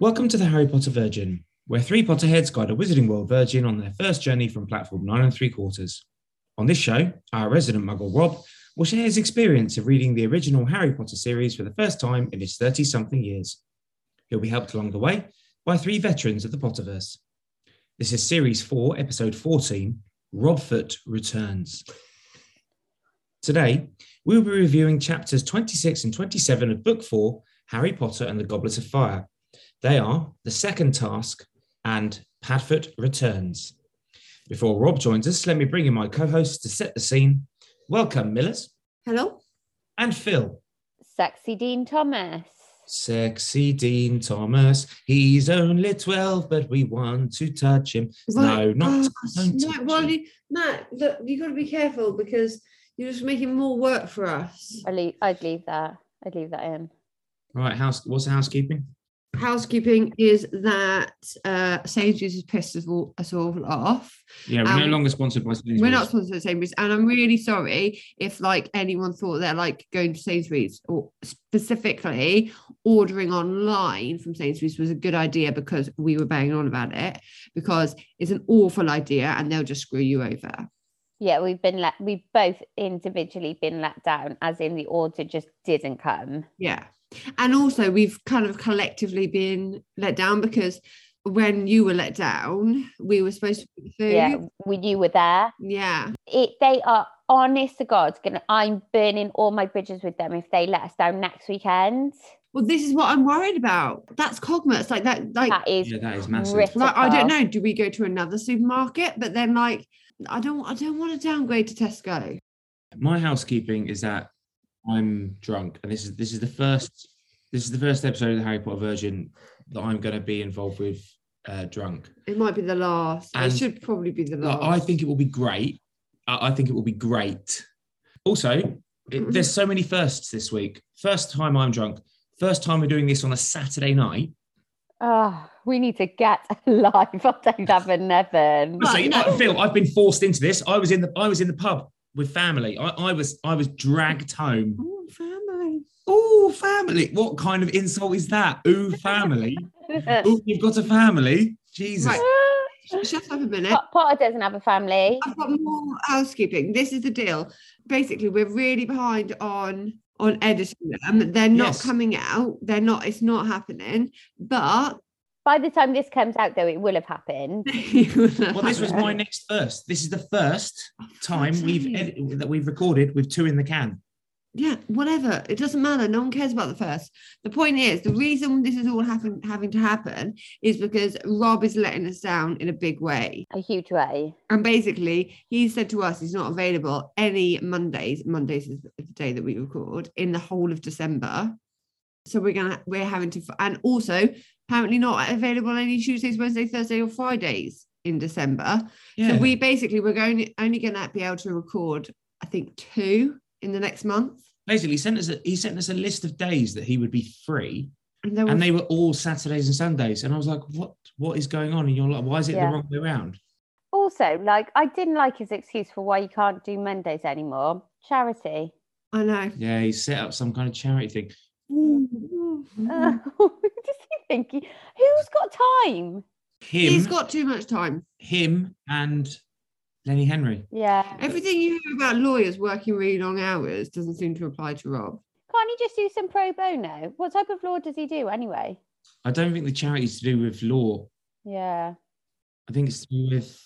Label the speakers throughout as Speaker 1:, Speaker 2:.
Speaker 1: Welcome to the Harry Potter Virgin, where three Potterheads guide a Wizarding World virgin on their first journey from platform nine and three quarters. On this show, our resident muggle Rob will share his experience of reading the original Harry Potter series for the first time in his 30 something years. He'll be helped along the way by three veterans of the Potterverse. This is Series 4, Episode 14 Rob Foot Returns. Today, we will be reviewing chapters 26 and 27 of Book 4 Harry Potter and the Goblet of Fire. They are The Second Task and Padfoot Returns. Before Rob joins us, let me bring in my co hosts to set the scene. Welcome, Millers
Speaker 2: Hello.
Speaker 1: and Phil.
Speaker 3: Sexy Dean Thomas.
Speaker 1: Sexy Dean Thomas, he's only 12, but we want to touch him. No, not.
Speaker 2: Oh,
Speaker 1: don't
Speaker 2: no,
Speaker 1: touch
Speaker 2: well,
Speaker 1: him.
Speaker 2: you, no, look, you got to be careful because you're just making more work for us.
Speaker 3: I leave, I'd leave that. I'd leave that in.
Speaker 1: All right, house, what's the housekeeping?
Speaker 2: Housekeeping is that uh, Sainsbury's has pissed us all, us all off.
Speaker 1: Yeah, we're no
Speaker 2: Um,
Speaker 1: longer sponsored by Sainsbury's.
Speaker 2: We're not sponsored by Sainsbury's, and I'm really sorry if like anyone thought they're like going to Sainsbury's or specifically ordering online from Sainsbury's was a good idea because we were banging on about it because it's an awful idea and they'll just screw you over.
Speaker 3: Yeah, we've been let. We've both individually been let down, as in the order just didn't come.
Speaker 2: Yeah. And also, we've kind of collectively been let down because when you were let down, we were supposed to put the food.
Speaker 3: Yeah,
Speaker 2: Yeah.
Speaker 3: we you were there.
Speaker 2: Yeah.
Speaker 3: It. They are honest to God. Gonna. I'm burning all my bridges with them if they let us down next weekend.
Speaker 2: Well, this is what I'm worried about. That's Cogmas. Like that, like,
Speaker 3: That is.
Speaker 1: Yeah, that is massive.
Speaker 3: critical.
Speaker 2: like I don't know. Do we go to another supermarket? But then like I don't I don't want to downgrade to Tesco.
Speaker 1: my housekeeping is that I'm drunk, and this is this is the first this is the first episode of the Harry Potter version that I'm going to be involved with uh, drunk.
Speaker 2: It might be the last.
Speaker 1: And-
Speaker 2: it should probably be the
Speaker 1: Like,
Speaker 2: last.
Speaker 1: I think it will be great. I, I think it will be great. Also,
Speaker 2: Mm-hmm.
Speaker 1: it, there's so many firsts this week. First time I'm drunk. First time we're doing this on a Saturday night.
Speaker 3: Oh, we need to get alive. I don't have a neven.
Speaker 1: So you know, what, Phil, I've been forced into this. I was in the I was in the pub with family. I, I was I was dragged home.
Speaker 2: Oh, family.
Speaker 1: Oh, family! What kind of insult is that? Ooh, family! Oh, you've got a family. Jesus.
Speaker 2: Right. Shut up a minute.
Speaker 3: Pot- Potter doesn't have a family.
Speaker 2: I've got more housekeeping. This is the deal. Basically, we're really behind on on editing them. They're not
Speaker 1: Yes.
Speaker 2: coming out. They're not. It's not happening. But
Speaker 3: By the time this comes out, though, it will have happened.
Speaker 1: Well,
Speaker 2: well,
Speaker 1: this was my next first. This is the first
Speaker 2: Oh,
Speaker 1: time we've
Speaker 2: sake.
Speaker 1: ed- that we've recorded with two in the can.
Speaker 2: yeah. Whatever. It doesn't matter. No one cares about the first. The point is, the reason this is all happen, having to happen is because Rob is letting us down in a big way.
Speaker 3: A huge way.
Speaker 2: And basically, he said to us he's not available any Mondays. Mondays is the day that we record in the whole of December. So we're gonna we're having to and also apparently not available any Tuesdays, Wednesdays, Thursday, or Fridays in December.
Speaker 1: Yeah.
Speaker 2: So we basically we're going only gonna be able to record, I think, two in the next month.
Speaker 1: Basically, sent us a, he sent us a list of days that he would be free,
Speaker 2: And then
Speaker 1: and
Speaker 2: we'll-
Speaker 1: they were all Saturdays and Sundays. And I was like, "What? What is going on?" And you're like, "Why is it
Speaker 3: Yeah.
Speaker 1: the wrong way around?"
Speaker 3: Also, like, I didn't like his excuse for why you can't do Mondays anymore. Charity.
Speaker 2: I know.
Speaker 1: Yeah, he set up some kind of charity thing.
Speaker 2: Hmm.
Speaker 3: Uh, does he think he, who's got time?
Speaker 1: Him,
Speaker 2: He's got too much time.
Speaker 1: him, and Lenny Henry.
Speaker 3: Yeah.
Speaker 2: Everything you hear about lawyers working really long hours doesn't seem to apply to Rob.
Speaker 3: Can't he just do some pro bono? What type of law does he do anyway?
Speaker 1: I don't think the charity's to do with law.
Speaker 3: Yeah.
Speaker 1: I think it's to do with.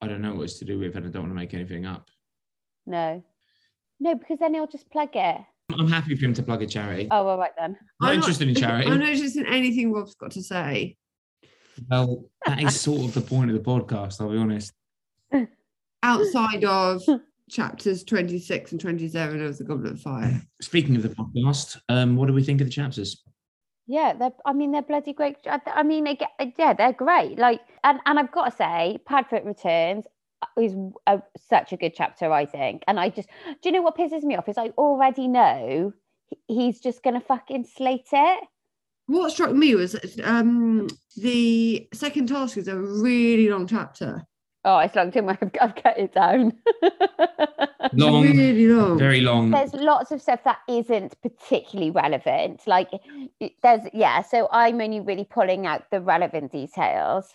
Speaker 1: I don't know what it's to do with, and I don't want to make anything up.
Speaker 3: No. No, because then he'll just plug it.
Speaker 1: I'm happy for him to plug a charity.
Speaker 2: Uh,
Speaker 3: Oh, all right then.
Speaker 1: I'm not
Speaker 2: I'm not-
Speaker 1: interested in charity.
Speaker 2: I'm not interested in anything Rob's got to say.
Speaker 1: Well, that is sort of the point of the podcast, I'll be honest.
Speaker 2: outside of chapters 26 and 27 of the Goblet of Fire.
Speaker 1: Speaking of the podcast, um, what do we think of the chapters?
Speaker 3: Yeah, they're, I mean, they're bloody great. I I mean, they get, yeah, they're great. Like, and, and I've got to say, Padfoot Returns uh, is a, such a good chapter, I think. And I just, do you know what pisses me off is I already know he- he's just going to fucking slate it.
Speaker 2: What struck me was um, the second task is a really long chapter.
Speaker 3: Oh, it's locked in. I've, I've cut it down.
Speaker 2: It's
Speaker 1: Long,
Speaker 2: really long.
Speaker 1: very long.
Speaker 3: Hmm. there's lots of stuff that isn't particularly relevant. Like it- there's yeah. So I'm only really pulling out the relevant details.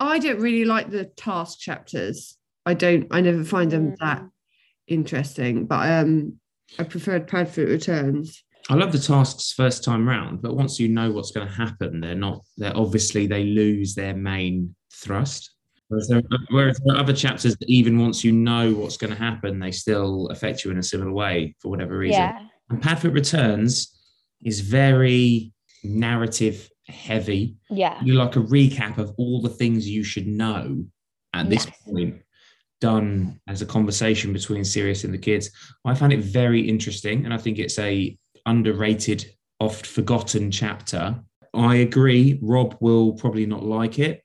Speaker 2: I don't really like the task chapters. I don't. I never find them that interesting. But um, I preferred Padfoot Returns.
Speaker 1: I love the tasks first time round, but once you know what's going to happen, they're not. They're obviously they lose their main thrust. Whereas there, whereas there are other chapters that even once you know what's going to happen, they still affect you in a similar way for whatever reason.
Speaker 3: Yeah.
Speaker 1: And Padfoot Returns is very narrative heavy.
Speaker 3: Yeah.
Speaker 1: You like a recap of all the things you should know at this
Speaker 3: Yes.
Speaker 1: point, done as a conversation between Sirius and the kids. I found it very interesting, and I think it's a underrated, oft forgotten chapter. I agree. Rob will probably not like it.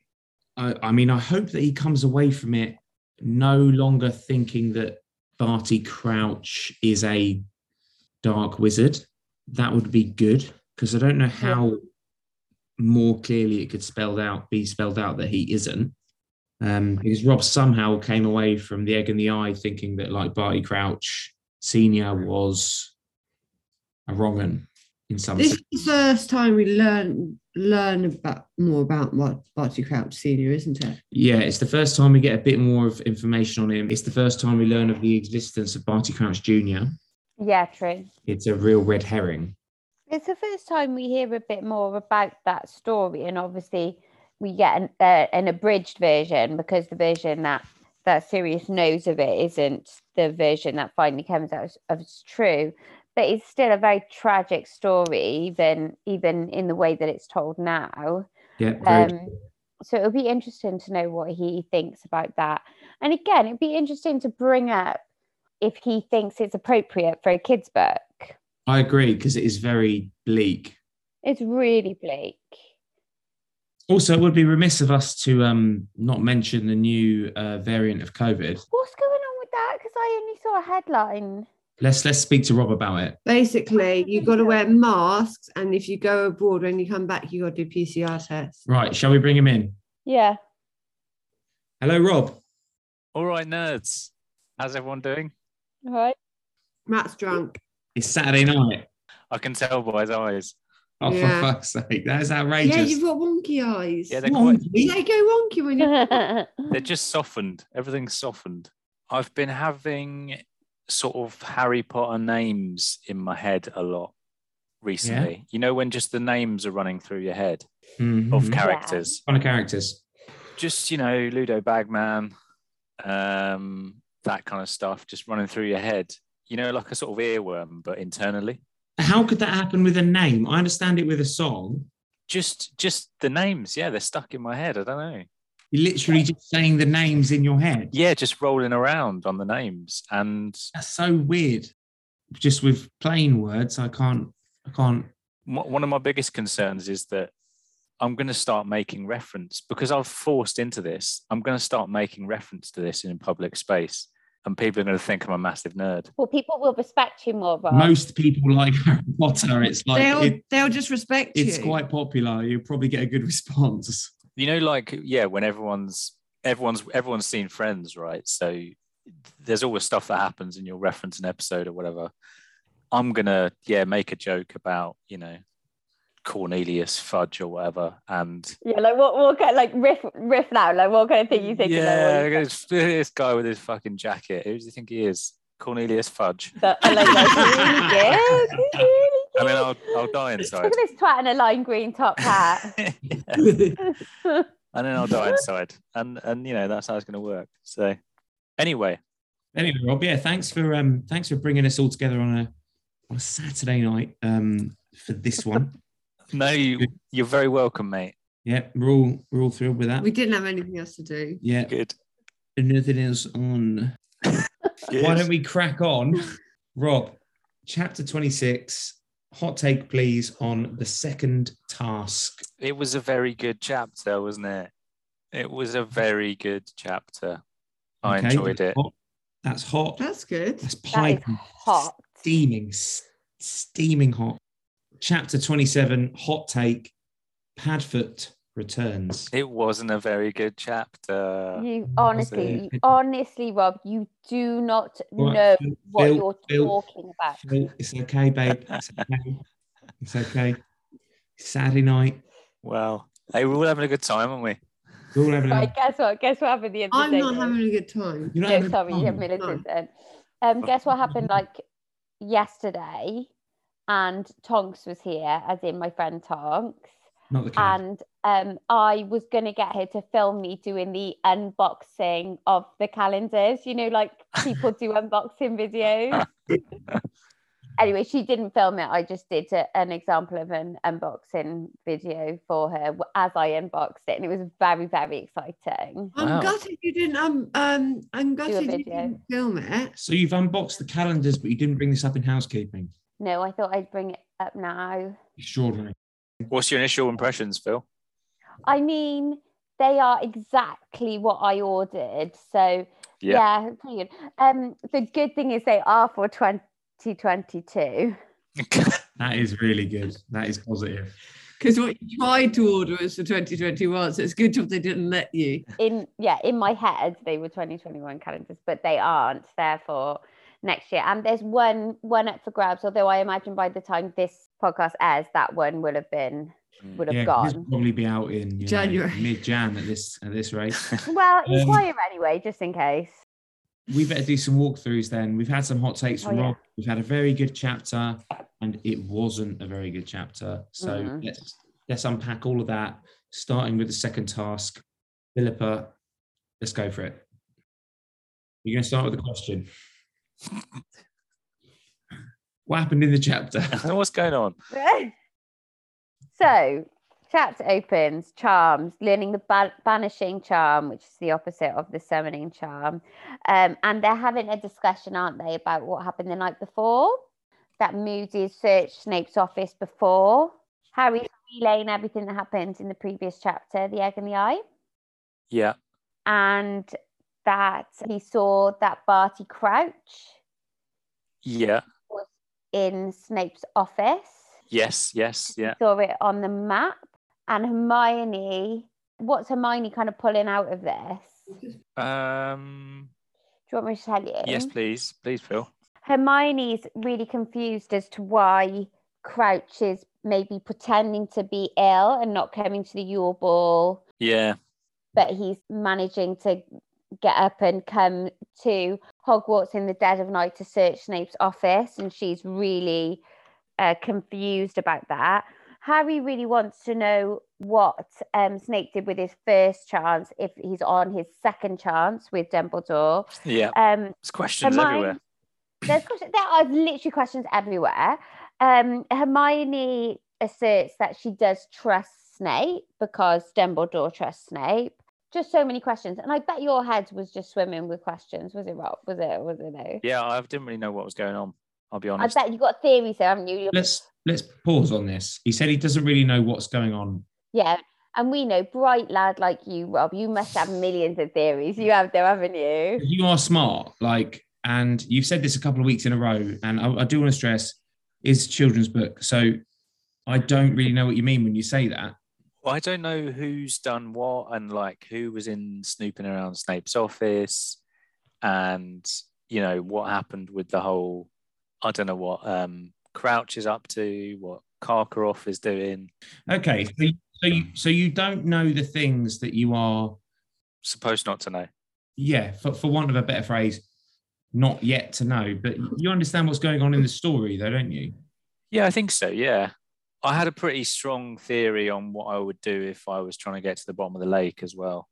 Speaker 1: I, I mean, I hope that he comes away from it no longer thinking that Barty Crouch is a dark wizard. That would be good because I don't know how more clearly it could spelled out be spelled out that he isn't. Um, because Rob somehow came away from the egg in the eye thinking that like Barty Crouch Senior was a wrong un in some
Speaker 2: This
Speaker 1: sense.
Speaker 2: is the first time we learn learn about more about what Barty Crouch Senior, isn't it?
Speaker 1: Yeah, it's the first time we get a bit more of information on him. It's the first time we learn of the existence of Barty Crouch Jr.
Speaker 3: Yeah. True.
Speaker 1: It's a real red herring.
Speaker 3: It's the first time we hear a bit more about that story, and obviously we get an, uh, an abridged version because the version that that Sirius knows of it isn't the version that finally comes out as, as true. But it's still a very tragic story, even even in the way that it's told now.
Speaker 1: Yeah, very
Speaker 3: Um, so it'll be interesting to know what he thinks about that. And again, it'd be interesting to bring up if he thinks it's appropriate for a kids' book.
Speaker 1: I agree because it is very bleak.
Speaker 3: It's really bleak.
Speaker 1: Also, it would be remiss of us to um, not mention the new uh, variant of COVID.
Speaker 3: What's going on with that? Because I only saw a headline.
Speaker 1: Let's let's speak to Rob about it.
Speaker 2: Basically, you got to wear masks, and if you go abroad when you come back, you got to do PCR tests.
Speaker 1: Right, shall we bring him in?
Speaker 3: Yeah.
Speaker 1: Hello, Rob.
Speaker 4: All right, nerds. How's everyone doing?
Speaker 3: Right.
Speaker 2: Matt's drunk.
Speaker 1: It's Saturday night.
Speaker 4: I can tell by his eyes.
Speaker 1: Oh,
Speaker 2: Yeah.
Speaker 1: for fuck's sake, that is
Speaker 2: Yeah,
Speaker 1: outrageous.
Speaker 2: you've got wonky eyes.
Speaker 4: Yeah,
Speaker 2: Yeah,
Speaker 4: they're
Speaker 1: Come on,
Speaker 4: quite,
Speaker 1: Pete.
Speaker 2: they go wonky when you.
Speaker 4: they're just softened. Everything's softened. I've been having sort of Harry Potter names in my head a lot recently. You know when just the names are running through your head
Speaker 1: Mhm.
Speaker 4: of characters.
Speaker 1: Kind of characters.
Speaker 4: Just you know, Ludo Bagman, um, that kind of stuff. Just running through your head. You know, like a sort of earworm, but internally.
Speaker 1: How could that happen with a name? I understand it with a song.
Speaker 4: Just, just the names. Yeah, they're stuck in my head. I don't know.
Speaker 1: You're literally just saying the names in your head.
Speaker 4: yeah, just rolling around on the names. And
Speaker 1: That's so weird. Just with plain words, I can't. I can't.
Speaker 4: m- one of my biggest concerns is that I'm going to start making reference because I've forced into this. I'm going to start making reference to this in a public space, and people are going to think I'm a massive nerd.
Speaker 3: well, people will respect you more, Rob.
Speaker 1: Most people like Harry Potter. It's like
Speaker 2: they'll
Speaker 1: it-
Speaker 2: they'll just respect you.
Speaker 1: it's quite popular. You'll probably get a good response.
Speaker 4: You know, like yeah, when everyone's everyone's everyone's seen Friends, right? So there's always stuff that happens, and you'll reference an episode or whatever. I'm gonna yeah make a joke about you know Cornelius Fudge or whatever, and
Speaker 3: Yeah, like what, what kind like riff riff now? Like what kind of thing you think?
Speaker 4: Yeah, look at this, look at this guy with his fucking jacket. Who does he think he is? Cornelius Fudge.
Speaker 3: But I like that. Really good. It's really
Speaker 4: I mean, I'll,
Speaker 3: good.
Speaker 4: I'll die
Speaker 3: Look
Speaker 4: inside.
Speaker 3: at this twat in a lime green top hat.
Speaker 4: Yeah,
Speaker 1: That's
Speaker 4: And then I'll die inside. And and you know that's how it's going to work. So anyway,
Speaker 1: anyway, Rob, yeah, thanks for um, thanks for bringing us all together on a on a Saturday night um, for this one.
Speaker 4: no, you, you're very welcome, mate.
Speaker 1: yeah, we're all we're all thrilled with that.
Speaker 2: We didn't have anything else to do.
Speaker 1: yeah,
Speaker 4: Good.
Speaker 1: nothing else on. Why don't we crack on, Rob? Chapter twenty six. Hot take, please, on the second task.
Speaker 4: It was a very good chapter, wasn't it? It was a very good chapter. I
Speaker 1: Okay,
Speaker 4: enjoyed it.
Speaker 1: hot. That's hot.
Speaker 2: That's good.
Speaker 1: That's
Speaker 3: That is
Speaker 1: piping
Speaker 3: hot.
Speaker 1: steaming, s- steaming hot. Chapter 27, hot take, Padfoot returns.
Speaker 4: It wasn't a very good chapter.
Speaker 3: You
Speaker 4: it?
Speaker 3: honestly, you, honestly, Rob, you do not
Speaker 1: Right,
Speaker 3: know
Speaker 1: Phil-
Speaker 3: what
Speaker 1: Phil-
Speaker 3: you're
Speaker 1: Phil-
Speaker 3: talking about.
Speaker 1: Phil, It's okay, babe. It's okay. It's okay. Saturday night.
Speaker 4: Well, hey, we were having a good time, weren't we?
Speaker 1: We're all having a
Speaker 3: Right, guess what? Guess what happened the other
Speaker 2: I'm
Speaker 3: day?
Speaker 2: not
Speaker 3: Rob?
Speaker 2: having a good time.
Speaker 1: You're not
Speaker 3: no,
Speaker 1: having a
Speaker 3: sorry,
Speaker 1: good
Speaker 3: yeah,
Speaker 1: time?
Speaker 2: No.
Speaker 3: militant. then. Um, guess what happened like yesterday? And Tonks was here, as in my friend Tonks.
Speaker 1: Not the cat.
Speaker 3: And um, I was going to get her to film me doing the unboxing of the calendars, you know, like people do unboxing videos. anyway, she didn't film it. I just did a, an example of an unboxing video for her w- as I unboxed it. And it was very, very exciting.
Speaker 2: I'm
Speaker 4: Wow.
Speaker 2: gutted you didn't. Um, um, I'm
Speaker 3: a
Speaker 2: gutted you
Speaker 3: video.
Speaker 2: didn't film it.
Speaker 1: So you've unboxed the calendars, but you didn't bring this up in housekeeping.
Speaker 3: No, I thought I'd bring it up now.
Speaker 1: Extraordinary.
Speaker 4: What's your initial impressions, Phil?
Speaker 3: I mean, they are exactly what I ordered. So yeah, pretty good. Um, the good thing is they are for 2022.
Speaker 1: That is really good. That is positive.
Speaker 2: Because what you tried to order is for 2021, so it's a good job they didn't let you.
Speaker 3: In yeah, in my head they were 2021 calendars, but they aren't. They're for next year. And there's one one up for grabs. Although I imagine by the time this podcast airs, that one will have been
Speaker 4: Mm.
Speaker 3: would
Speaker 1: 'cause
Speaker 3: have gone.
Speaker 1: This will probably be out in you
Speaker 2: January.
Speaker 1: mid Jan at this at this rate.
Speaker 3: Well,
Speaker 1: Um,
Speaker 3: inquire anyway, just in case.
Speaker 1: we better do some walkthroughs then. We've had some hot takes
Speaker 3: Oh,
Speaker 1: from
Speaker 3: yeah.
Speaker 1: Rob. We've had a very good chapter, and it wasn't a very good chapter. So
Speaker 3: Mhm.
Speaker 1: let's let's unpack all of that, starting with the second task. Philippa, let's go for it. You're going to start with the question. what happened in the chapter?
Speaker 4: What's going on?
Speaker 3: so, chapter opens charms, learning the ba- banishing charm, which is the opposite of the summoning charm. Um, and they're having a discussion, aren't they, about what happened the night before? That Moody searched Snape's office before. Harry's relaying everything that happened in the previous chapter, the egg and the eye
Speaker 4: Yeah.
Speaker 3: and that he saw that Barty Crouch
Speaker 4: Yeah.
Speaker 3: in Snape's office.
Speaker 4: Yes. Yes. Yeah.
Speaker 3: Saw it on the map. And Hermione, what's Hermione kind of pulling out of this? Do
Speaker 4: Um.
Speaker 3: you want me to tell you?
Speaker 4: Yes, please. Please, Phil.
Speaker 3: Hermione's really confused as to why Crouch is maybe pretending to be ill and not coming to the Yule Ball,
Speaker 4: Yeah.
Speaker 3: but he's managing to get up and come to Hogwarts in the dead of night to search Snape's office, and she's really uh, confused about that. Harry really wants to know what um, Snape did with his first chance, if he's on his second chance with Dumbledore.
Speaker 4: Yeah.
Speaker 3: Um,
Speaker 4: It's questions
Speaker 3: Hermione-
Speaker 4: everywhere.
Speaker 3: there's question, there are literally questions everywhere. Um, Hermione asserts that she does trust Snape because Dumbledore trusts Snape. Just so many questions, and I bet your head was just swimming with questions. Was it Rob? Was it? Was it no?
Speaker 4: Yeah, I didn't really know what was going on. I'll be
Speaker 3: I
Speaker 4: honest.
Speaker 3: bet you got theories there, haven't you?
Speaker 1: let's let's pause on this. He said he doesn't really know what's going on.
Speaker 3: Yeah, and we know bright lad like you, Rob. You must have millions of theories. You have there, haven't you?
Speaker 1: You are smart, like, and you've said this a couple of weeks in a row. And I, I do want to stress is children's book, so I don't really know what you mean when you say that.
Speaker 4: Well, I don't know who's done what and like who was in snooping around Snape's office and you know what happened with the whole I don't know what um Crouch is up to, what Karkaroff is doing,
Speaker 1: Okay, so you- so you, so you don't know the things that you are,
Speaker 4: supposed not to know.
Speaker 1: yeah, for for want of a better phrase, not yet to know. But you understand what's going on in the story, though, don't you?
Speaker 4: Yeah, I think so. Yeah. I had a pretty strong theory on what I would do if I was trying to get to the bottom of the lake as well.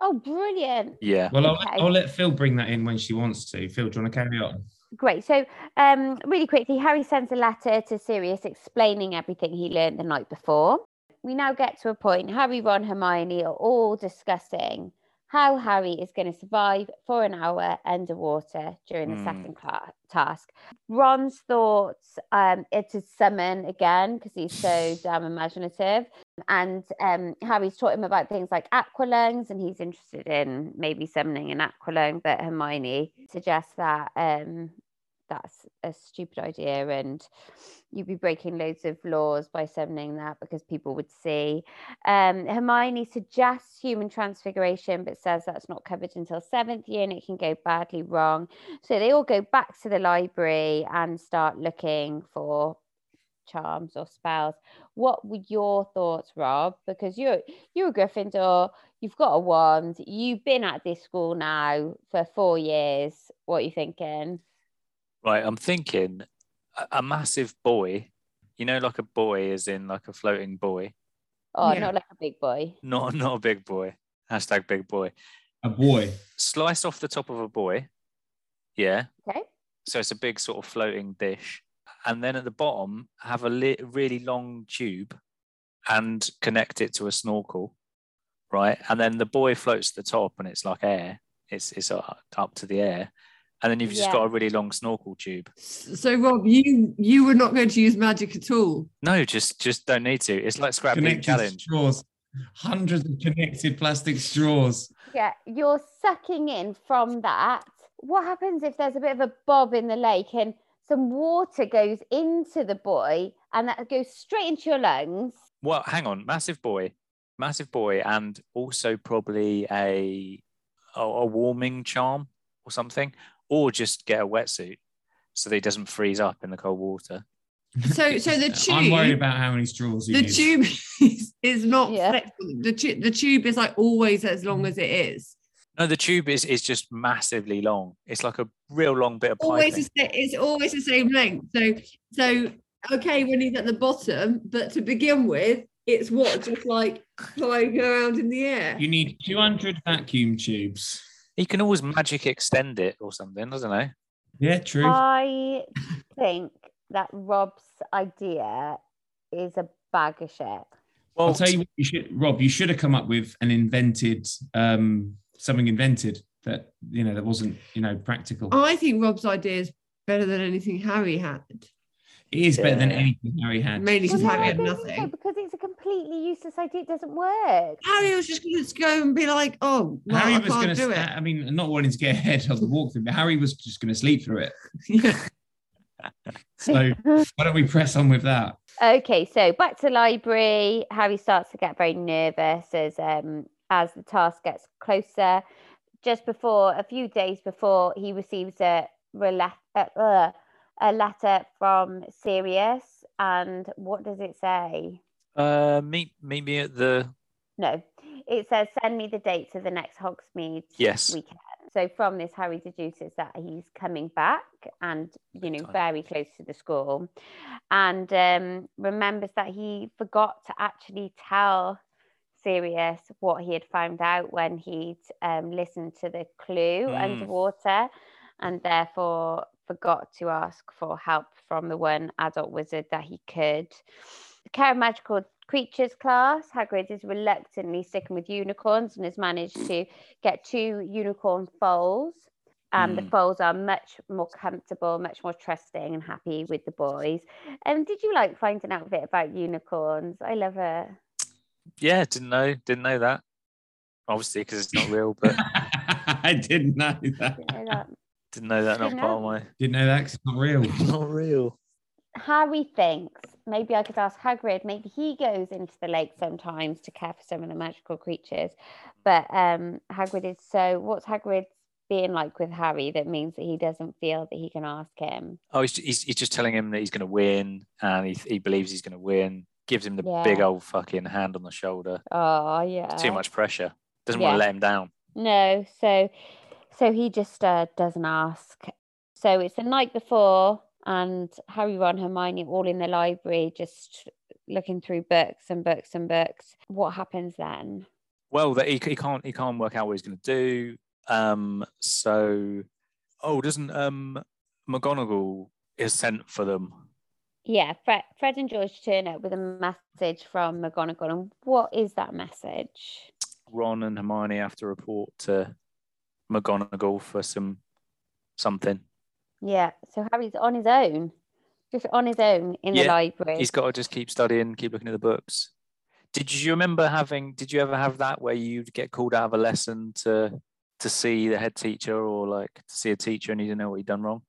Speaker 3: Oh, brilliant!
Speaker 4: Yeah.
Speaker 1: Well, I'll,
Speaker 3: Okay.
Speaker 1: I'll let Phil bring that in when she wants to. Phil, do you want to carry on?
Speaker 3: Great. So, um, really quickly, Harry sends a letter to Sirius explaining everything he learned the night before. We now get to a point. Harry, Ron, Hermione are all discussing how Harry is going to survive for an hour underwater during the
Speaker 4: Hmm.
Speaker 3: second cla- task. Ron's thoughts um, are to summon again because he's so damn imaginative. And um, Harry's taught him about things like aqualungs, and he's interested in maybe summoning an aqualung. But Hermione suggests that um, that's a stupid idea and you'd be breaking loads of laws by summoning that because people would see um, hermione suggests human transfiguration but says that's not covered until seventh year and it can go badly wrong so they all go back to the library and start looking for charms or spells what were your thoughts rob because you're you're a gryffindor you've got a wand you've been at this school now for four years what are you thinking
Speaker 4: Right, I'm thinking a, a massive boy, you know, like a boy is in like a floating boy,
Speaker 3: oh
Speaker 2: Yeah.
Speaker 3: not like a big boy
Speaker 4: not not a big boy. Hashtag big boy.
Speaker 1: A boy.
Speaker 4: Slice off the top of a boy. Yeah.
Speaker 3: okay
Speaker 4: So it's a big sort of floating dish. And then at the bottom, have a li- really long tube and connect it to a snorkel. Right. And then the boy floats to the top and it's like air, it's, it's uh, up to the air. And then you've just
Speaker 3: Yeah.
Speaker 4: got a really long snorkel tube.
Speaker 2: So Rob, you you were not going to use magic at all.
Speaker 4: No, just just don't need to. It's like scrap heap
Speaker 1: Connected
Speaker 4: challenge.
Speaker 1: straws. Hundreds of connected plastic straws.
Speaker 3: Yeah, you're sucking in from that. What happens if there's a bit of a bob in the lake and some water goes into the boy and that goes straight into your lungs?
Speaker 4: Well, hang on, massive boy, massive boy, and also probably a a, a warming charm or something, or just get a wetsuit so that he doesn't freeze up in the cold water.
Speaker 2: So so the tube
Speaker 1: I'm worried about how many straws you
Speaker 2: the
Speaker 1: need.
Speaker 2: tube is, is not
Speaker 3: Yeah.
Speaker 2: flexible. The, tu- the tube is like always as long as it is.
Speaker 4: No, the tube is is just massively long. It's like a real long bit of
Speaker 2: Always
Speaker 4: piping.
Speaker 2: the sa- it's always the same length. So so okay when he's at the bottom, but to begin with, it's what just like flying around in the air.
Speaker 1: You need 200 vacuum tubes.
Speaker 4: He can always magic extend it or something. I don't know.
Speaker 1: Yeah, true.
Speaker 2: Uh,
Speaker 3: I think that Rob's idea is a bag of shit.
Speaker 4: Well,
Speaker 1: I'll tell you what you should Rob, you should have come up with an invented um something invented that you know that wasn't, you know, practical.
Speaker 2: I think Rob's idea is better than anything Harry had.
Speaker 1: It is better than
Speaker 4: Yeah.
Speaker 1: anything Harry had.
Speaker 2: Mainly
Speaker 1: Well,
Speaker 2: because
Speaker 1: no,
Speaker 2: Harry
Speaker 1: I
Speaker 2: had
Speaker 1: don't
Speaker 3: think so,
Speaker 2: nothing.
Speaker 3: because it's a completely useless idea. It doesn't work.
Speaker 2: Harry was just going to go and be like, "Oh, well,
Speaker 1: Harry
Speaker 2: I
Speaker 1: was
Speaker 2: can't
Speaker 1: going
Speaker 2: do
Speaker 1: to.
Speaker 2: it."
Speaker 1: I mean, not wanting to get ahead of the walkthrough, but Harry was just going to sleep through it. So why don't we press on with that?
Speaker 3: Okay, so back to the library. Harry starts to get very nervous as um as the task gets closer. Just before a few days before, he receives a rela- uh, uh, a letter from Sirius, and what does it say?
Speaker 4: uh, meet meet me at the
Speaker 3: No, it says send me the dates of the next Hogsmeade
Speaker 4: yes.
Speaker 3: weekend. So from this, Harry deduces that he's coming back and, you know,
Speaker 4: Time.
Speaker 3: very close to the school and um, remembers that he forgot to actually tell Sirius what he had found out when he'd um, listened to the clue
Speaker 4: Mm.
Speaker 3: underwater and therefore forgot to ask for help from the one adult wizard that he could. The Care of Magical Creatures class, Hagrid is reluctantly sticking with unicorns and has managed to get two unicorn foals. Um, The
Speaker 4: Mm.
Speaker 3: foals are much more comfortable, much more trusting, and happy with the boys. Um, did you like finding out a bit about unicorns? I love it.
Speaker 4: Yeah, didn't know, didn't know that. Obviously, because it's not real, but
Speaker 1: I didn't know that.
Speaker 3: You know that.
Speaker 4: Didn't know that. Not
Speaker 3: Didn't
Speaker 4: part of my.
Speaker 1: Didn't know that 'cause it's not real.
Speaker 4: Not real.
Speaker 3: Harry thinks maybe I could ask Hagrid. Maybe he goes into the lake sometimes to care for some of the magical creatures. But um, Hagrid is so. What's Hagrid being like with Harry that means that he doesn't feel that he can ask him?
Speaker 4: Oh, he's, he's, he's just telling him that he's going to win, and he, he believes he's going to win. Gives him the
Speaker 3: Yeah.
Speaker 4: big old fucking hand on the shoulder.
Speaker 3: Oh yeah.
Speaker 4: Too much pressure. Doesn't
Speaker 3: Yeah.
Speaker 4: want to let him down.
Speaker 3: No, so so he just uh, doesn't ask. So it's the night before, and Harry, Ron, Hermione, all in the library, just looking through books and books and books. What happens then?
Speaker 4: Well, that he, he can't he can't work out what he's going to do. Um. So, oh, doesn't um McGonagall is sent for them?
Speaker 3: Yeah, Fred, Fred and George turn up with a message from McGonagall, and what is that message?
Speaker 4: Ron and Hermione have to report to McGonagall for some something.
Speaker 3: Yeah, so Harry's on his own, just on his own in the
Speaker 4: Yeah,
Speaker 3: library.
Speaker 4: he's got to just keep studying, keep looking at the books. Did you remember having? Did you ever have that where you'd get called out of a lesson to to see the head teacher or like to see a teacher and you didn't know what you'd done wrong?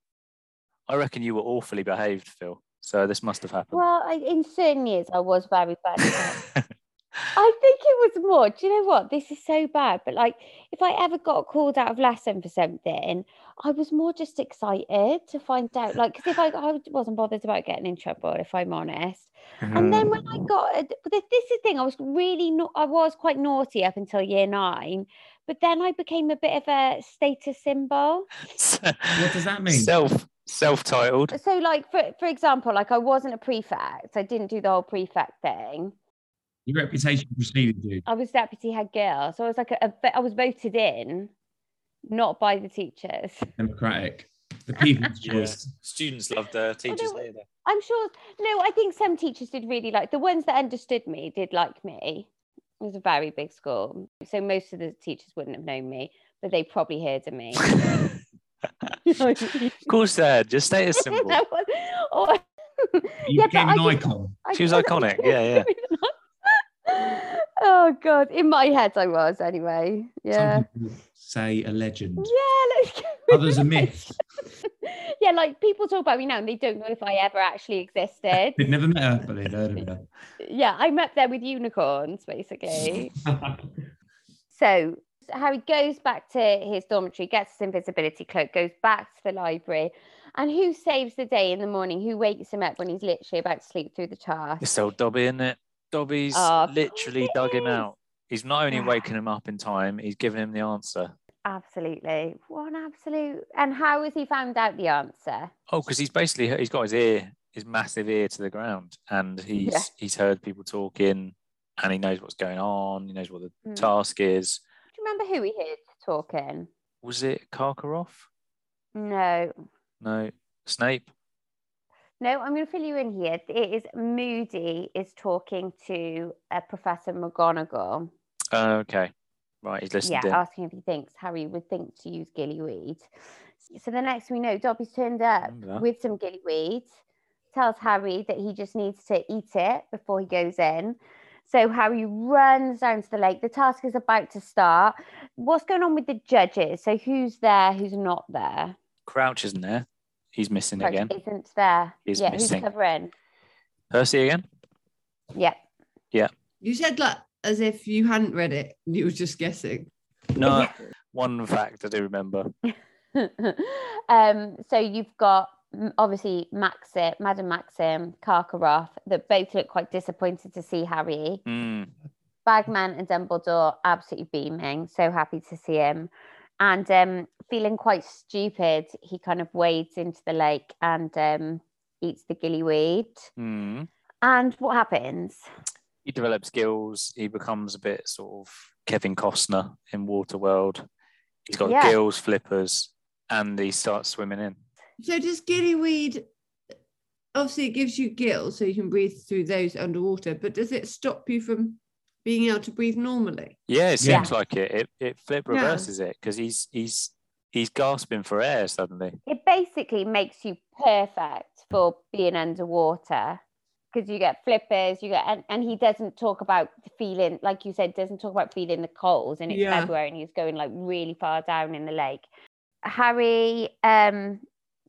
Speaker 4: I reckon you were awfully behaved, Phil. So this must have happened.
Speaker 3: Well, I, in certain years, I was very bad. at it. I think it was more. Do you know what? This is so bad. But like, if I ever got called out of lesson for something, I was more just excited to find out. Like, because if I, I wasn't bothered about getting in trouble, if I'm honest. And
Speaker 4: Mm.
Speaker 3: then when I got, but this this is the thing, I was really, not, I was quite naughty up until year nine, but then I became a bit of a status symbol.
Speaker 1: what does that mean?
Speaker 4: Self self-titled.
Speaker 3: So, like for for example, like I wasn't a prefect, I didn't do the whole prefect thing.
Speaker 1: Your reputation preceded you.
Speaker 3: I was deputy head girl, so I was like a, a I was voted in, not by the teachers.
Speaker 1: Democratic. The people's
Speaker 4: Yeah.
Speaker 1: choice.
Speaker 4: Students loved her, teachers
Speaker 3: no,
Speaker 4: hated her.
Speaker 3: I'm sure. No, I think some teachers did really like the ones that understood me did like me. It was a very big school, so most of the teachers wouldn't have known me, but they probably heard of me.
Speaker 4: of course, there. Just stay as simple.
Speaker 3: That was- oh,
Speaker 1: You
Speaker 3: Yeah, but
Speaker 1: became an
Speaker 3: I just-
Speaker 1: icon.
Speaker 3: I
Speaker 4: She was
Speaker 3: guess-
Speaker 4: iconic. Yeah,
Speaker 3: oh god, in my head I was anyway. Yeah.
Speaker 1: Some people say a legend.
Speaker 3: Yeah, let's go. with
Speaker 1: Others a myth.
Speaker 3: yeah, like people talk about me now and they don't know if I ever actually existed.
Speaker 1: They've never met her, but they've heard of her.
Speaker 3: yeah, I'm up there with unicorns, basically. so Harry goes back to his dormitory, gets his invisibility cloak, goes back to the library. And who saves the day in the morning? Who wakes him up when he's literally about to sleep through the task?
Speaker 4: It's old Dobby, isn't it? Dobby's
Speaker 3: Oh, of
Speaker 4: literally
Speaker 3: course
Speaker 4: dug
Speaker 3: it
Speaker 4: him
Speaker 3: is. Ah.
Speaker 4: out. He's not only
Speaker 3: Yeah.
Speaker 4: waking him up in time, he's giving him the answer.
Speaker 3: Absolutely. What an absolute. And how has he found out the answer?
Speaker 4: Oh, because he's basically he's got his ear, his massive ear to the ground, and he's he's heard people talking, and he knows what's going on. He knows what the
Speaker 3: Mm.
Speaker 4: task is.
Speaker 3: Do you remember who he heard talking?
Speaker 4: Was it Karkaroff?
Speaker 3: No.
Speaker 4: No, Snape.
Speaker 3: No, I'm going to fill you in here. It is Moody is talking to uh, Professor McGonagall.
Speaker 4: Oh, okay, right, he's listened
Speaker 3: yeah, uh,
Speaker 4: in.
Speaker 3: asking if he thinks Harry would think to use gillyweed. So the next we know, Dobby's turned up
Speaker 4: Remember that.
Speaker 3: with some gillyweed, tells Harry that he just needs to eat it before he goes in. So Harry runs down to the lake. The task is about to start. What's going on with the judges? So who's there? Who's not there?
Speaker 4: Crouch isn't there. He's missing
Speaker 3: Crouch
Speaker 4: again.
Speaker 3: isn't there?
Speaker 4: He's
Speaker 3: yeah,
Speaker 4: missing.
Speaker 3: who's covering?
Speaker 4: Percy again.
Speaker 3: Yep.
Speaker 2: You said like as if you hadn't read it. and You were just guessing.
Speaker 4: No, one fact I do remember.
Speaker 3: um, so you've got mm, obviously Maxim, Madam Maxim, Karkaroff, that both look quite disappointed to see Harry.
Speaker 4: Mm.
Speaker 3: Bagman and Dumbledore absolutely beaming, so happy to see him. And um, feeling quite stupid, he kind of wades into the lake and um, eats the gillyweed.
Speaker 4: Mm.
Speaker 3: And what happens?
Speaker 4: he develops skills. He becomes a bit sort of Kevin Costner in Waterworld. He's got
Speaker 3: Yeah.
Speaker 4: gills, flippers, and he starts swimming in.
Speaker 2: So does gillyweed? Obviously, it gives you gills, so you can breathe through those underwater. But does it stop you from being able to breathe normally?
Speaker 4: Yeah, it
Speaker 1: Yeah.
Speaker 4: seems like it. It it flip
Speaker 2: Yeah.
Speaker 4: reverses it because he's he's he's gasping for air suddenly.
Speaker 3: It basically makes you perfect for being underwater because you get flippers, you get, and, and he doesn't talk about feeling, like you said, doesn't talk about feeling the coals. And it's
Speaker 2: Yeah.
Speaker 3: February and he's going like really far down in the lake. Harry um,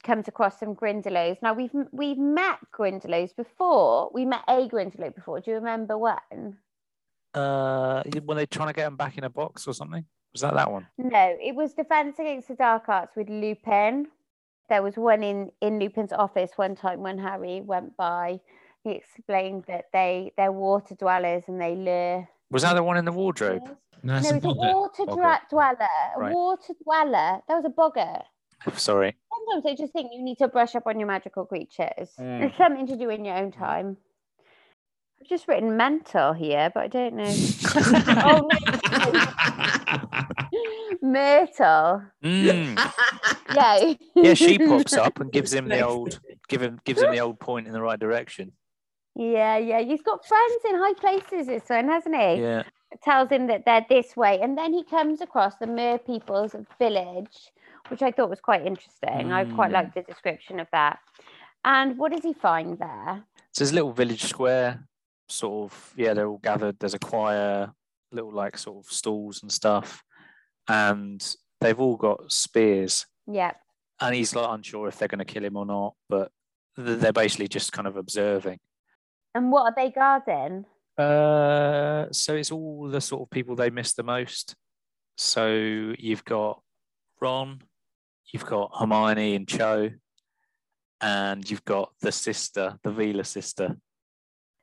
Speaker 3: comes across some Grindelows. Now we've we've met Grindelows before. We met a Grindelow before. Do you remember when?
Speaker 4: Uh, when they're trying to get him back in a box or something, was that that one?
Speaker 3: No, it was Defense Against the Dark Arts with Lupin. There was one in in Lupin's office one time when Harry went by. He explained that they they're water dwellers and they lure.
Speaker 4: Was that the one in the wardrobe?
Speaker 3: No,
Speaker 1: No, it's
Speaker 3: it's
Speaker 1: a
Speaker 3: a
Speaker 1: bother.
Speaker 3: water
Speaker 4: Boggart.
Speaker 3: dra- dweller. A
Speaker 4: Right.
Speaker 3: water dweller. That was a bogger.
Speaker 4: Sorry.
Speaker 3: Sometimes I just think you need to brush up on your magical creatures.
Speaker 4: Mm.
Speaker 3: There's something to do in your own time. I've just written mental here, but I don't know. oh no, Myrtle.
Speaker 4: Mm.
Speaker 3: Yeah.
Speaker 4: Yeah, she pops up and gives him the
Speaker 2: Next.
Speaker 4: old give him gives him the old point in the right direction.
Speaker 3: Yeah, yeah. He's got friends in high places, this one, hasn't he?
Speaker 4: Yeah.
Speaker 3: Tells him that they're this way. And then he comes across the Mer people's village, which I thought was quite interesting. I quite
Speaker 4: Mm.
Speaker 3: liked the description of that. And what does he find there?
Speaker 4: So there's a little village square, sort of, yeah, they're all gathered. There's a choir, little like sort of stalls and stuff. And they've all got spears.
Speaker 3: Yeah.
Speaker 4: and he's like unsure if they're going to kill him or not, but th- they're basically just kind of observing.
Speaker 3: And what are they guarding?
Speaker 4: Uh, so it's all the sort of people they miss the most. So you've got Ron, you've got Hermione and Cho, and you've got the sister, the Vela sister.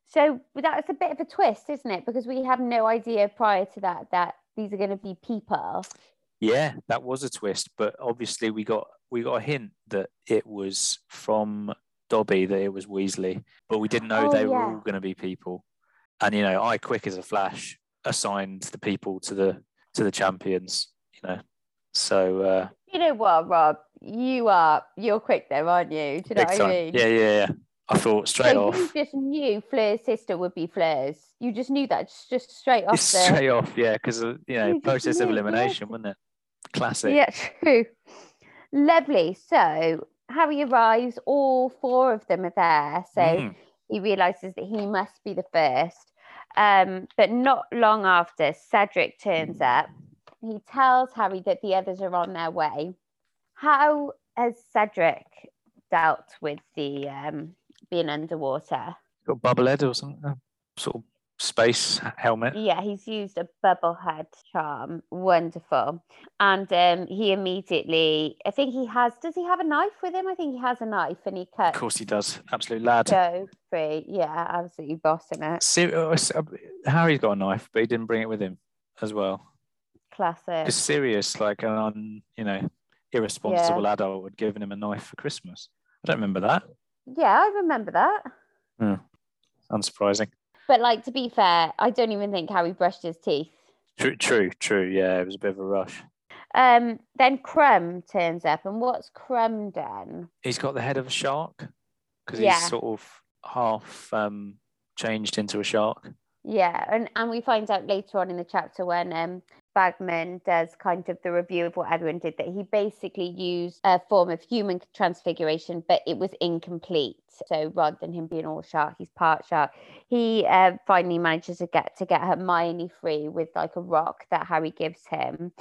Speaker 3: So that's a bit of a twist, isn't it? Because we had no idea prior to that that these are going to be people.
Speaker 4: Yeah, that was a twist, but obviously we got we got a hint that it was from Dobby that it was Weasley, but we didn't know
Speaker 3: Oh,
Speaker 4: they were
Speaker 3: yeah.
Speaker 4: all going to be people. And you know, I quick as a flash assigned the people to the to the champions. You know, so uh,
Speaker 3: You know what, Rob? You are you're quick there, aren't you? Do you know
Speaker 4: big
Speaker 3: what
Speaker 4: time.
Speaker 3: I mean?
Speaker 4: Yeah, yeah, yeah. I thought straight
Speaker 3: so
Speaker 4: off.
Speaker 3: you just knew Fleur's sister would be Fleur's. You just knew that just- just straight off
Speaker 4: It's
Speaker 3: the
Speaker 4: straight off, yeah, because you know
Speaker 3: You just
Speaker 4: process of
Speaker 3: knew, yeah.
Speaker 4: elimination, wasn't it? Classic.
Speaker 3: Yeah, true. Lovely. So Harry arrives, all four of them are there. So
Speaker 4: Mm.
Speaker 3: he realizes that he must be the first. Um, but not long after, Cedric turns up. He tells Harry that the others are on their way. How has Cedric dealt with the um, being underwater?
Speaker 4: got bubble head or something, uh, sort of space helmet.
Speaker 3: Yeah, he's used a bubble head charm. Wonderful. And um, he immediately, I think he has, does he have a knife with him? I think he has a knife and he
Speaker 4: Of
Speaker 3: cuts
Speaker 4: course, he does. Absolute lad.
Speaker 3: Joe free. Yeah, absolutely bossing it.
Speaker 4: Ser- uh, s- uh, Harry's got a knife, but he didn't bring it with him as well.
Speaker 3: Classic.
Speaker 4: It's serious, like an un, you know, irresponsible adult had given him a knife for Christmas. I don't remember that.
Speaker 3: Yeah, I remember that.
Speaker 4: Unsurprising.
Speaker 3: But like to be fair, I don't even think Harry brushed his teeth.
Speaker 4: True, true, true. Yeah, it was a bit of a rush.
Speaker 3: Um, then Crumb turns up, and what's Crumb done?
Speaker 4: He's got the head of a shark because
Speaker 3: Yeah.
Speaker 4: he's sort of half um, changed into a shark.
Speaker 3: Yeah, and and we find out later on in the chapter when um Bagman does kind of the review of what Edwin did that he basically used a form of human transfiguration, but it was incomplete. So rather than him being all shark, he's part shark. He uh, finally manages to get to get Hermione free with like a rock that Harry gives him,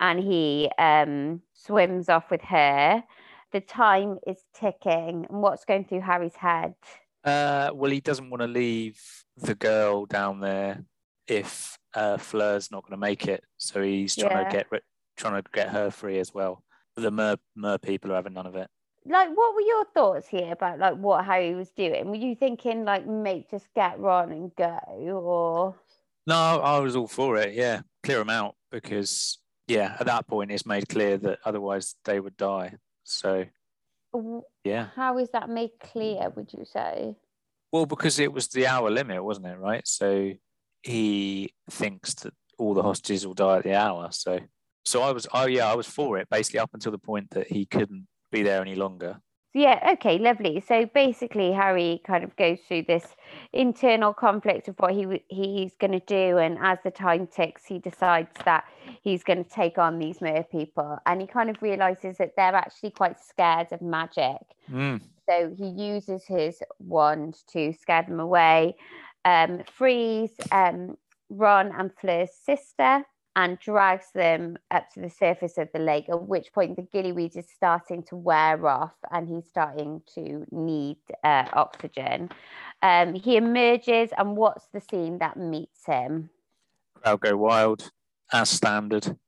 Speaker 3: and he um swims off with her. The time is ticking, and what's going through Harry's head?
Speaker 4: Uh, well, he doesn't want to leave the girl down there if uh, Fleur's not going to make it, so he's trying
Speaker 3: Yeah.
Speaker 4: to get ri- trying to get her free as well. The mer mer people are having none of it.
Speaker 3: like what were your thoughts here about like what Harry was doing? Were you thinking like mate just get Ron and go or
Speaker 4: No, I was all for it. Yeah, clear them out because yeah, at that point it's made clear that otherwise they would die. So
Speaker 3: w-
Speaker 4: yeah,
Speaker 3: how is that made clear would you say?
Speaker 4: well, because it was the hour limit, wasn't it? Right, so he thinks that all the hostages will die at the hour. So so I was oh yeah, I was for it basically up until the point that he couldn't be there any longer.
Speaker 3: So, yeah, okay, lovely. So basically Harry kind of goes through this internal conflict of what he w- he's going to do and as the time ticks he decides that he's going to take on these mer people and he kind of realizes that they're actually quite scared of magic
Speaker 4: Mm.
Speaker 3: So he uses his wand to scare them away, um, frees um, Ron and Fleur's sister, and drags them up to the surface of the lake. At which point, the gillyweed is starting to wear off, and he's starting to need uh, oxygen. Um, he emerges, and what's the scene that meets him?
Speaker 4: Crowd go wild as standard. Um,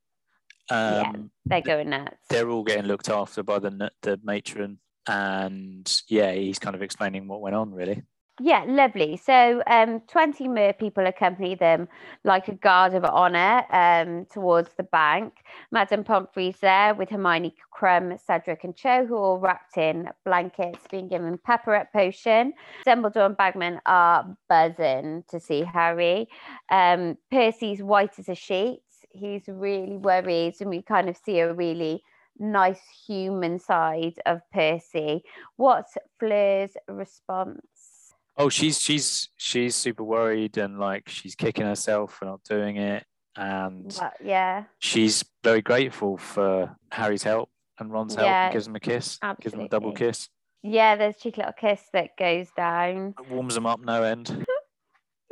Speaker 3: Yeah. They're going nuts.
Speaker 4: They're all getting looked after by the n- the matron, and yeah, he's kind of explaining what went on really.
Speaker 3: Yeah, lovely. So, um, 20 mer people accompany them like a guard of honour um, towards the bank. Madame Pomfrey's there with Hermione Crumb, Cedric, and Cho, who are all wrapped in blankets, being given pepperette potion. Dumbledore and Bagman are buzzing to see Harry. Um, Percy's white as a sheet. He's really worried, and we kind of see a really nice human side of Percy. What's Fleur's response?
Speaker 4: Oh, she's she's she's super worried and like she's kicking herself for not doing it, and
Speaker 3: Well, yeah,
Speaker 4: she's very grateful for Harry's help and Ron's help.
Speaker 3: Yeah,
Speaker 4: and gives him a kiss, gives him a double
Speaker 3: absolutely.
Speaker 4: kiss,
Speaker 3: yeah. There's cheeky little kiss that goes down.
Speaker 4: warms him up no end.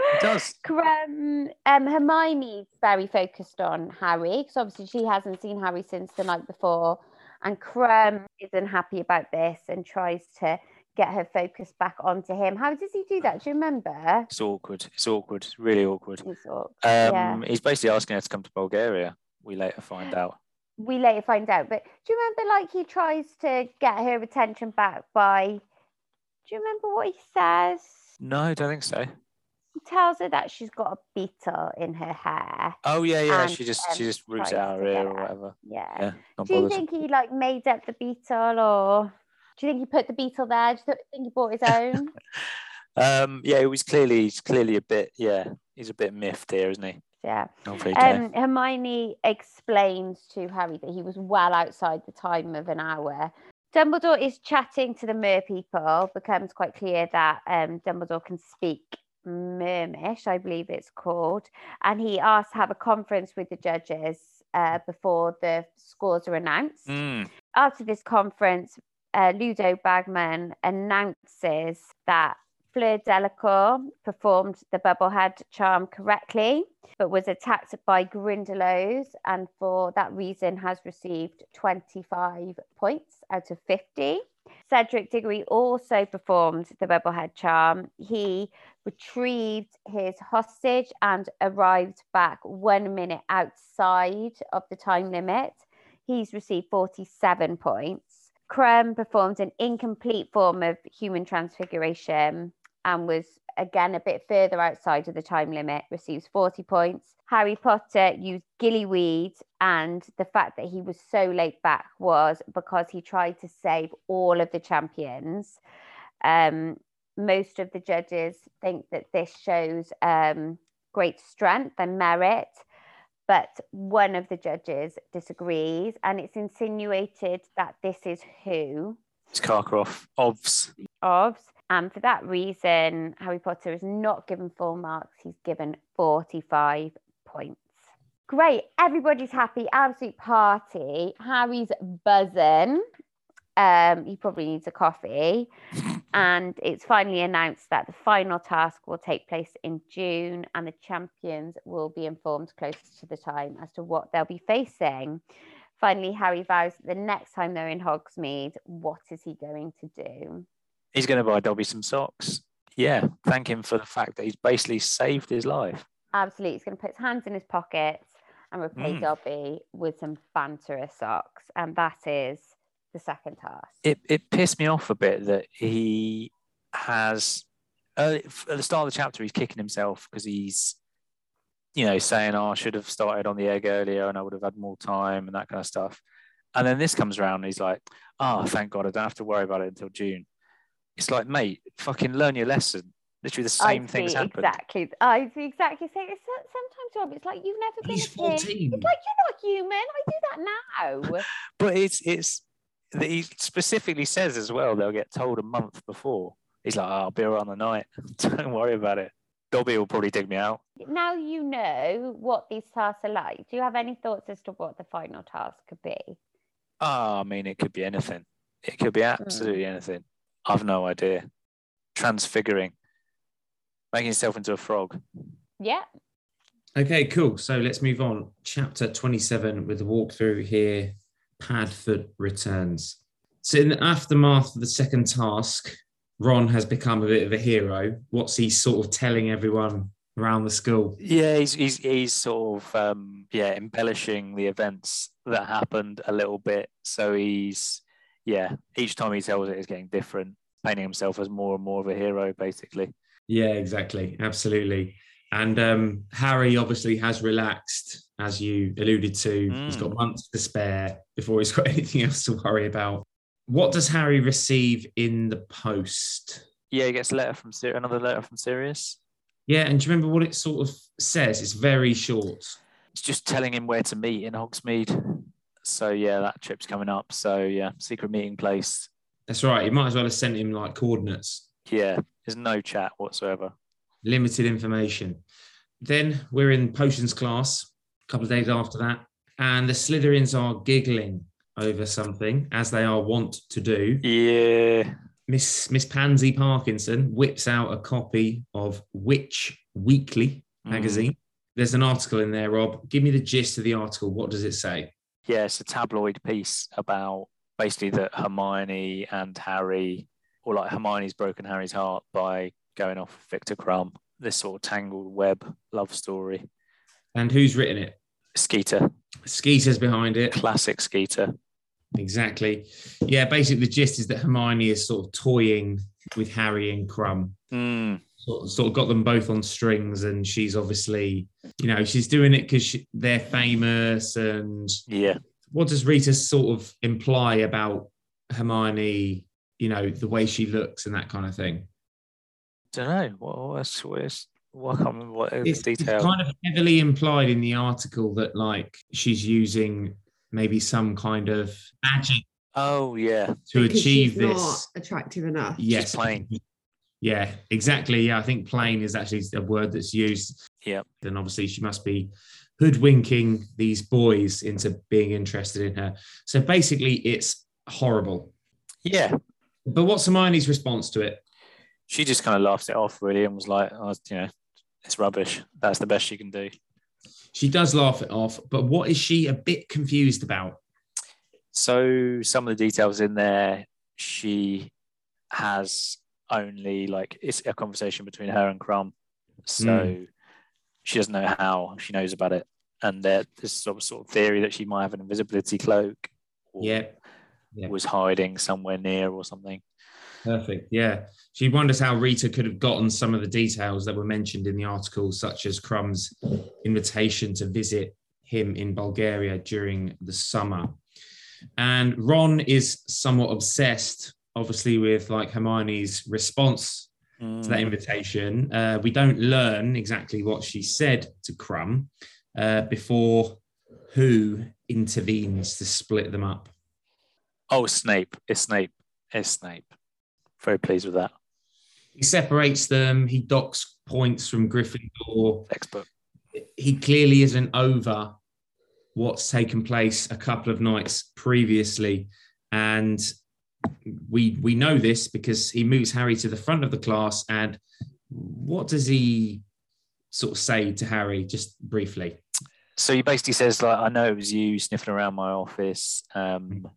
Speaker 4: It does.
Speaker 3: Um, um, Hermione's very focused on Harry because obviously she hasn't seen Harry since the night before, And Crumb is unhappy about this and tries to get her focus back onto him. How does he do that? Do you remember?
Speaker 4: It's awkward. It's awkward. It's really awkward. Um,
Speaker 3: He's all- Yeah.
Speaker 4: He's basically asking her to come to Bulgaria. We later find out.
Speaker 3: We later find out, but do you remember like he tries to get her attention back by do you remember what he says?
Speaker 4: No, I don't think so.
Speaker 3: He tells her that she's got a beetle in her hair.
Speaker 4: Oh yeah, yeah.
Speaker 3: And,
Speaker 4: she just
Speaker 3: um,
Speaker 4: she just roots it
Speaker 3: tries
Speaker 4: out
Speaker 3: to
Speaker 4: her ear
Speaker 3: get
Speaker 4: or
Speaker 3: out.
Speaker 4: whatever.
Speaker 3: Yeah.
Speaker 4: Yeah, not
Speaker 3: Do you
Speaker 4: bothered.
Speaker 3: think he like made up the beetle or do you think he put the beetle there? Do you think he bought his own?
Speaker 4: Um, yeah, he was clearly he's clearly a bit yeah he's a bit miffed here, isn't he?
Speaker 3: yeah.
Speaker 4: Not very gay.
Speaker 3: Um, Hermione explains to Harry that he was well outside the time of an hour. Dumbledore is chatting to the mer people. Becomes quite clear that um, Dumbledore can speak Mermish, I believe it's called, and he asks to have a conference with the judges uh, before the scores are announced
Speaker 4: Mm,
Speaker 3: after this conference, uh, Ludo Bagman announces that Fleur Delacour performed the bubblehead charm correctly, but was attacked by Grindelows, and for that reason has received 25 points out of 50. Cedric Diggory also performed the bubblehead charm. He retrieved his hostage and arrived back one minute outside of the time limit. He's received 47 points. Crumb performed an incomplete form of human transfiguration and was again a bit further outside of the time limit, receives 40 points. Harry Potter used gillyweed, and the fact that he was so late back was because he tried to save all of the champions. Um, most of the judges think that this shows um, great strength and merit but one of the judges disagrees and it's insinuated that this is who
Speaker 4: it's Karkaroff. Obs.
Speaker 3: of and for that reason harry potter is not given full marks he's given 45 points great everybody's happy absolute party harry's buzzing um, he probably needs a coffee and it's finally announced that the final task will take place in june and the champions will be informed close to the time as to what they'll be facing finally harry vows that the next time they're in hogsmeade what is he going to do
Speaker 4: He's going to buy Dobby some socks. Yeah, thank him for the fact that he's basically saved his life.
Speaker 3: Absolutely. He's going to put his hands in his pockets and repay
Speaker 4: Mm.
Speaker 3: Dobby with some banterer socks. And that is the second task.
Speaker 4: It it pissed me off a bit that he has uh, f- at the start of the chapter he's kicking himself because he's you know saying oh, I should have started on the egg earlier and I would have had more time and that kind of stuff. And then this comes around and he's like, oh, thank God I don't have to worry about it until June. It's like, mate, fucking learn your lesson. Literally the same
Speaker 3: I'd
Speaker 4: things
Speaker 3: be
Speaker 4: happen.
Speaker 3: Exactly. I'd be exactly the same. It's so- sometimes, Rob, it's like you've never been
Speaker 1: He's
Speaker 3: a
Speaker 1: 14.
Speaker 3: kid. It's like you're not human. I do that now.
Speaker 4: But it's it's that he specifically says as well they'll get told a month before. He's like, oh, I'll be around the night. Don't worry about it. Dobby will probably dig me out.
Speaker 3: now you know what these tasks are like. Do you have any thoughts as to what the final task could be?
Speaker 4: Ah, I mean, it could be anything. It could be absolutely anything. I've no idea. Transfiguring, making himself into a frog.
Speaker 3: Yeah.
Speaker 1: Okay, cool. So let's move on. Chapter 27 with the walkthrough here. Padfoot returns. So, in the aftermath of the second task, Ron has become a bit of a hero. What's he sort of telling everyone around the school?
Speaker 4: Yeah, he's he's, he's sort of um, yeah embellishing the events that happened a little bit. So he's yeah each time he tells it, it's getting different, painting himself as more and more of a hero, basically.
Speaker 1: Yeah, exactly. Absolutely. And um, Harry obviously has relaxed, as you alluded to. He's
Speaker 4: Mm.
Speaker 1: got months to spare before he's got anything else to worry about. What does Harry receive in the post?
Speaker 4: Yeah, he gets a letter from Sir- another letter from Sirius.
Speaker 1: Yeah, and do you remember what it sort of says? It's very short.
Speaker 4: It's just telling him where to meet in Hogsmeade. So yeah, that trip's coming up. So yeah, secret meeting place.
Speaker 1: That's right. You might as well have sent him like coordinates.
Speaker 4: Yeah, there's no chat whatsoever.
Speaker 1: limited information. Then we're in potions class a couple of days after that, and the Slytherins are giggling over something as they are wont to do.
Speaker 4: Yeah, Mm.
Speaker 1: Miss Miss Pansy Parkinson whips out a copy of Witch Weekly
Speaker 4: Mm.
Speaker 1: magazine. There's an article in there, Rob. Give me the gist of the article. What does it say?
Speaker 4: yeah, it's a tabloid piece about basically that Hermione and Harry, or like Hermione's broken Harry's heart by going off Victor Crumb. This sort of tangled web love story.
Speaker 1: And who's written it?
Speaker 4: Skeeter,
Speaker 1: Skeeter's behind it.
Speaker 4: classic Skeeter.
Speaker 1: Exactly. Yeah, basically the gist is that Hermione is sort of toying with Harry and Crumb.
Speaker 4: Mm,
Speaker 1: Sort of, sort of got them both on strings, and she's obviously, you know, she's doing it because they're famous. And
Speaker 4: yeah,
Speaker 1: what does Rita sort of imply about Hermione? You know, the way she looks and that kind of thing.
Speaker 4: don't know. What, what's, what's, well, I can't remember what the
Speaker 1: it's, it's
Speaker 4: detail.
Speaker 1: kind of heavily implied in the article that like she's using maybe some kind of magic
Speaker 4: oh yeah,
Speaker 1: to
Speaker 2: Because
Speaker 1: achieve
Speaker 2: she's
Speaker 1: this.
Speaker 2: Not attractive enough.
Speaker 1: yes,
Speaker 4: plain.
Speaker 1: Yeah, exactly. Yeah, I think plain is actually a word that's used.
Speaker 4: Yep.
Speaker 1: Then obviously she must be hoodwinking these boys into being interested in her. So basically, it's horrible.
Speaker 4: yeah.
Speaker 1: But what's Hermione's response to it?
Speaker 4: She just kind of laughed it off really and was like, oh, you know, it's rubbish. That's the best you can do.
Speaker 1: She does laugh it off, but what is she a bit confused about?
Speaker 4: So some of the details in there, she has only like it's a conversation between her and Crumb. So
Speaker 1: Hmm.
Speaker 4: she doesn't know how she knows about it. And there, there's some sort of theory that she might have an invisibility cloak or
Speaker 1: Yeah, yeah.
Speaker 4: was hiding somewhere near or something.
Speaker 1: perfect. Yeah. She wonders how Rita could have gotten some of the details that were mentioned in the article, such as Crumb's invitation to visit him in Bulgaria during the summer. And Ron is somewhat obsessed, obviously, with like Hermione's response to that
Speaker 4: Mm.
Speaker 1: invitation. Uh, we don't learn exactly what she said to Crumb uh, before who intervenes to split them up.
Speaker 4: Oh, Snape. It's Snape. It's Snape. Very pleased with that.
Speaker 1: He separates them. He docks points from Gryffindor.
Speaker 4: Textbook.
Speaker 1: he clearly isn't over what's taken place a couple of nights previously and we we know this because he moves harry to the front of the class and what does he sort of say to harry just briefly
Speaker 4: so he basically says like i know it was you sniffing around my office um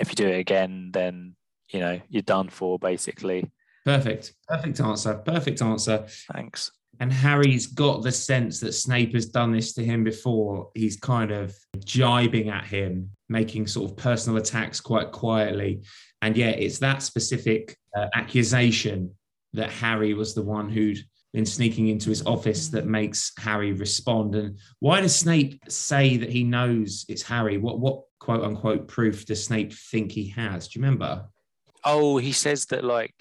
Speaker 4: if you do it again then you know you're done for basically
Speaker 1: perfect perfect answer perfect answer
Speaker 4: thanks
Speaker 1: and harry's got the sense that snape has done this to him before he's kind of jibing at him making sort of personal attacks quite quietly and yeah it's that specific uh, accusation that harry was the one who'd been sneaking into his office that makes harry respond and why does snape say that he knows it's harry what what quote unquote proof does snape think he has do you remember
Speaker 4: oh he says that like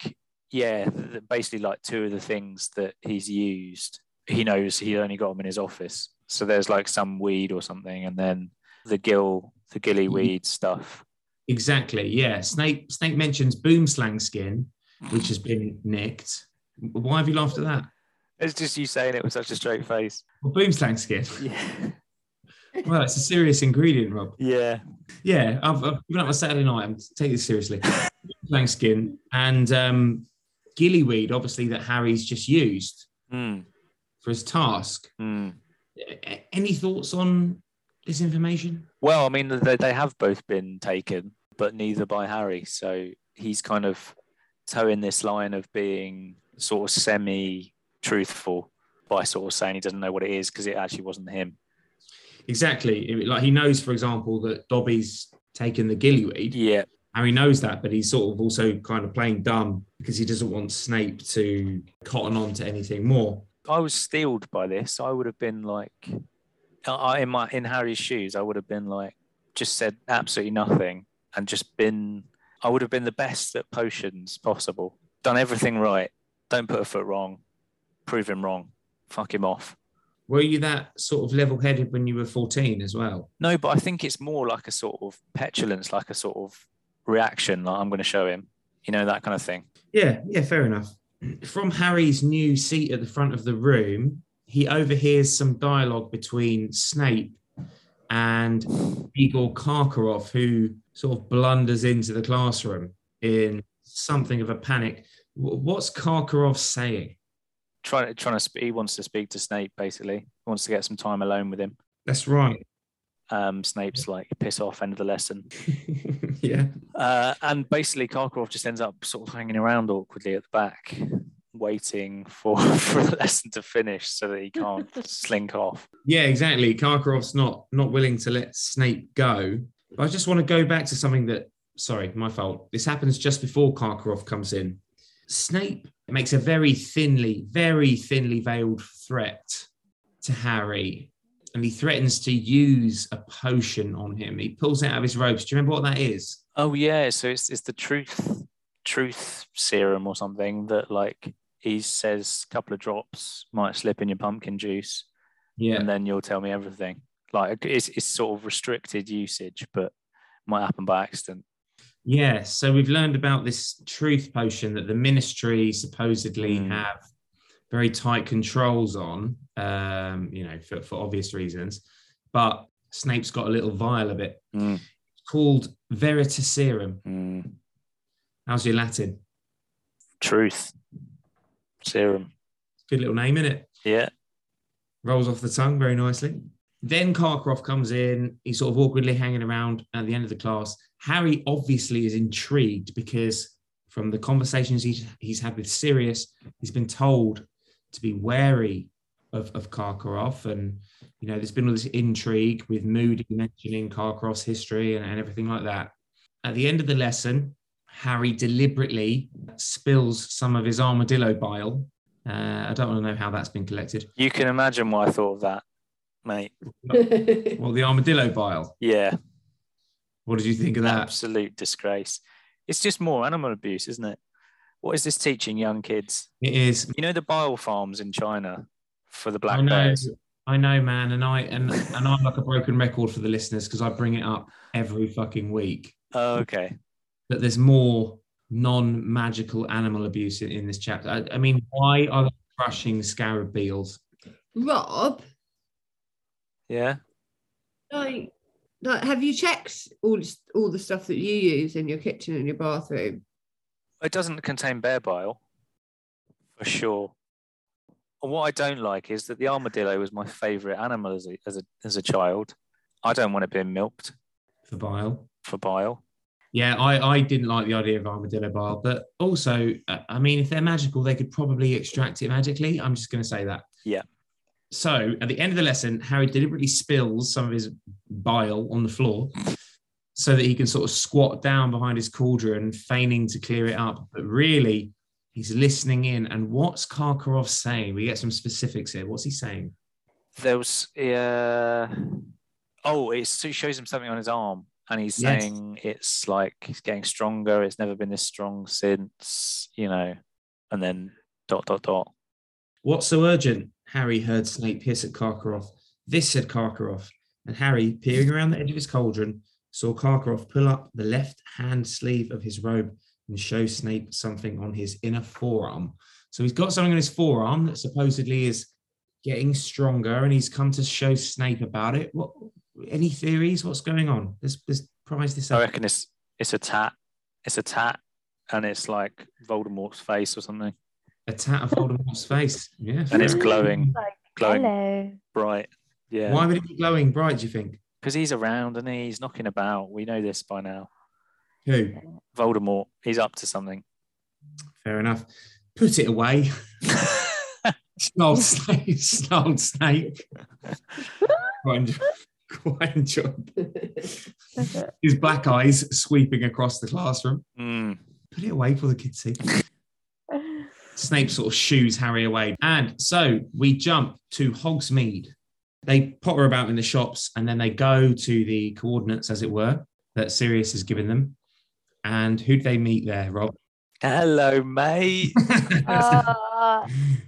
Speaker 4: yeah th- th- basically like two of the things that he's used he knows he only got them in his office so there's like some weed or something and then the gill the gilly weed stuff
Speaker 1: Exactly. Yeah. Snape. Snape mentions boom slang skin, which has been nicked. Why have you laughed at that?
Speaker 4: it's just you saying it with such a straight face
Speaker 1: Well, boom slang skin.
Speaker 4: yeah
Speaker 1: Well, it's a serious ingredient, Rob.
Speaker 4: yeah
Speaker 1: Yeah, I've, I've given up my Saturday night. I'm taking this seriously. Boom slang skin and um, gillyweed, obviously that Harry's just used
Speaker 4: mm,
Speaker 1: for his task.
Speaker 4: mm.
Speaker 1: A- Any thoughts on this information?
Speaker 4: Well, I mean, they, they have both been taken, but neither by Harry. So he's kind of toeing this line of being sort of semi truthful by sort of saying he doesn't know what it is because it actually wasn't him.
Speaker 1: Exactly. It- Like he knows, for example, that Dobby's taken the gillyweed.
Speaker 4: Yeah.
Speaker 1: Harry knows that, but he's sort of also kind of playing dumb because he doesn't want Snape to cotton on to anything more.
Speaker 4: I was steeled by this. I would have been like, I- I, in my in Harry's shoes, I would have been like, just said absolutely nothing and just been, I would have been the best at potions possible. Done everything right. Don't put a foot wrong. Prove him wrong. Fuck him off.
Speaker 1: Were you that sort of level headed when you were 14 as well?
Speaker 4: No, but I think it's more like a sort of petulance, like a sort of reaction, like I'm going to show him, you know, that kind of thing.
Speaker 1: Yeah, yeah, fair enough. From Harry's new seat at the front of the room, he overhears some dialogue between Snape and Igor Karkaroff, who sort of blunders into the classroom in something of a panic. Wh- What's Karkaroff saying?
Speaker 4: Trying, trying to, sp- he wants to speak to Snape basically, he wants to get some time alone with him.
Speaker 1: That's right.
Speaker 4: Um, Snape's like piss off end of the lesson,
Speaker 1: yeah.
Speaker 4: uh, and basically Karkaroff just ends up sort of hanging around awkwardly at the back, waiting for for the lesson to finish so that he can't slink off.
Speaker 1: Yeah, exactly. Karkaroff's not not willing to let Snape go. But I just want to go back to something that sorry, my fault. This happens just before Karkaroff comes in. Snape makes a very thinly, very thinly veiled threat to Harry. And he threatens to use a potion on him. He pulls it out of his robes. Do you remember what that is?
Speaker 4: Oh yeah, so it's it's the truth truth serum or something that like he says a couple of drops might slip in your pumpkin juice
Speaker 1: Yeah.
Speaker 4: and then you'll tell me everything. Like it's it's sort of restricted usage, but might happen by accident.
Speaker 1: Yeah, so we've learned about this truth potion that the ministry supposedly
Speaker 4: Mm.
Speaker 1: have very tight controls on, um, you know, for, for obvious reasons. But Snape's got a little vial of it
Speaker 4: Mm.
Speaker 1: It's called Veritaserum.
Speaker 4: Mm.
Speaker 1: How's your Latin?
Speaker 4: Truth serum.
Speaker 1: Good little name, innit?
Speaker 4: Yeah.
Speaker 1: rolls off the tongue very nicely. Then Karkaroff comes in. He's sort of awkwardly hanging around at the end of the class. Harry obviously is intrigued because from the conversations he's, he's had with Sirius, he's been told to be wary of, of Karkaroff. And, you know, there's been all this intrigue with Moody mentioning Karkaroff's history and, and everything like that. At the end of the lesson, Harry deliberately spills some of his armadillo bile. Uh, I don't want to know how that's been collected.
Speaker 4: You can imagine what I thought of that, mate.
Speaker 1: Well, the armadillo bile.
Speaker 4: Yeah.
Speaker 1: What did you think of that?
Speaker 4: Absolute disgrace. It's just more animal abuse, isn't it? What is this teaching young kids?
Speaker 1: It is.
Speaker 4: You know the bile farms in China for the black
Speaker 1: I know.
Speaker 4: bears.
Speaker 1: I know, man, and I and and I'm like a broken record for the listeners because I bring it up every fucking week.
Speaker 4: Oh, okay.
Speaker 1: That there's more non-magical animal abuse in, in this chapter. I, I mean, why are they crushing scarab beetles?
Speaker 2: Rob,
Speaker 4: Yeah.
Speaker 2: like, like, have you checked all this, all the stuff that you use in your kitchen and your bathroom?
Speaker 4: It doesn't contain bear bile, for sure. And what I don't like is that the armadillo was my favourite animal as a, as a as a child. I don't want it being milked
Speaker 1: For bile.
Speaker 4: for bile.
Speaker 1: Yeah, I, I didn't like the idea of armadillo bile, but also, uh, I mean, if they're magical, they could probably extract it magically. I'm just going to say that.
Speaker 4: Yeah.
Speaker 1: So at the end of the lesson, Harry deliberately spills some of his bile on the floor so that he can sort of squat down behind his cauldron, feigning to clear it up. But really, he's listening in. And what's Karkaroff saying? We get some specifics here. What's he saying?
Speaker 4: There was uh, oh, it's, it shows him something on his arm, and he's
Speaker 1: Yes.
Speaker 4: saying it's like he's getting stronger. It's never been this strong since you know. And then dot dot dot.
Speaker 1: What's so urgent? Harry heard Snape hiss at Karkaroff. This said Karkaroff, and Harry, peering around the edge of his cauldron, saw Karkaroff pull up the left hand sleeve of his robe and show Snape something on his inner forearm. So he's got something on his forearm that supposedly is getting stronger, and he's come to show Snape about it. What? Any theories? What's going on? Let's, let's prize this
Speaker 4: I
Speaker 1: up.
Speaker 4: reckon it's it's a tat. It's a tat, and it's like Voldemort's face or something,
Speaker 1: A tat of Voldemort's face. Yeah.
Speaker 4: and it's glowing,
Speaker 3: Like,
Speaker 4: glowing
Speaker 3: Hello.
Speaker 4: bright. Yeah.
Speaker 1: Why would it be glowing bright? Do you think?
Speaker 4: Because he's around and he's knocking about. We know this by now.
Speaker 1: Who?
Speaker 4: Voldemort, he's up to something.
Speaker 1: Fair enough. Put it away. snarled Snape. Snarled Snape. quite, enjoy, quite enjoyed his black eyes sweeping across the classroom.
Speaker 4: Mm.
Speaker 1: Put it away for the kids see. Snape sort of shoos Harry away. And so we jump to Hogsmeade. They potter about in the shops and then they go to the coordinates, as it were, that Sirius has given them. And who do they meet there, Rob?
Speaker 4: Hello, mate.
Speaker 3: Oh,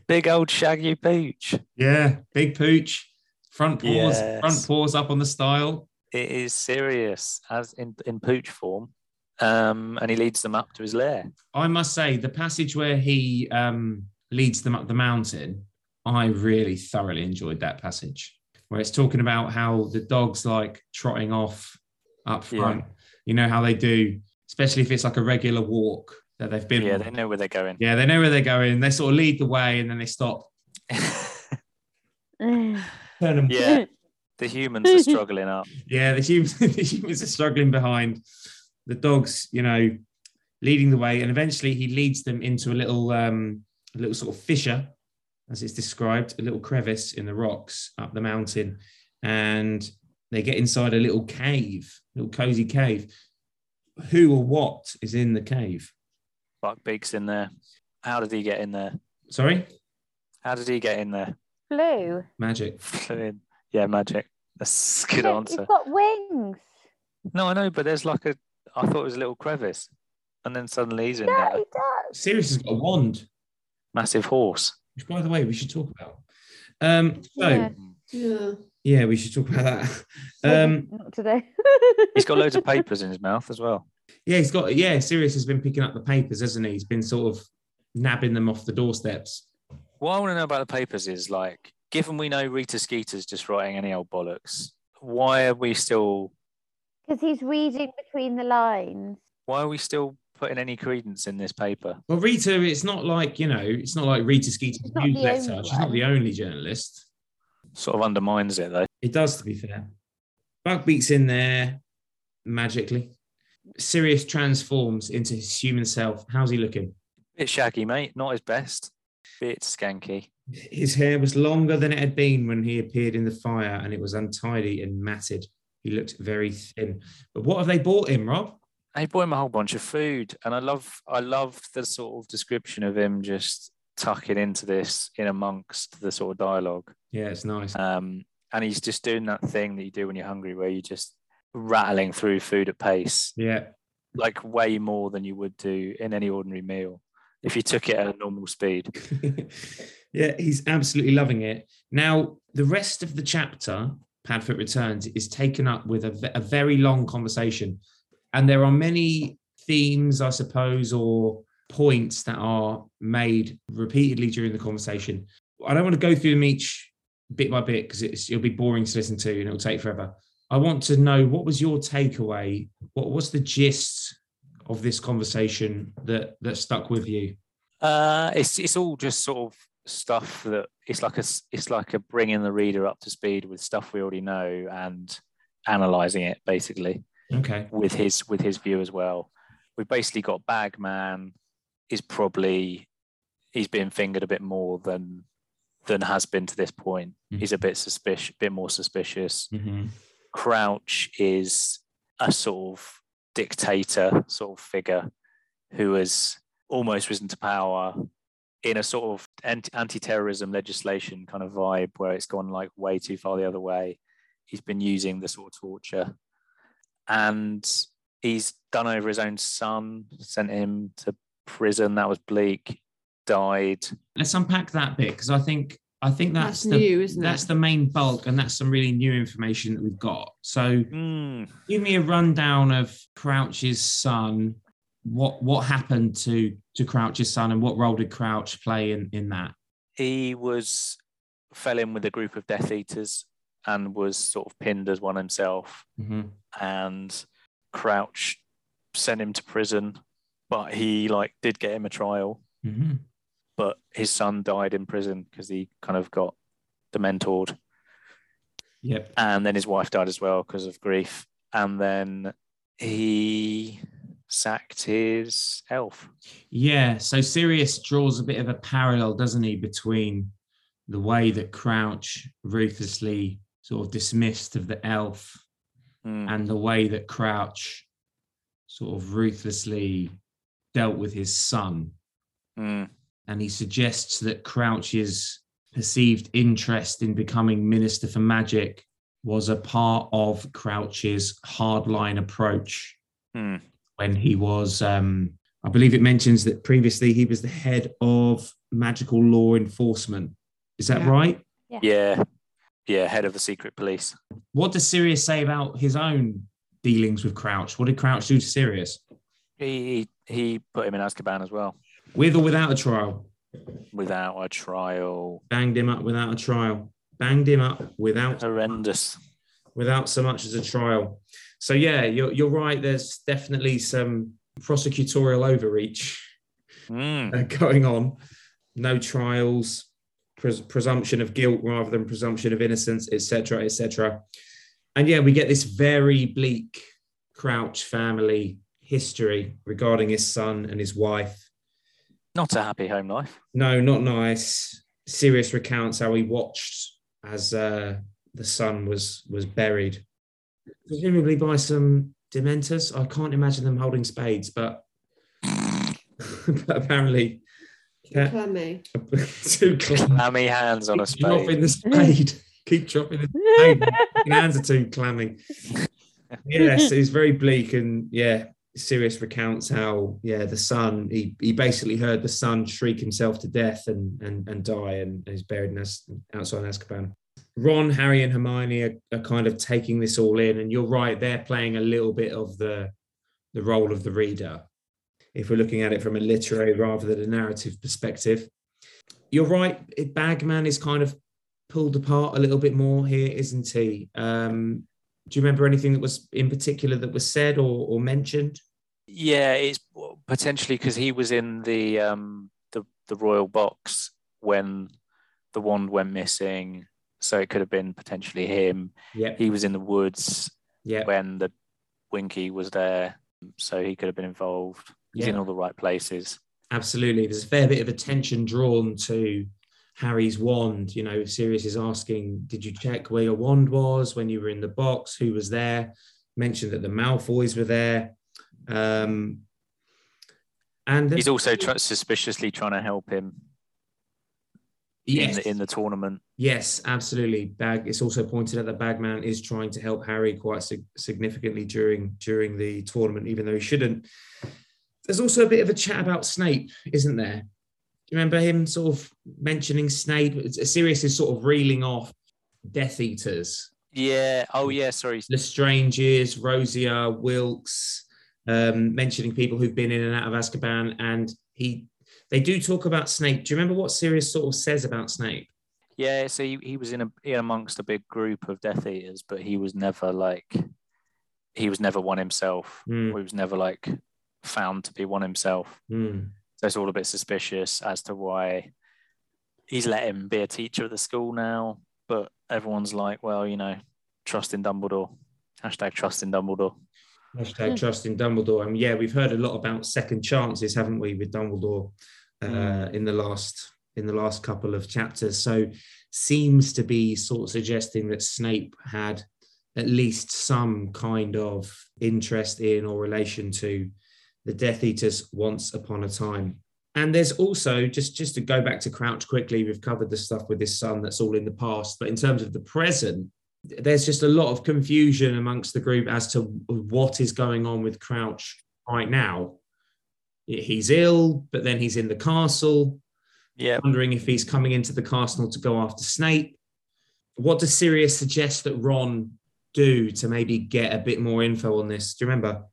Speaker 4: Big old shaggy pooch.
Speaker 1: Yeah, big pooch, front paws,
Speaker 4: Yes.
Speaker 1: front paws up on the style.
Speaker 4: It is serious, as in, in pooch form. Um, and he leads them up to his lair.
Speaker 1: I must say, the passage where he um, leads them up the mountain, I really thoroughly enjoyed that passage where it's talking about how the dog's like trotting off up
Speaker 4: Yeah.
Speaker 1: front. You know how they do, especially if it's like a regular walk that they've been.
Speaker 4: Yeah,
Speaker 1: on.
Speaker 4: they know where they're going.
Speaker 1: yeah, they know where they're going. They sort of lead the way and then they stop.
Speaker 4: Yeah.
Speaker 1: Turn them.
Speaker 4: yeah. The humans are struggling up.
Speaker 1: Yeah, the humans, the humans are struggling behind. The dogs, you know, leading the way, and eventually he leads them into a little, um, a little sort of fissure, as it's described, a little crevice in the rocks up the mountain, and they get inside a little cave, little cozy cave. Who or what is in the cave?
Speaker 4: Buckbeak's in there. How did he get in there?
Speaker 1: Sorry,
Speaker 4: How did he get in there?
Speaker 3: Blue.
Speaker 1: magic.
Speaker 4: Flew in. Yeah, magic. That's a good
Speaker 3: Look, He's
Speaker 4: answer.
Speaker 3: got wings.
Speaker 4: No, I know, but there's like a. I thought it was a little crevice, and then suddenly he's in
Speaker 3: Yeah,
Speaker 4: there.
Speaker 3: he does.
Speaker 1: Sirius has got a wand,
Speaker 4: Massive horse.
Speaker 1: which, by the way, we should talk about. Um, so yeah.
Speaker 3: Yeah.
Speaker 2: Yeah.
Speaker 1: we should talk about that. Um,
Speaker 3: Not today.
Speaker 4: He's got loads of papers in his mouth as well.
Speaker 1: yeah, he's got. Yeah, Sirius has been picking up the papers, hasn't he? He's been sort of nabbing them off the doorsteps.
Speaker 4: What I want to know about the papers is like, given we know Rita Skeeter's just writing any old bollocks, why are we still
Speaker 3: Because he's reading between the lines.
Speaker 4: why are we still putting any credence in this paper?
Speaker 1: Well, Rita, it's not like you know, it's not like Rita Skeeter's
Speaker 3: She's not the
Speaker 1: newsletter.
Speaker 3: only
Speaker 1: She's not
Speaker 3: one.
Speaker 1: the only journalist.
Speaker 4: Sort of undermines it though.
Speaker 1: It does, to be fair. Bugbeak's in there magically. Sirius transforms into his human self. How's he looking?
Speaker 4: Bit shaggy, mate. Not his best. Bit skanky.
Speaker 1: His hair was longer than it had been when he appeared in the fire, and it was untidy and matted. He looked very thin. But what have they bought him, Rob?
Speaker 4: They bought him a whole bunch of food, and I love I love the sort of description of him just tucking into this in amongst the sort of dialogue.
Speaker 1: Yeah, it's nice.
Speaker 4: Um, and he's just doing that thing that you do when you're hungry, where you're just rattling through food at pace.
Speaker 1: Yeah,
Speaker 4: like way more than you would do in any ordinary meal if you took it at a normal speed.
Speaker 1: yeah, he's absolutely loving it. Now, the rest of the chapter, Padfoot Returns, is taken up with a, ve- a very long conversation. And there are many themes, I suppose, or points that are made repeatedly during the conversation. I don't want to go through them each bit by bit because it'll be boring to listen to and it'll take forever. I want to know what was your takeaway? What was the gist of this conversation that that stuck with you?
Speaker 4: Uh, it's it's all just sort of stuff that it's like a s- it's like a bringing the reader up to speed with stuff we already know and analyzing it basically
Speaker 1: Okay.
Speaker 4: with his with his view as well. We've basically got Bagman is probably he's been fingered a bit more than than has been to this point.
Speaker 1: Mhm.
Speaker 4: He's a bit suspicious, bit more suspicious.
Speaker 1: Mm-hmm.
Speaker 4: Crouch is a sort of dictator sort of figure who has almost risen to power in a sort of anti- anti-terrorism legislation kind of vibe where it's gone like way too far the other way. He's been using the sort of torture and he's done over his own son, sent him to prison. That was bleak, died.
Speaker 1: let's unpack that bit because I think I think that's,
Speaker 2: That's
Speaker 1: the
Speaker 2: new, isn't it?
Speaker 1: that's the main bulk, and that's some really new information that we've got. So
Speaker 4: Mm,
Speaker 1: give me a rundown of Crouch's son. What what happened to to Crouch's son, and what role did Crouch play in in that?
Speaker 4: he was fell in with a group of Death Eaters and was sort of pinned as one himself.
Speaker 1: Mhm.
Speaker 4: and Crouch sent him to prison, but he like did get him a trial.
Speaker 1: Mhm.
Speaker 4: But his son died in prison because he kind of got dementored,
Speaker 1: Yep.
Speaker 4: and then his wife died as well because of grief. And then he sacked his elf.
Speaker 1: Yeah. So Sirius draws a bit of a parallel, doesn't he, between the way that Crouch ruthlessly sort of dismissed of the elf
Speaker 4: Hmm.
Speaker 1: and the way that Crouch sort of ruthlessly dealt with his son.
Speaker 4: Hmm.
Speaker 1: And he suggests that Crouch's perceived interest in becoming Minister for Magic was a part of Crouch's hardline approach
Speaker 4: Hmm.
Speaker 1: when he was, um, I believe it mentions that previously he was the head of magical law enforcement. Is that
Speaker 2: Yeah.
Speaker 1: right?
Speaker 4: Yeah, yeah, head of the secret police.
Speaker 1: What does Sirius say about his own dealings with Crouch? What did Crouch do to Sirius?
Speaker 4: He he put him in Azkaban as well
Speaker 1: With or without a trial?
Speaker 4: without a trial.
Speaker 1: banged him up without a trial banged him up without
Speaker 4: Horrendous.
Speaker 1: without so much as a trial so yeah you're, you're right there's definitely some prosecutorial overreach
Speaker 4: Hmm.
Speaker 1: uh, going on no trials pres- presumption of guilt rather than presumption of innocence, etc., etc. And yeah, we get this very bleak Crouch family history regarding his son and his wife.
Speaker 4: Not a happy home life.
Speaker 1: No, not nice. Sirius recounts how he watched as uh, the son was was buried, presumably by some dementors. I can't imagine them holding spades, but, but apparently Yeah.
Speaker 2: Clammy.
Speaker 1: too clammy.
Speaker 4: Clammy hands on a
Speaker 1: Keep dropping
Speaker 4: spade.
Speaker 1: the spade. Keep dropping the spade. Your hands are too clammy. Yes, it's very bleak and yeah. Sirius recounts how yeah the son he, he basically heard the son shriek himself to death and and, and die and is buried in Az- outside Azkaban. Ron, Harry, and Hermione are, are kind of taking this all in, and you're right, they're playing a little bit of the the role of the reader if we're looking at it from a literary rather than a narrative perspective. You're right, it- Bagman is kind of pulled apart a little bit more here, isn't he? Um, do you remember anything that was in particular that was said or, or mentioned?
Speaker 4: Yeah, it's potentially because he was in the um the the royal box when the wand went missing, so it could have been potentially him.
Speaker 1: Yep,
Speaker 4: He was in the woods
Speaker 1: yep.
Speaker 4: when the Winky was there, so he could have been involved. He's in
Speaker 1: Yeah.
Speaker 4: all the right places.
Speaker 1: Absolutely. There's a fair bit of attention drawn to Harry's wand. You know, Sirius is asking, did you check where your wand was when you were in the box? Who was there? Mentioned that the Malfoys were there. Um, and
Speaker 4: He's also tr- suspiciously trying to help him
Speaker 1: yes,
Speaker 4: in, the, in the tournament.
Speaker 1: yes, absolutely. Bag. It's also pointed out that Bagman is trying to help Harry quite sig- significantly during during the tournament, even though he shouldn't. There's also a bit of a chat about Snape, isn't there? Do you remember him sort of mentioning Snape? It's- Sirius is sort of reeling off Death Eaters,
Speaker 4: Yeah. Oh, yeah. Sorry.
Speaker 1: Lestranges, Rosier, Wilkes, um, mentioning people who've been in and out of Azkaban, and he they do talk about Snape. Do you remember what Sirius sort of says about Snape?
Speaker 4: Yeah. So he, he was in, a, in amongst a big group of Death Eaters, but he was never like, he was never one himself.
Speaker 1: Hmm,
Speaker 4: He was never like found to be one himself.
Speaker 1: hmm.
Speaker 4: So it's all a bit suspicious as to why he's let him be a teacher at the school now. But everyone's like, well, you know, trust in Dumbledore. Hashtag trust in Dumbledore.
Speaker 1: Hashtag trust in Dumbledore. And yeah, we've heard a lot about second chances, haven't we, with Dumbledore uh,
Speaker 4: Mm.
Speaker 1: in the last in the last couple of chapters. So seems to be sort of suggesting that Snape had at least some kind of interest in or relation to the Death Eaters once upon a time. And there's also just just to go back to Crouch quickly. We've covered the stuff with his son. That's all in the past. But in terms of the present, there's just a lot of confusion amongst the group as to what is going on with Crouch right now. He's ill, but then he's in the castle,
Speaker 4: Yeah.
Speaker 1: wondering if he's coming into the castle to go after Snape. What does Sirius suggest that Ron do to maybe get a bit more info on this? Do you remember?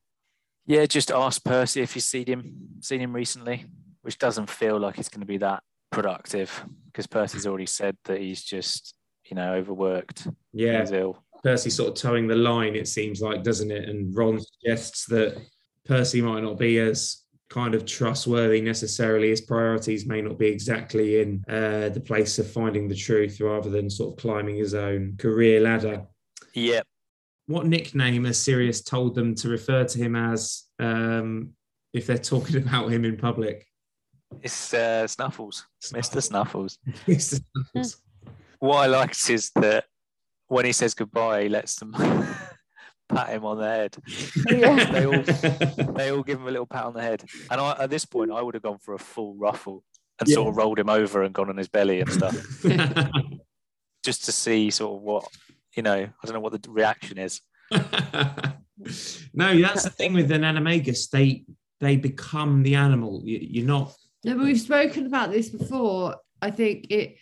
Speaker 4: Yeah, just ask Percy if you've seen him, seen him recently, which doesn't feel like it's going to be that productive because Percy's already said that he's just, you know, overworked.
Speaker 1: Yeah,
Speaker 4: He's ill.
Speaker 1: Percy sort of towing the line, it seems like, doesn't it? And Ron suggests that Percy might not be as kind of trustworthy necessarily. His priorities may not be exactly in uh, the place of finding the truth rather than sort of climbing his own career ladder.
Speaker 4: Yep.
Speaker 1: What nickname has Sirius told them to refer to him as um, if they're talking about him in public?
Speaker 4: It's uh, Snuffles, Mr. Snuffles.
Speaker 1: Mr. Snuffles.
Speaker 4: What I liked is that when he says goodbye, he lets them pat him on the head.
Speaker 3: Yeah.
Speaker 4: They all- They all give him a little pat on the head. And I, at this point, I would have gone for a full ruffle and sort of rolled him over and gone on his belly and stuff just to see sort of what, you know, I don't know what the reaction is.
Speaker 1: no, that's the thing with an animagus. They they become the animal. You, you're not.
Speaker 2: No, but we've spoken about this before. I think it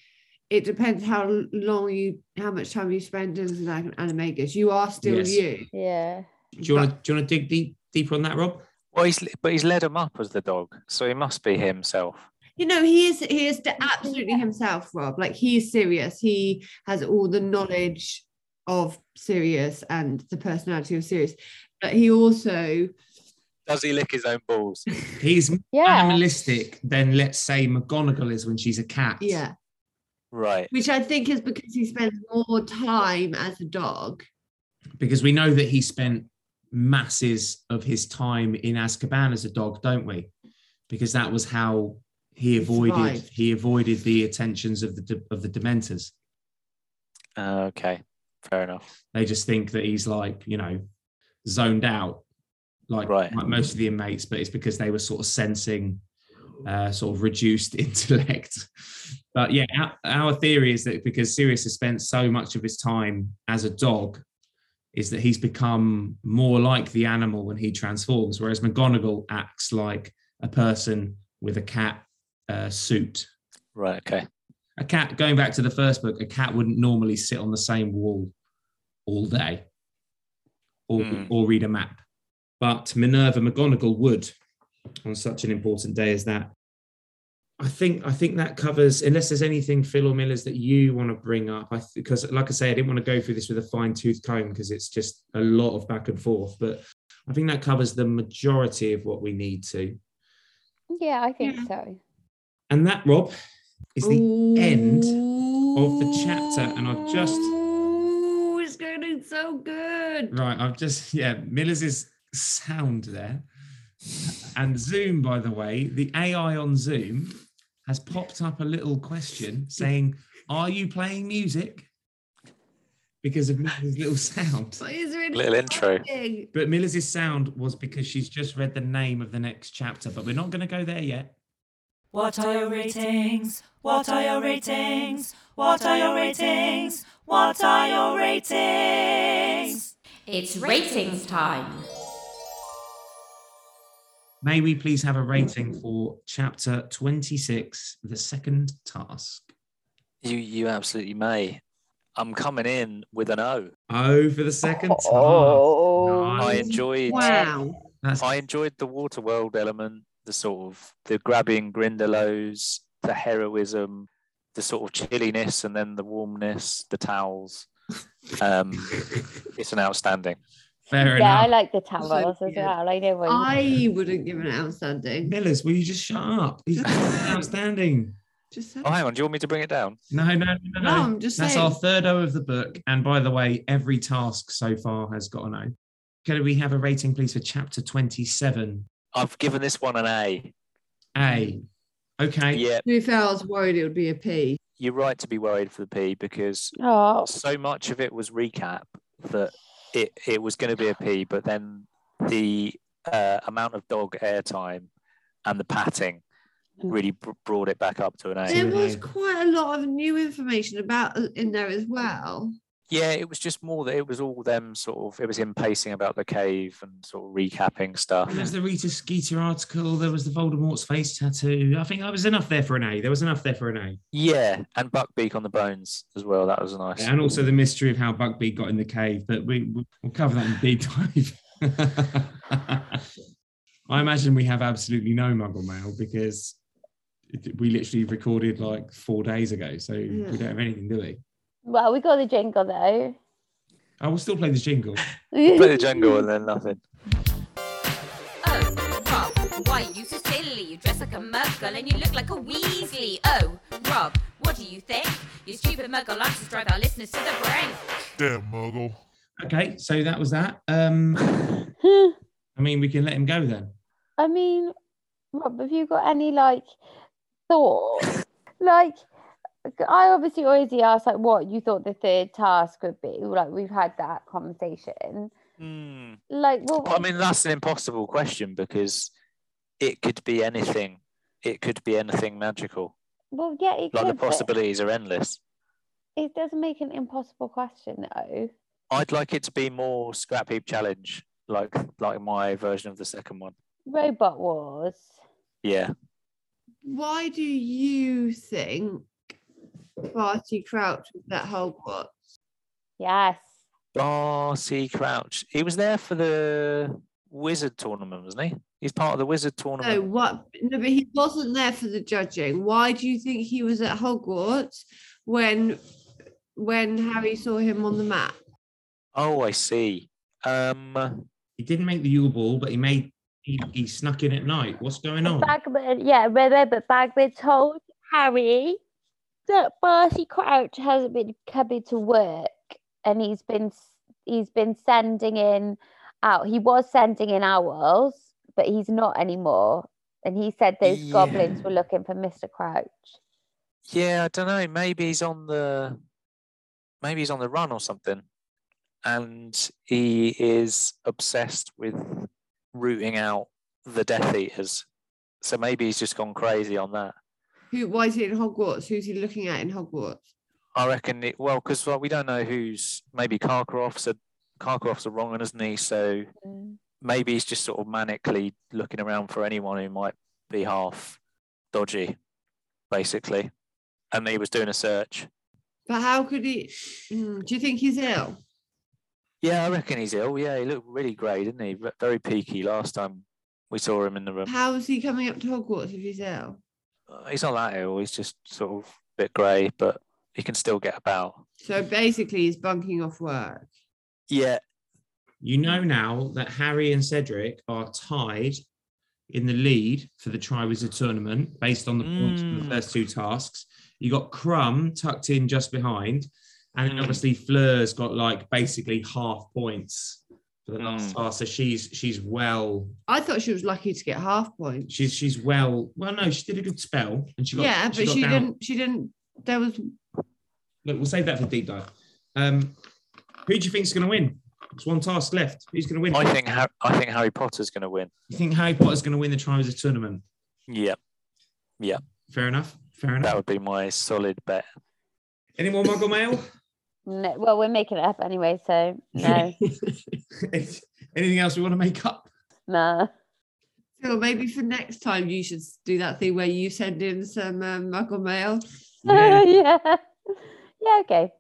Speaker 2: it depends how long you how much time you spend as an animagus. You are still
Speaker 1: Yes.
Speaker 2: you.
Speaker 3: yeah.
Speaker 1: Do you want to do you want to dig deep deeper on that, Rob?
Speaker 4: Well, he's but he's led him up as the dog, so he must be himself.
Speaker 2: You know, he is he is the- absolutely himself, Rob. Like he is serious. He has all the knowledge of Sirius and the personality of Sirius. But he also
Speaker 4: Does he lick his own balls?
Speaker 1: He's more
Speaker 3: Yeah.
Speaker 1: animalistic than let's say McGonagall is when she's a cat.
Speaker 2: yeah.
Speaker 4: Right.
Speaker 2: which I think is because he spends more time as a dog.
Speaker 1: because we know that he spent masses of his time in Azkaban as a dog, don't we? Because that was how he avoided
Speaker 2: survived.
Speaker 1: he avoided the attentions of the de- of the Dementors.
Speaker 4: Uh, okay. Fair enough.
Speaker 1: They just think that he's like you know zoned out, like,
Speaker 4: Right.
Speaker 1: like most of the inmates, but it's because they were sort of sensing uh, sort of reduced intellect. But yeah, our, our theory is that because Sirius has spent so much of his time as a dog, is that he's become more like the animal when he transforms, whereas McGonagall acts like a person with a cat uh, suit.
Speaker 4: Right. Okay.
Speaker 1: A cat, going back to the first book, a cat wouldn't normally sit on the same wall all day or,
Speaker 4: Hmm.
Speaker 1: or read a map. But Minerva McGonagall would on such an important day as that. I think I think that covers. Unless there's anything Phil or Miller's that you want to bring up, I because like I say, I didn't want to go through this with a fine tooth comb because it's just a lot of back and forth. But I think that covers the majority of what we need to.
Speaker 3: Yeah, I think
Speaker 2: Yeah.
Speaker 3: so.
Speaker 1: And that, Rob, is the end
Speaker 2: of
Speaker 1: the chapter, and I've just-
Speaker 2: Ooh, it's going to be so good.
Speaker 1: Right, I've just yeah, Miller's is sound there. And Zoom, by the way, the AI on Zoom has popped up a little question saying, Are you playing music? Because of Miller's little sound.
Speaker 2: But it's really
Speaker 4: Little intro.
Speaker 2: exciting.
Speaker 1: But Miller's sound was because she's just read the name of the next chapter, but we're not going to go there yet.
Speaker 5: What are your ratings? What are your ratings? What are your ratings? What are your ratings?
Speaker 6: It's ratings time.
Speaker 1: May we please have a rating for chapter 26, the second task?
Speaker 4: You you absolutely may. I'm coming in with an O.
Speaker 1: Oh, for the second task.
Speaker 3: Oh.
Speaker 4: I
Speaker 1: Nice.
Speaker 4: enjoyed.
Speaker 2: Wow.
Speaker 1: That's
Speaker 4: I enjoyed the water world element, the sort of the grabbing Grindelows, the heroism, the sort of chilliness, and then the warmness, the towels. Um, it's an outstanding.
Speaker 1: fair
Speaker 3: Yeah,
Speaker 1: enough.
Speaker 3: I like the towels as
Speaker 2: yeah.
Speaker 3: well. I know what you
Speaker 2: I wouldn't give it outstanding.
Speaker 1: Millers, will you just shut up? He's outstanding.
Speaker 2: Just
Speaker 4: Oh, hang on, do you want me to bring it down?
Speaker 1: No, no, no, no.
Speaker 2: no,
Speaker 1: no.
Speaker 2: I'm just
Speaker 1: That's
Speaker 2: saying.
Speaker 1: our third O of the book. And by the way, every task so far has got an O. Could we have a rating, please, for chapter 27?
Speaker 4: I've given this one an A.
Speaker 1: A. Okay.
Speaker 4: Yeah,
Speaker 2: To be fair, I was worried it would be a P.
Speaker 4: you're right to be worried for the P because
Speaker 3: Oh,
Speaker 4: so much of it was recap that it, it was going to be a P, but then the uh, amount of dog airtime and the patting really br- brought it back up to an A.
Speaker 2: There was
Speaker 1: Absolutely.
Speaker 2: quite a lot of new information about uh, in there as well.
Speaker 4: Yeah, it was just more that it was all them sort of it was him pacing about the cave and sort of recapping stuff.
Speaker 1: There's the Rita Skeeter article. There was the Voldemort's face tattoo. I think there was enough there for an A. There was enough there for an A.
Speaker 4: Yeah, and Buckbeak on the bones as well. That was nice.
Speaker 1: And also the mystery of how Buckbeak got in the cave, but we, we'll cover that in deep dive. I imagine we have absolutely no muggle mail because it- we literally recorded like four days ago, so we
Speaker 2: Yeah.
Speaker 1: don't have anything, do we?
Speaker 3: well, we got the jingle though.
Speaker 1: I will still play the jingle.
Speaker 4: Play the jungle and then nothing.
Speaker 6: Oh, Rob, why are you so silly? You dress like a muggle and you look like a Weasley. Oh, Rob, what do you think? Your stupid muggle answers drive our listeners to the brink.
Speaker 7: Damn, Muggle.
Speaker 1: Okay, so that was that. Um, I mean, we can let him go then.
Speaker 3: I mean, Rob, have you got any like thoughts? like, I obviously already asked like what you thought the third task would be. Like, we've had that conversation.
Speaker 4: Hmm.
Speaker 3: Like, well,
Speaker 4: I mean, that's an impossible question because it could be anything. It could be anything magical.
Speaker 3: well, yeah, it
Speaker 4: Like the
Speaker 3: could, but
Speaker 4: possibilities are endless.
Speaker 3: It doesn't make an impossible question though.
Speaker 4: I'd like it to be more scrap heap challenge, like like my version of the second one.
Speaker 3: Robot Wars.
Speaker 4: Yeah.
Speaker 2: Why do you think Barty Crouch was at Hogwarts?
Speaker 3: Yes.
Speaker 4: Darcy Ah, Crouch. He was there for the Wizard tournament, wasn't he? He's part of the Wizard tournament.
Speaker 2: No, what? No, but he wasn't there for the judging. Why do you think he was at Hogwarts when when Harry saw him on the map?
Speaker 4: Oh, I see. Um,
Speaker 1: He didn't make the Yule Ball, but he made he, he snuck in at night. What's going on?
Speaker 3: Bagman, yeah, remember Bagman told Harry that Barty Crouch hasn't been coming to work, and he's been he's been sending in out. He was sending in owls, but he's not anymore. And he said those
Speaker 4: Yeah.
Speaker 3: goblins were looking for Mister Crouch.
Speaker 4: Yeah, I don't know. Maybe he's on the maybe he's on the run or something, and he is obsessed with rooting out the Death Eaters. So maybe he's just gone crazy on that.
Speaker 2: Who? Why is he in Hogwarts? Who's he looking at in Hogwarts?
Speaker 4: I reckon. It, well, because well, we don't know who's maybe Karkaroff's a Karkaroff's a wrong one, isn't he? So maybe he's just sort of manically looking around for anyone who might be half dodgy, basically. And he was doing a search.
Speaker 2: But how could he? Mm, do you think he's ill?
Speaker 4: Yeah, I reckon he's ill. Yeah, he looked really grey, didn't he? Ve- Very peaky last time we saw him in the room.
Speaker 2: How is he coming up to Hogwarts if he's ill?
Speaker 4: Uh, He's not that ill. He's just sort of a bit grey, but he can still get about.
Speaker 2: So basically, he's bunking off work.
Speaker 4: Yeah,
Speaker 1: You know now that Harry and Cedric are tied in the lead for the Triwizard tournament based on the points from the
Speaker 4: Mm.
Speaker 1: first two tasks. You got Crumb tucked in just behind, and then
Speaker 4: Mm.
Speaker 1: obviously Fleur's got like basically half points for the last
Speaker 4: Mm.
Speaker 1: task. So she's she's well
Speaker 2: I thought she was lucky to get half points.
Speaker 1: she's she's well well no she did a good spell and she got
Speaker 2: yeah, but
Speaker 1: got
Speaker 2: she
Speaker 1: down-
Speaker 2: didn't. She didn't. There was
Speaker 1: Look, we'll save that for deep dive. Um, who do you think's going to win? There's one task left. Who's going to win?
Speaker 4: I think Har- I think Harry Potter's going to win.
Speaker 1: you think Harry Potter's going to win the Triwizard tournament?
Speaker 4: Yeah,
Speaker 1: Fair enough. Fair enough.
Speaker 4: that would be my solid bet.
Speaker 1: Any more Muggle mail?
Speaker 3: No, well, we're making it up anyway, so no,
Speaker 1: Anything else we want to make up?
Speaker 3: no.
Speaker 2: Phil. Maybe for next time, you should do that thing where you send in some um, muggle mail.
Speaker 1: Yeah.
Speaker 3: yeah, yeah. Okay,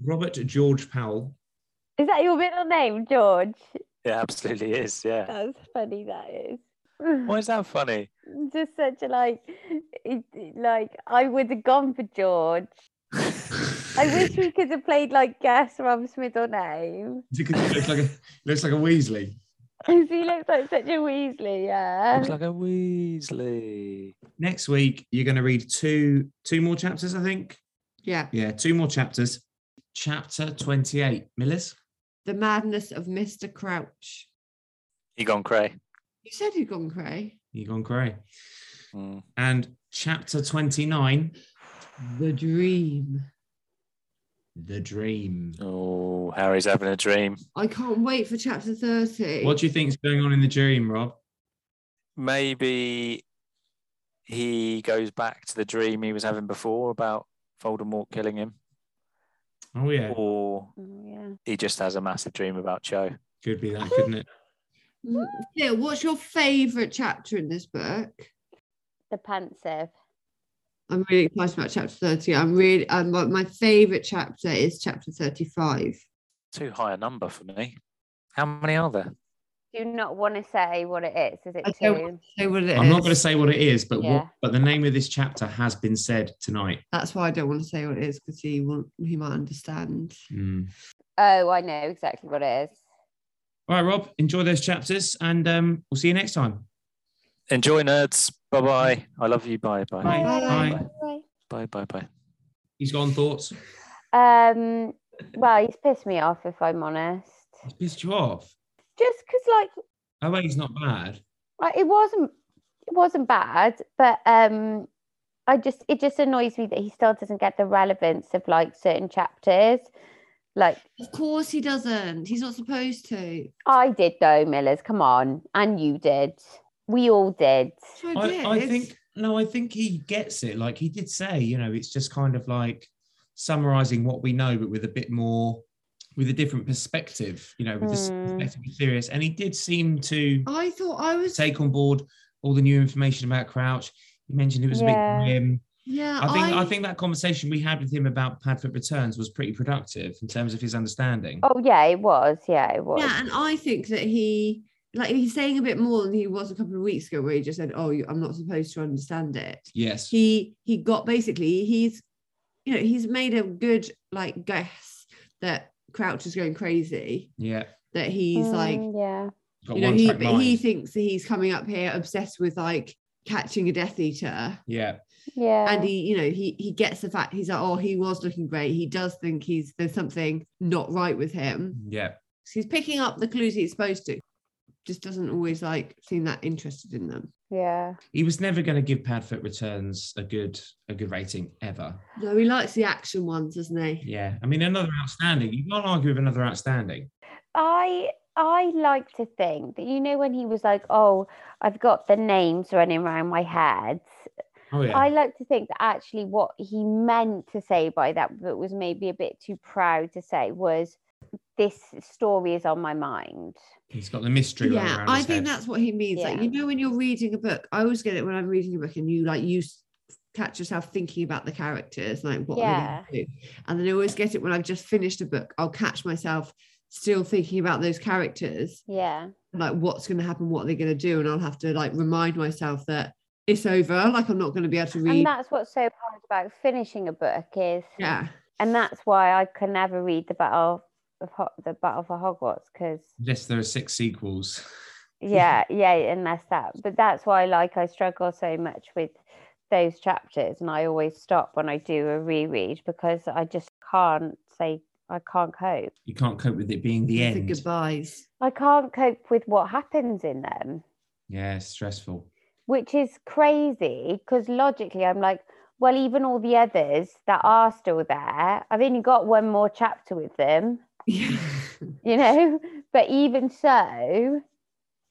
Speaker 1: Robert George Powell.
Speaker 3: is that your middle name, George?
Speaker 4: It absolutely is. Yeah.
Speaker 3: That's funny. That is.
Speaker 4: Why is that funny?
Speaker 3: Just such a like, it- it- like I would have gone for George. I wish we could have played like guess Rob's middle name.
Speaker 1: It looks like a looks like a Weasley.
Speaker 3: 'Cause he looks like such a Weasley, yeah.
Speaker 4: Looks like a Weasley.
Speaker 1: Next week you're going to read two two more chapters, I think.
Speaker 2: Yeah,
Speaker 1: Yeah, two more chapters. Chapter 28, Millers.
Speaker 2: the madness of Mister Crouch.
Speaker 4: He gone cray.
Speaker 2: You said he'd gone cray.
Speaker 1: You gone cray.
Speaker 4: Mm.
Speaker 1: And chapter 29,
Speaker 2: The dream.
Speaker 1: The Dream.
Speaker 4: Oh, Harry's having a dream.
Speaker 2: I can't wait for chapter thirty.
Speaker 1: What do you think's going on in the dream, Rob?
Speaker 4: maybe he goes back to the dream he was having before about Voldemort killing him,
Speaker 1: Oh yeah,
Speaker 4: or
Speaker 3: Oh, yeah.
Speaker 4: he just has a massive dream about Cho.
Speaker 1: could be that, couldn't it?
Speaker 2: Mm, Phil, what's your favourite chapter in this book?
Speaker 3: The pensive.
Speaker 2: I'm really excited about chapter 30. I'm really, um, my, my favourite chapter is chapter 35.
Speaker 4: Too high a number for me. How many are there?
Speaker 3: Do not want to say what it is. Is
Speaker 2: I
Speaker 3: it
Speaker 2: don't
Speaker 3: two?
Speaker 2: Say what it
Speaker 1: I'm not going to
Speaker 2: is.
Speaker 1: say what it is, but what,
Speaker 3: Yeah.
Speaker 1: but the name of this chapter has been said tonight.
Speaker 2: That's why I don't want to say what it is because he won't, he might understand.
Speaker 1: Mm.
Speaker 3: Oh, I know exactly what it is.
Speaker 1: All right, Rob, enjoy those chapters, and um, we'll see you next time.
Speaker 4: Enjoy, nerds. Bye bye. I love you. Bye bye.
Speaker 1: Bye.
Speaker 4: Bye.
Speaker 3: Bye.
Speaker 4: Bye bye bye.
Speaker 1: He's gone thoughts.
Speaker 3: Um, well, he's pissed me off if I'm honest.
Speaker 1: He's pissed you off.
Speaker 3: Just because, like,
Speaker 1: Oh wait, he's not bad.
Speaker 3: like, it wasn't, it wasn't bad, but um, I just, it just annoys me that he still doesn't get the relevance of like certain chapters. Like
Speaker 2: Of course he doesn't. He's not supposed to.
Speaker 3: I did though, Millers. Come on, and you did. We all did.
Speaker 2: So I,
Speaker 1: I, I
Speaker 2: did.
Speaker 1: think no, I think he gets it. Like he did say, you know, it's just kind of like summarizing what we know, but with a bit more, with a different perspective. You know, with the
Speaker 3: Mm.
Speaker 1: perspective of Sirius, and he did seem to.
Speaker 2: I thought Oh, I was.
Speaker 1: take on board all the new information about Crouch. You mentioned it was a
Speaker 3: Yeah.
Speaker 1: bit grim.
Speaker 2: Yeah,
Speaker 1: I think I, think that conversation we had with him about Padfoot Returns was pretty productive in terms of his understanding.
Speaker 3: Oh yeah, it was. Yeah, it was.
Speaker 2: Yeah, and I think that he like he's saying a bit more than he was a couple of weeks ago, where he just said, "Oh, you- I'm not supposed to understand it."
Speaker 1: Yes.
Speaker 2: He he got basically he's you know he's made a good like guess that Crouch is going crazy,
Speaker 1: Yeah.
Speaker 2: that he's like
Speaker 3: Mm, yeah.
Speaker 1: Got
Speaker 2: you know
Speaker 1: one
Speaker 2: he
Speaker 1: track
Speaker 2: but he
Speaker 1: mind.
Speaker 2: thinks that he's coming up here obsessed with like catching a Death Eater.
Speaker 1: Yeah.
Speaker 3: Yeah.
Speaker 2: And he, you know, he he gets the fact he's like, oh, he was looking great. He does think he's there's something not right with him.
Speaker 1: Yeah.
Speaker 2: So he's picking up the clues he's supposed to. Just doesn't always like seem that interested in them.
Speaker 3: yeah.
Speaker 1: He was never going to give Padfoot Returns a good a good rating ever.
Speaker 2: No, he likes the action ones, doesn't he?
Speaker 1: Yeah. I mean, another outstanding. You can't argue with another outstanding.
Speaker 3: I I like to think that you know when he was like, oh, I've got the names running around my head.
Speaker 1: Oh yeah.
Speaker 3: I like to think that actually what he meant to say by that, but was maybe a bit too proud to say, was this story is on my mind.
Speaker 1: He's got the mystery. running
Speaker 2: yeah,
Speaker 1: around
Speaker 2: I
Speaker 1: his
Speaker 2: think
Speaker 1: head.
Speaker 2: that's what he means. Like
Speaker 3: Yeah.
Speaker 2: you know, when you're reading a book, I always get it when I'm reading a book, and you like you s- catch yourself thinking about the characters, like what
Speaker 3: Yeah.
Speaker 2: are they going to do. And then I always get it when I've just finished a book. I'll catch myself still thinking about those characters,
Speaker 3: Yeah.
Speaker 2: like what's going to happen, what they're going to do, and I'll have to like remind myself that it's over. Like I'm not going to be able to read.
Speaker 3: And that's what's so hard about finishing a book is
Speaker 2: yeah,
Speaker 3: and that's why I could never read the battle of Ho- the battle for Hogwarts because
Speaker 1: Yes, there are six sequels.
Speaker 3: yeah, yeah, unless that. But that's why like I struggle so much with those chapters, and I always stop when I do a reread because I just can't say I can't cope.
Speaker 1: You can't cope with it being the
Speaker 2: it's the
Speaker 1: end.
Speaker 2: goodbyes.
Speaker 3: I can't cope with what happens in them,
Speaker 1: Yeah, it's stressful.
Speaker 3: which is crazy because logically I'm like, well, even all the others that are still there, I've only got one more chapter with them.
Speaker 2: Yeah.
Speaker 3: you know. But even so,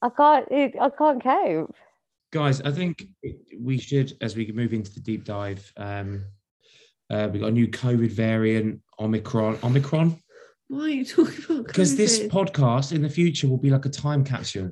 Speaker 3: I can't. it- I can't cope.
Speaker 1: Guys, I think we should, as we move into the deep dive, um, uh, we've got a new COVID variant, Omicron. Omicron?
Speaker 2: Why are you talking about?
Speaker 1: Because this
Speaker 2: COVID?
Speaker 1: podcast in the future will be like a time capsule.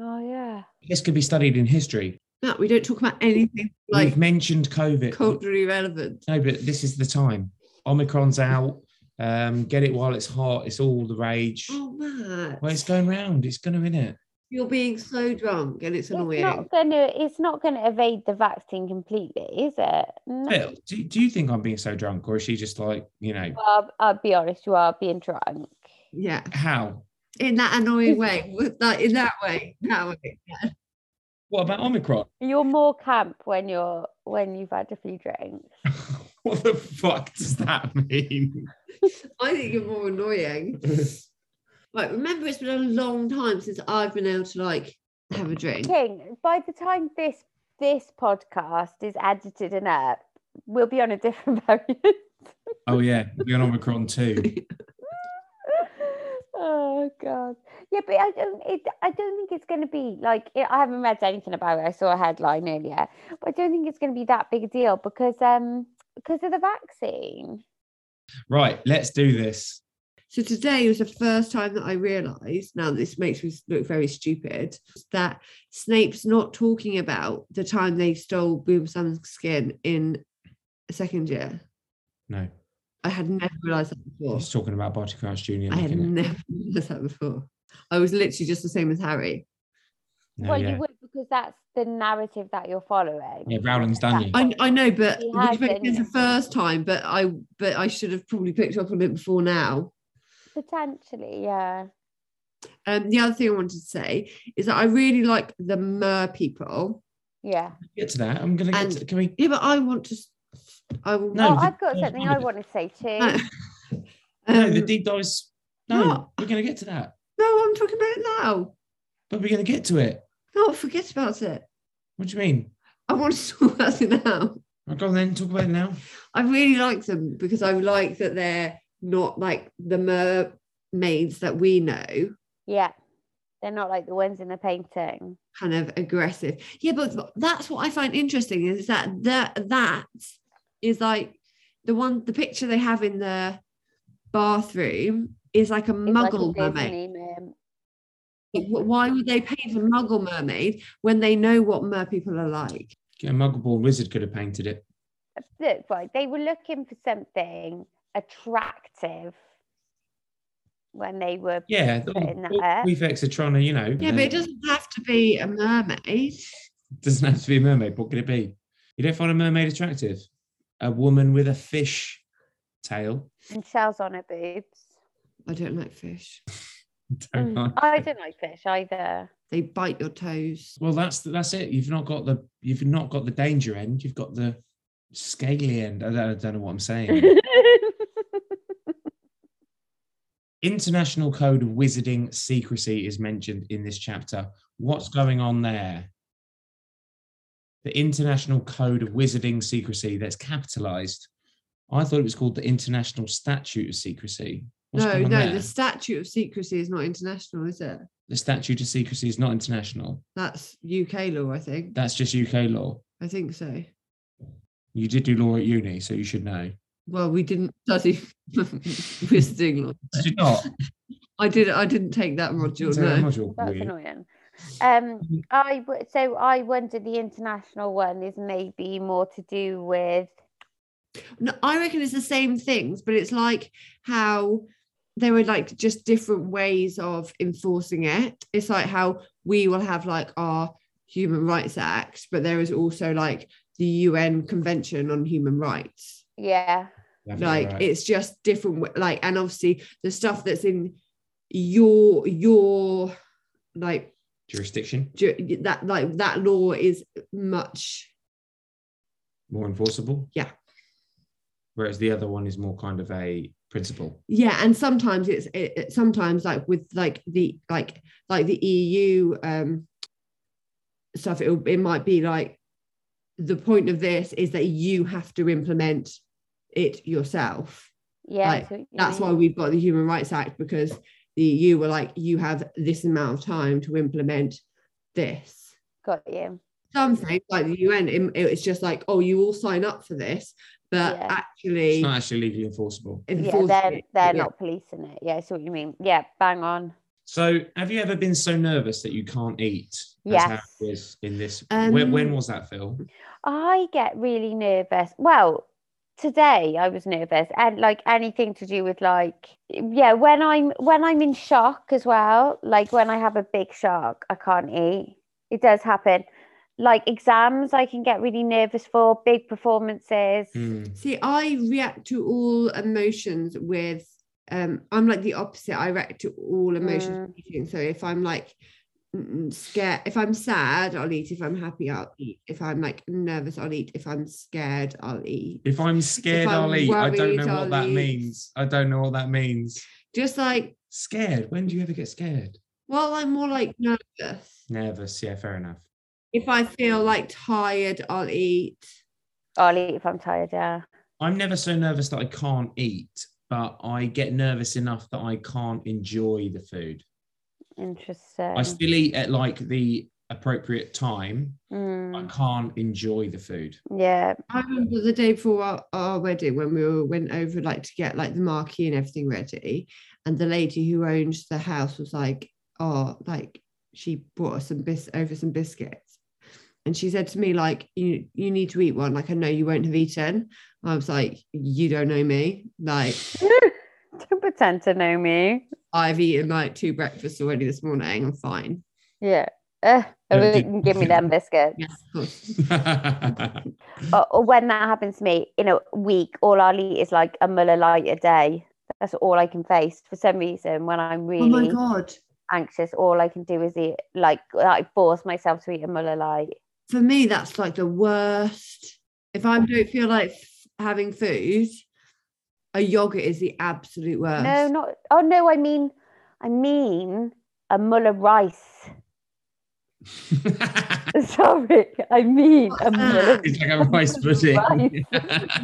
Speaker 3: Oh yeah.
Speaker 1: This could be studied in history.
Speaker 2: no, we don't talk about anything like
Speaker 1: We've mentioned COVID.
Speaker 2: culturally relevant.
Speaker 1: No, but this is the time. Omicron's out. Um, get it while it's hot. It's all the rage.
Speaker 2: Oh man.
Speaker 1: Well, it's going round. It's going to win it.
Speaker 2: You're being so drunk and it's
Speaker 3: It's
Speaker 2: annoying.
Speaker 3: not gonna. It's not gonna evade the vaccine completely, is it? No.
Speaker 1: Bill, do, do you think I'm being so drunk, or is she just like, you know,
Speaker 3: Well, I'll, I'll be honest. You are being drunk.
Speaker 2: Yeah,
Speaker 1: how?
Speaker 2: in that annoying way, with that in that way, that way.
Speaker 1: What about Omicron?
Speaker 3: You're more camp when you're when you've had a few drinks.
Speaker 1: what the fuck does that mean?
Speaker 2: I think you're more annoying. Like, remember, it's been a long time since I've been able to like have a drink.
Speaker 3: King. By the time this this podcast is edited and up, we'll be on a different variant.
Speaker 1: oh yeah, we're on Omicron too.
Speaker 3: oh god yeah but i don't it, i don't think it's going to be like i i haven't read anything about it i saw a headline earlier but i don't think it's going to be that big a deal because um because of the vaccine
Speaker 1: Right, let's do this.
Speaker 2: So today was the first time that I realised. Now this makes me look very stupid. That Snape's not talking about the time they stole Boomsum's skin in second year.
Speaker 1: No,
Speaker 2: I had never realised that before.
Speaker 1: he's talking about Barty Crouch Jr.
Speaker 2: I had
Speaker 1: making it.
Speaker 2: never realised that before. I was literally just the same as Harry.
Speaker 1: No,
Speaker 3: well
Speaker 1: yeah.
Speaker 3: you would because that's the narrative that you're following
Speaker 1: Yeah, Rowling's done you.
Speaker 2: I, I know, but
Speaker 3: He
Speaker 2: which makes
Speaker 3: hasn't.
Speaker 2: sense the first time. But I but I should have probably picked up on it before now.
Speaker 3: potentially yeah
Speaker 2: Um, the other thing I wanted to say is that I really like the mer people.
Speaker 3: yeah
Speaker 1: get to that. I'm gonna get.
Speaker 2: And-
Speaker 1: To, can we?
Speaker 2: Yeah, but I want to. s- I will.
Speaker 1: No,
Speaker 3: oh
Speaker 1: the-
Speaker 3: i've got
Speaker 1: no,
Speaker 3: something
Speaker 1: no,
Speaker 3: i
Speaker 1: the-
Speaker 3: want to say too
Speaker 2: No.
Speaker 1: no, the
Speaker 2: Um,
Speaker 1: deep dive's. No,
Speaker 2: what?
Speaker 1: we're gonna get to that,
Speaker 2: no, I'm talking about it now.
Speaker 1: but we're gonna get to it.
Speaker 2: No, forget about it.
Speaker 1: What do you mean?
Speaker 2: I want to talk about it now.
Speaker 1: Well, Go on then, talk about it now.
Speaker 2: I really like them because I like that they're not like the mermaids that we know.
Speaker 3: yeah they're not like the ones in the painting
Speaker 2: kind of aggressive. Yeah, but that's what I find interesting is that that that is like the one the picture they have in the bathroom is like a
Speaker 3: It's like a
Speaker 2: muggle mermaid.
Speaker 3: Disney meme.
Speaker 2: Wh- Why would they paint a muggle mermaid when they know what mer people are like?
Speaker 1: Yeah, Muggleborn Wizard could have painted it.
Speaker 3: look right they were looking for something attractive when they were
Speaker 1: Yeah, the-
Speaker 3: Putting that
Speaker 1: all
Speaker 3: up.
Speaker 1: prefects are trying to, you know.
Speaker 2: Yeah, but it doesn't have to be a mermaid.
Speaker 1: doesn't have to be a mermaid. What could it be? You don't find a mermaid attractive. A woman with a fish tail.
Speaker 3: and shells on her boobs
Speaker 2: I don't like fish.
Speaker 1: Don't
Speaker 3: Mm.
Speaker 1: like
Speaker 3: I
Speaker 1: it.
Speaker 3: don't like fish either.
Speaker 2: They bite your toes.
Speaker 1: Well, that's that's it. You've not got the you've not got the danger end. You've got the scaly end. I don't, I don't know what I'm saying. International Code of Wizarding Secrecy is mentioned in this chapter. What's going on there? The International Code of Wizarding Secrecy that's capitalized. I thought it was called the International Statute of Secrecy. What's
Speaker 2: no,
Speaker 1: going on
Speaker 2: no,
Speaker 1: there?
Speaker 2: the statute of secrecy is not international, is it?
Speaker 1: the Statute of Secrecy is not international.
Speaker 2: That's UK law, I think.
Speaker 1: That's just UK law.
Speaker 2: I think so.
Speaker 1: You did do law at uni, so you should know.
Speaker 2: Well, we didn't study visiting law.
Speaker 1: Did you not?
Speaker 2: I did. I didn't take that module.
Speaker 1: Is there a
Speaker 2: No.
Speaker 1: module for
Speaker 3: That's
Speaker 1: you?
Speaker 3: annoying. Um, I w- so I wonder the international one is maybe more to do with
Speaker 2: no, I reckon it's the same things, but it's like how there were like just different ways of enforcing it. It's like how we will have like our Human Rights Act, but there is also like the UN Convention on Human Rights.
Speaker 3: yeah.
Speaker 1: Definitely
Speaker 2: like
Speaker 1: right.
Speaker 2: it's just different w- like and obviously the stuff that's in your your like
Speaker 1: jurisdiction
Speaker 2: ju- that like that law is much
Speaker 1: more enforceable.
Speaker 2: Yeah.
Speaker 1: Whereas the other one is more kind of a principle.
Speaker 2: yeah and sometimes it's it, it- sometimes like with like the like like the eu um stuff it'll, it might be like the point of this is that you have to implement it yourself
Speaker 3: Yeah,
Speaker 2: Like,
Speaker 3: I see what you
Speaker 2: that's why
Speaker 3: mean.
Speaker 2: we've got the Human Rights Act because the EU were like, you have this amount of time to implement this.
Speaker 3: got you.
Speaker 2: Something like the UN, it- it's just like, oh, you all sign up for this, but
Speaker 3: Yeah.
Speaker 1: It's
Speaker 2: actually,
Speaker 1: not actually legally enforceable.
Speaker 3: Yeah,
Speaker 2: enforce
Speaker 3: they're
Speaker 2: it.
Speaker 3: they're
Speaker 2: Yeah.
Speaker 3: not policing it. Yeah, I see what you mean. Yeah, bang on.
Speaker 1: So, have you ever been so nervous that you can't eat? That's how
Speaker 3: Yes.
Speaker 1: it is in this.
Speaker 2: Um,
Speaker 1: when, when was that, Phil?
Speaker 3: I get really nervous. Well, today I was nervous and like anything to do with like yeah, when I'm when I'm in shock as well, like when I have a big shock, I can't eat. It does happen. Like exams I can get really nervous for, big performances.
Speaker 1: Hmm.
Speaker 2: See, I react to all emotions with, um, I'm like the opposite. I react to all emotions.
Speaker 3: Mm.
Speaker 2: with eating. So if I'm like mm, scared, if I'm sad, I'll eat. If I'm happy, I'll eat. If I'm like nervous, I'll eat. If I'm scared, I'll eat.
Speaker 1: If I'm scared,
Speaker 2: If I'm
Speaker 1: I'll eat. I don't
Speaker 2: worried,
Speaker 1: know what
Speaker 2: I'll
Speaker 1: that
Speaker 2: eat.
Speaker 1: means. I don't know what that means.
Speaker 2: Just like,
Speaker 1: Scared. When do you ever get scared?
Speaker 2: well, I'm more like nervous.
Speaker 1: Nervous. Yeah, fair enough.
Speaker 2: If I feel like tired, I'll eat.
Speaker 3: I'll eat if I'm tired, yeah.
Speaker 1: I'm never so nervous that I can't eat, but I get nervous enough that I can't enjoy the food.
Speaker 3: Interesting.
Speaker 1: I still eat at like the appropriate time. I
Speaker 3: Mm,
Speaker 1: can't enjoy the food.
Speaker 3: yeah.
Speaker 2: I remember the day before our, our wedding when we were, went over like to get like the marquee and everything ready, and the lady who owns the house was like, "Oh, like she brought us some bis over some biscuits," and she said to me like, "You you need to eat one. Like I know you won't have eaten." I was like, "You don't know me. Like
Speaker 3: Don't pretend to know me.
Speaker 2: I've eaten like two breakfasts already this morning. I'm fine."
Speaker 3: Yeah. Uh,
Speaker 1: Yeah,
Speaker 3: oh,
Speaker 1: did-
Speaker 3: give me them biscuits.
Speaker 2: Yes, of course.
Speaker 3: or, or uh, when that happens to me in a week, all I'll eat is like a Muller light a day. That's all I can face for some reason. When I'm
Speaker 2: Oh my
Speaker 3: really
Speaker 2: god.
Speaker 3: anxious, all I can do is eat like I force myself to eat a Muller light.
Speaker 2: for me that's like the worst if i don't feel like f- having food a yogurt is the absolute worst
Speaker 3: No, not oh no, I mean, I mean a Muller rice. Sorry, I mean a Muller,
Speaker 1: it's like a rice pudding.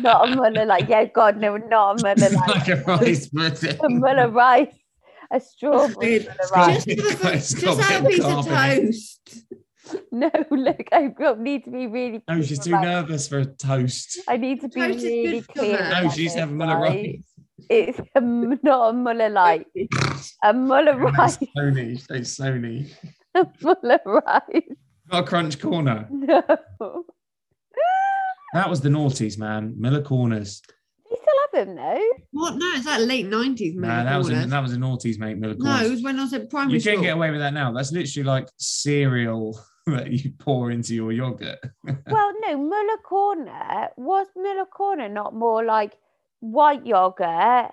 Speaker 3: not a Muller light. Yeah, God, no, not a Muller light.
Speaker 1: like a rice pudding.
Speaker 3: a Muller rice, a strawberry
Speaker 2: It's
Speaker 3: Muller
Speaker 1: It's
Speaker 2: just have a,
Speaker 3: rice.
Speaker 1: got
Speaker 2: just have a
Speaker 1: milk
Speaker 2: piece of
Speaker 1: carb in
Speaker 2: toast
Speaker 3: No, look, I don't need to be really.
Speaker 1: No, she's
Speaker 3: clear
Speaker 1: too
Speaker 3: about-
Speaker 1: nervous for a toast.
Speaker 3: I need to be
Speaker 2: Toast is good
Speaker 3: really
Speaker 2: for
Speaker 3: clear.
Speaker 2: that.
Speaker 1: No,
Speaker 3: about
Speaker 1: she's
Speaker 3: this,
Speaker 1: having one of
Speaker 3: right? It's a m- not a Muller light. A Muller rice.
Speaker 1: Sony, she's so Sony.
Speaker 3: A Muller rice.
Speaker 1: Not a crunch corner.
Speaker 3: No.
Speaker 1: That was the noughties, man. Miller corners.
Speaker 3: You still have him though.
Speaker 2: what no it's like late 90s
Speaker 1: Nah,
Speaker 2: man
Speaker 1: that was a, that was a noughties, mate. Miller corners.
Speaker 2: no it was when i was at primary
Speaker 1: you
Speaker 2: school
Speaker 1: can get away with that now. That's literally like cereal that you pour into your yogurt.
Speaker 3: Well, no, Muller Corner was Muller Corner not more like white yogurt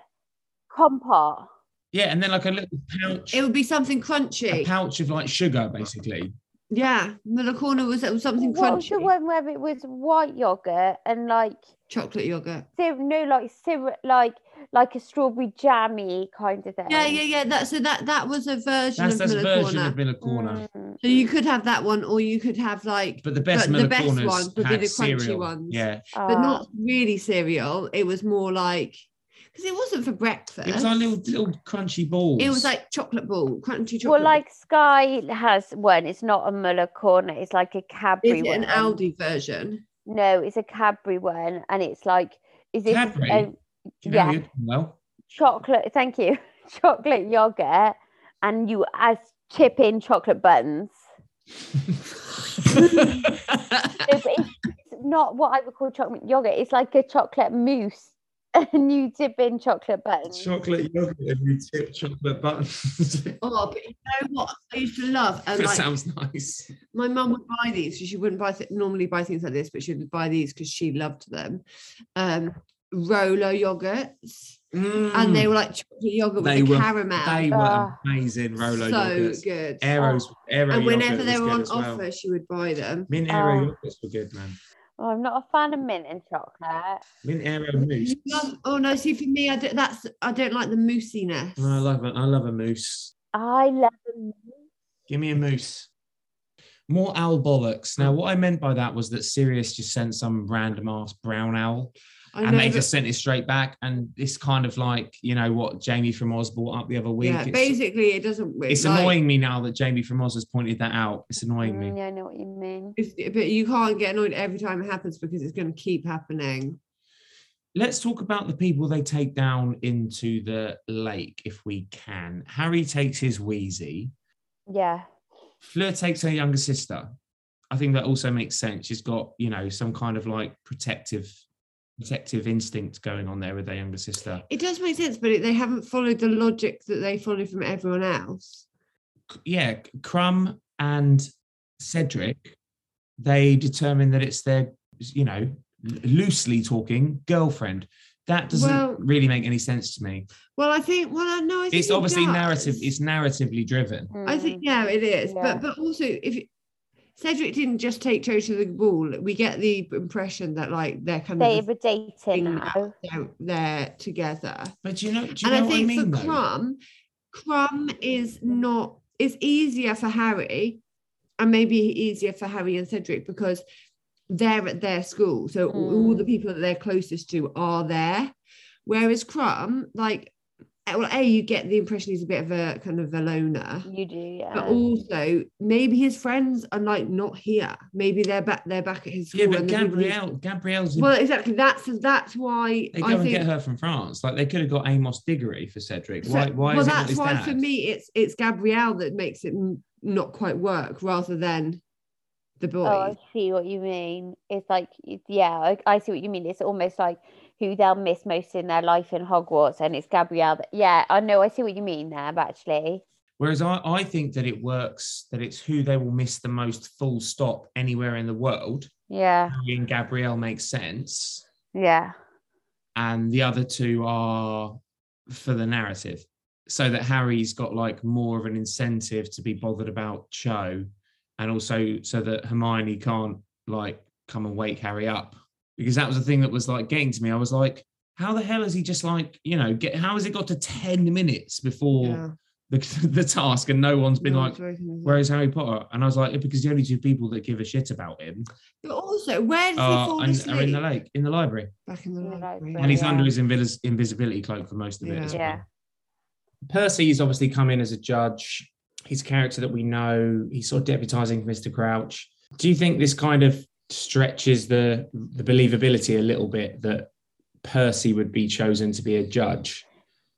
Speaker 3: compote.
Speaker 1: Yeah, and then like a little pouch,
Speaker 2: It would be something
Speaker 1: a
Speaker 2: crunchy.
Speaker 1: pouch of like sugar, basically.
Speaker 2: yeah, the little corner was, it was something
Speaker 3: What was the
Speaker 2: crunchy.
Speaker 3: one where it was white yogurt and like
Speaker 2: Chocolate yogurt.
Speaker 3: syrup, no, like syrup, like like a strawberry jammy kind of thing.
Speaker 2: Yeah, yeah, yeah. That so that that was a version
Speaker 1: That's
Speaker 2: of
Speaker 1: that's
Speaker 2: Miller
Speaker 1: version
Speaker 2: Corner.
Speaker 1: of Miller Corner.
Speaker 3: Mm.
Speaker 2: so you could have that one, or you could have like,
Speaker 1: But the best
Speaker 2: But the
Speaker 1: Miller
Speaker 2: best
Speaker 1: Corners
Speaker 2: ones would be
Speaker 1: had
Speaker 2: the crunchy
Speaker 1: cereal.
Speaker 2: ones.
Speaker 1: Yeah,
Speaker 2: but
Speaker 3: Ah.
Speaker 2: not really cereal. It was more like because it wasn't for breakfast.
Speaker 1: it was like little little crunchy balls.
Speaker 2: It was like chocolate ball, crunchy chocolate.
Speaker 3: Well,
Speaker 2: ball.
Speaker 3: like Sky has one. It's not a Muller corner. It's like a Cadbury
Speaker 2: is it an
Speaker 3: one.
Speaker 2: Aldi version?
Speaker 3: No, it's a Cadbury one, and it's like is it
Speaker 1: Cadbury?
Speaker 3: um,
Speaker 1: Do you know
Speaker 3: yeah.
Speaker 1: you're doing well,
Speaker 3: chocolate? Thank you, chocolate yogurt, and you as chip in chocolate buns. No, but it's it's not what I would call chocolate yogurt. It's like a chocolate mousse, and you dip in chocolate buns.
Speaker 1: chocolate yogurt and you tip chocolate buttons.
Speaker 2: Oh, but you know what? I used to love and
Speaker 1: that
Speaker 2: like
Speaker 1: sounds nice.
Speaker 2: my mum would buy these. so She wouldn't buy th- normally buy things like this, but she would buy these because she loved them. Um, Rolo yogurts, and they were like chocolate yogurt
Speaker 1: Mm. They
Speaker 2: with the
Speaker 1: were-
Speaker 2: caramel.
Speaker 1: They were
Speaker 3: Ah.
Speaker 1: amazing Rolo
Speaker 2: so
Speaker 1: yogurts.
Speaker 2: good.
Speaker 1: Aeros, Aero
Speaker 2: Oh, and whenever
Speaker 1: yogurt
Speaker 2: they
Speaker 1: was
Speaker 2: were
Speaker 1: good
Speaker 2: on
Speaker 1: as well.
Speaker 2: offer, she would buy them.
Speaker 1: Mint Aero yogurts were good, man.
Speaker 3: Oh, I'm not a fan of mint and chocolate.
Speaker 1: Mint Aero mousse.
Speaker 2: Love- oh no, see for me, I don't, that's I don't like the moussiness.
Speaker 1: Oh, I love it. I love a moose.
Speaker 3: I love a mousse.
Speaker 1: Give me a moose. More owl bollocks. Now, what I meant by that was that Sirius just sent some random ass brown owl,
Speaker 2: I
Speaker 1: and they
Speaker 2: that-
Speaker 1: just sent it straight back. And it's kind of like you know what Jamie from Oz brought up the other week.
Speaker 2: yeah,
Speaker 1: it's
Speaker 2: basically it doesn't work.
Speaker 1: it's
Speaker 2: like,
Speaker 1: annoying me now that Jamie from Oz has pointed that out. It's annoying me.
Speaker 3: Mm, yeah, I know what you mean.
Speaker 2: if- but you can't get annoyed every time it happens because it's going to keep happening.
Speaker 1: Let's talk about the people they take down into the lake if we can. Harry takes his Wheezy.
Speaker 3: Yeah.
Speaker 1: Fleur takes her younger sister. I think that also makes sense. She's got, you know, some kind of like protective protective instinct going on there with her younger sister.
Speaker 2: It does make sense, but it, they haven't followed the logic that they followed from everyone else.
Speaker 1: C- Yeah, C- Crumb and Cedric, they determine that it's their, you know, l- loosely talking girlfriend. That doesn't
Speaker 2: Well-
Speaker 1: really make any sense to me.
Speaker 2: Well, I think. Well, I no, I think
Speaker 1: It's
Speaker 2: it
Speaker 1: obviously
Speaker 2: does.
Speaker 1: narrative. It's narratively driven.
Speaker 2: I think
Speaker 3: mm.
Speaker 2: yeah, it is.
Speaker 3: Yeah.
Speaker 2: But but also if it- Cedric didn't just take Joe to the ball, we get the impression that like they're kind
Speaker 3: they
Speaker 2: of
Speaker 3: were dating
Speaker 2: thing
Speaker 3: now.
Speaker 2: they're, they're together.
Speaker 1: But do you know, do you
Speaker 2: and
Speaker 1: know
Speaker 2: I
Speaker 1: what I
Speaker 2: think
Speaker 1: mean?
Speaker 2: for
Speaker 1: though?
Speaker 2: Crumb, Crumb is not. It's easier for Harry, and maybe easier for Harry and Cedric because they're at their school, so all- all the people that they're closest to are there. Whereas Crumb, like, eh, well, a you get the impression he's a bit of a kind of a loner.
Speaker 3: You do, yeah.
Speaker 2: But also, maybe his friends are like not here. Maybe they're back. They're back at his school.
Speaker 1: Yeah, but
Speaker 2: and the people he's-
Speaker 1: Gabrielle, Gabrielle's in
Speaker 2: Well, exactly. That's that's why
Speaker 1: They go
Speaker 2: I
Speaker 1: and
Speaker 2: think
Speaker 1: get her from France. Like they could have got Amos Diggory for Cedric.
Speaker 2: So-
Speaker 1: Why? Why
Speaker 2: well,
Speaker 1: is it not
Speaker 2: that's
Speaker 1: his
Speaker 2: why
Speaker 1: dad?
Speaker 2: for me it's it's Gabrielle that makes it n- not quite work rather than the boy.
Speaker 3: oh, I see what you mean. It's like, it- yeah, I, I see what you mean. It's almost like who they'll miss most in their life in Hogwarts, and it's Gabrielle. That, yeah, I know. I see what you mean there, but actually.
Speaker 1: Whereas I, I think that it works. That it's who they will miss the most. Full stop. Anywhere in the world,
Speaker 3: Yeah,
Speaker 1: Harry and Gabrielle makes sense,
Speaker 3: yeah.
Speaker 1: and the other two are for the narrative, so that Harry's got like more of an incentive to be bothered about Cho, and also so that Hermione can't like come and wake Harry up because that was the thing that was like getting to me. I was like, how the hell is he just like, you know, get how has it got to 10 minutes before
Speaker 2: Yeah.
Speaker 1: the, the task and no one's Oh, been
Speaker 2: No,
Speaker 1: like,
Speaker 2: it's very confusing.
Speaker 1: where is Harry Potter? And I was like, because the only two people that give a shit about him
Speaker 2: but also, where does he
Speaker 1: are,
Speaker 2: fall
Speaker 1: Uh, and,
Speaker 2: asleep?
Speaker 1: are in the lake, in the library.
Speaker 2: Back in the
Speaker 3: In the
Speaker 2: library.
Speaker 3: library.
Speaker 1: And he's
Speaker 3: Yeah.
Speaker 1: under his invis- invisibility cloak for most of it.
Speaker 2: Yeah.
Speaker 1: As
Speaker 3: Yeah.
Speaker 1: Well. Percy's obviously come in as a judge. He's a character that we know. He's sort of deputising for Mr. Crouch. Do you think this kind of stretches the the believability a little bit that Percy would be chosen to be a judge?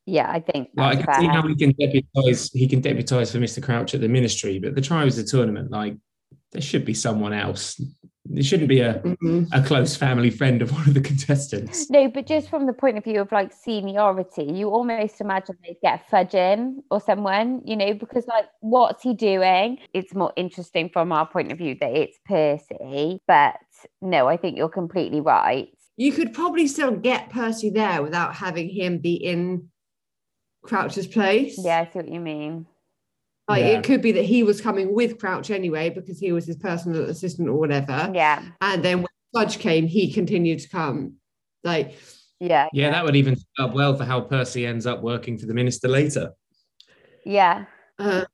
Speaker 3: Yeah, I think.
Speaker 1: Like I
Speaker 3: that's
Speaker 1: can see
Speaker 3: fair.
Speaker 1: how he can deputise. He can deputise for Mr. Crouch at the Ministry, but the trials of the tournament, like there should be someone else. It shouldn't be a,
Speaker 2: Mhm.
Speaker 1: a close family friend of one of the contestants.
Speaker 3: No, but just from the point of view of like seniority, you almost imagine they'd get fudge in or someone, you know, because like what's he doing? It's more interesting from our point of view that it's Percy. But no, I think you're completely right.
Speaker 2: You could probably still get Percy there without having him be in Crouch's place.
Speaker 3: Yeah, I see what you mean.
Speaker 2: Like
Speaker 1: Yeah.
Speaker 2: it could be that he was coming with Crouch anyway because he was his personal assistant or whatever.
Speaker 3: Yeah,
Speaker 2: And then when Fudge came, he continued to come. Like,
Speaker 3: yeah,
Speaker 1: Yeah, that would even set up well for how Percy ends up working for the minister later
Speaker 3: yeah.
Speaker 2: uh,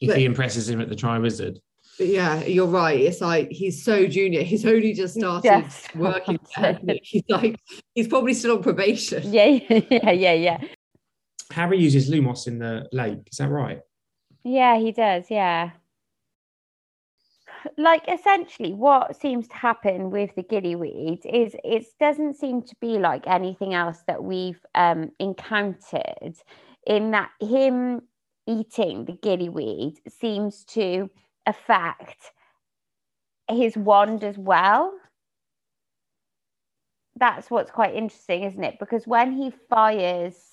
Speaker 1: if
Speaker 2: But-
Speaker 1: he impresses him at the Tri Wizard.
Speaker 2: but yeah, you're right. It's like he's so junior. He's only just started
Speaker 3: Just
Speaker 2: working.
Speaker 3: started.
Speaker 2: there. He's like he's probably still on probation.
Speaker 3: Yeah, yeah, yeah, yeah.
Speaker 1: Harry uses Lumos in the lake. Is that right?
Speaker 3: Yeah, he does. Yeah. Like essentially, what seems to happen with the gillyweed is it doesn't seem to be like anything else that we've um, encountered, in that him eating the gillyweed seems to affect his wand as well. That's what's quite interesting, isn't it? Because when he fires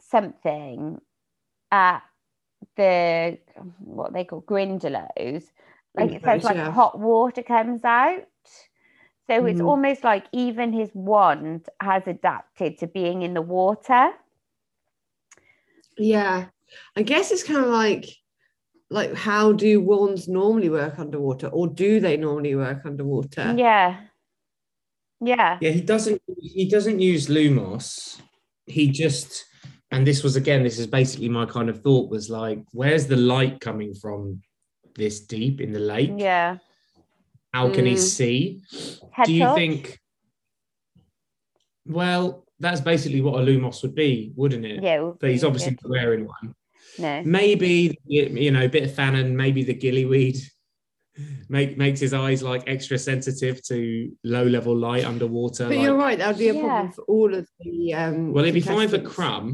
Speaker 3: something at the what they call grindelows like
Speaker 2: Grindelows,
Speaker 3: it sounds like
Speaker 2: yeah.
Speaker 3: hot water comes out so it's
Speaker 2: Mhm.
Speaker 3: almost like even his wand has adapted to being in the water
Speaker 2: Yeah, I guess it's kind of like like how do wands normally work underwater, or do they normally work underwater?
Speaker 3: yeah yeah
Speaker 1: Yeah, he doesn't. He doesn't use Lumos. He just, and this was again, this is basically my kind of thought was like, where's the light coming from? This deep in the lake.
Speaker 3: yeah
Speaker 1: How can he
Speaker 2: Mm.
Speaker 1: see?
Speaker 3: Head
Speaker 1: Do you
Speaker 3: tilt?
Speaker 1: think? Well, that's basically what a Lumos would be, wouldn't it?
Speaker 3: yeah
Speaker 1: But he's obviously not wearing one.
Speaker 3: no
Speaker 1: Maybe you know, a bit of fanon. Maybe the gillyweed make, makes his eyes like extra sensitive to low level light underwater.
Speaker 2: But
Speaker 1: like-
Speaker 2: you're right, that would be a
Speaker 3: Yeah.
Speaker 2: problem for all of the. Um,
Speaker 1: Well, it'd be fine for
Speaker 2: contestants.
Speaker 1: Crumb.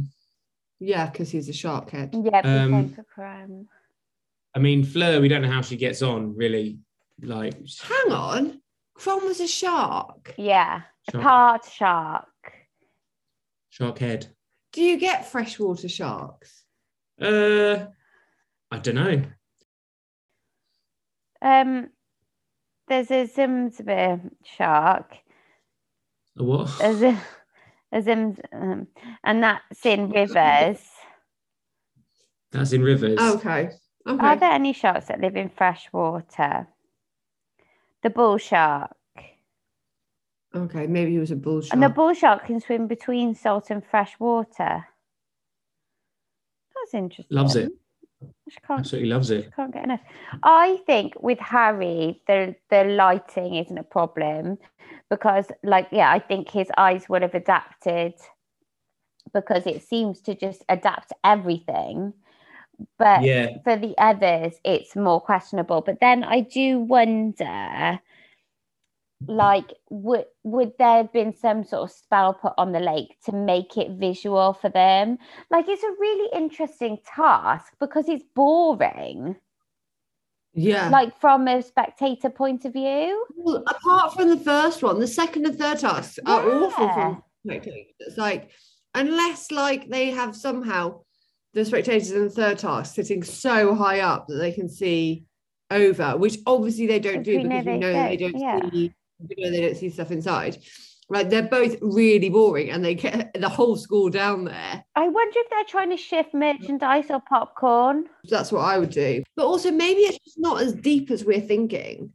Speaker 2: Yeah, because he's a shark head.
Speaker 3: yeah
Speaker 1: Um,
Speaker 3: pretend for crime.
Speaker 1: I mean, Fleur, we don't know how she gets on really. Like,
Speaker 2: Hang on, Crom was a shark.
Speaker 3: yeah
Speaker 1: shark,
Speaker 3: part shark
Speaker 1: shark head.
Speaker 2: Do you get freshwater sharks?
Speaker 1: Uh, I don't know.
Speaker 3: um there's a zimzibir shark
Speaker 1: A what?
Speaker 2: Uh,
Speaker 3: as if as in um, and that's in rivers
Speaker 1: That's in rivers.
Speaker 2: Okay. Okay.
Speaker 3: are there any sharks that live in fresh water the bull shark
Speaker 2: okay, maybe he was a bull shark.
Speaker 3: and the bull shark can swim between salt and fresh water that's interesting
Speaker 1: Loves it.
Speaker 3: I just can't,
Speaker 1: Absolutely loves it.
Speaker 3: just can't get enough i think with harry the the lighting isn't a problem because like yeah i think his eyes would have adapted because it seems to just adapt to everything but
Speaker 1: Yeah,
Speaker 3: for the others it's more questionable but then i do wonder like would would there have been some sort of spell put on the lake to make it visual for them like it's a really interesting task because it's boring
Speaker 2: yeah.
Speaker 3: like from a spectator point of view
Speaker 2: Well, apart from the first one, the second and third tasks are awful
Speaker 3: Yeah.
Speaker 2: from spectators. It's like, unless like they have somehow the spectators in the third task sitting so high up that they can see over, which obviously they don't
Speaker 3: Which
Speaker 2: do
Speaker 3: we know
Speaker 2: because we
Speaker 3: they
Speaker 2: know they
Speaker 3: don't,
Speaker 2: don't
Speaker 3: yeah.
Speaker 2: see we know they don't see stuff inside. Right, they're both really boring and they get the whole school down there.
Speaker 3: i wonder if they're trying to shift merchandise or popcorn
Speaker 2: That's what I would do. But also maybe it's just not as deep as we're thinking.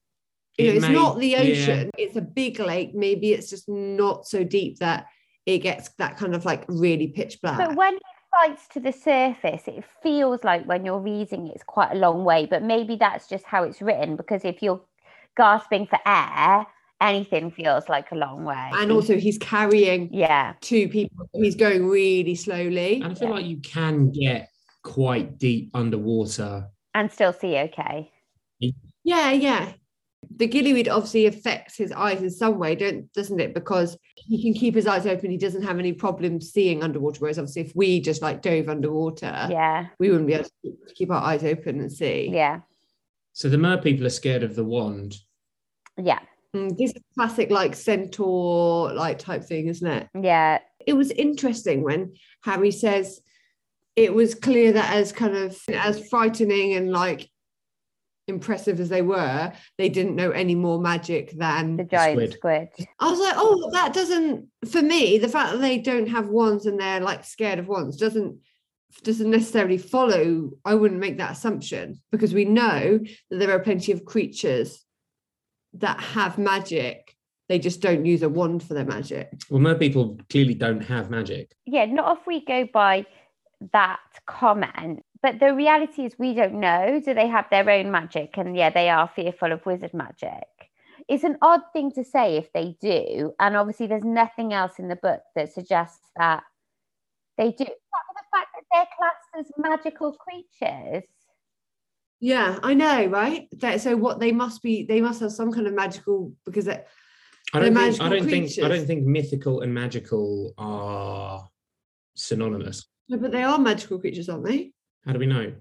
Speaker 2: you know,
Speaker 1: It
Speaker 2: it's
Speaker 1: may-
Speaker 2: not the
Speaker 1: yeah.
Speaker 2: ocean it's a big lake maybe it's just not so deep that it gets that kind of like really pitch black
Speaker 3: But when it fights to the surface, it feels like when you're reading it's quite a long way. But maybe that's just how it's written because if you're gasping for air, anything feels like a long way.
Speaker 2: and also he's carrying
Speaker 3: yeah,
Speaker 2: two people so he's going really slowly
Speaker 1: and I feel like you can get quite deep underwater.
Speaker 3: and still see okay.
Speaker 2: yeah yeah the gillyweed obviously affects his eyes in some way don't doesn't it because he can keep his eyes open he doesn't have any problem seeing underwater whereas obviously if we just like dove underwater
Speaker 3: Yeah,
Speaker 2: we wouldn't be able to keep- keep our eyes open and see
Speaker 3: yeah,
Speaker 1: So the mer people are scared of the wand.
Speaker 3: yeah,
Speaker 2: Mm, this is classic like centaur like type thing isn't it
Speaker 3: yeah,
Speaker 2: it was interesting when Harry says it was clear that as kind of as frightening and like impressive as they were, they didn't know any more magic than
Speaker 3: the giant
Speaker 1: squid.
Speaker 3: squid.
Speaker 2: I was like, oh, that doesn't for me. The fact that they don't have wands and they're like scared of wands doesn't doesn't necessarily follow. I wouldn't make that assumption because we know that there are plenty of creatures that have magic. They just don't use a wand for their magic.
Speaker 1: Well, mer people clearly don't have magic.
Speaker 3: Yeah, not if we go by that comment. But the reality is, we don't know. Do they have their own magic? And yeah, they are fearful of wizard magic. It's an odd thing to say if they do. And obviously, there's nothing else in the book that suggests that they do. Except for the fact that they're classed as magical creatures.
Speaker 2: Yeah, I know, right? That, so what they must be, they must have some kind of magical because it,
Speaker 1: I
Speaker 2: They're
Speaker 1: don't think, I
Speaker 2: magical
Speaker 1: don't think I
Speaker 2: creatures.
Speaker 1: don't think mythical and magical are synonymous.
Speaker 2: no, but they are magical creatures, aren't they?
Speaker 1: How do we know?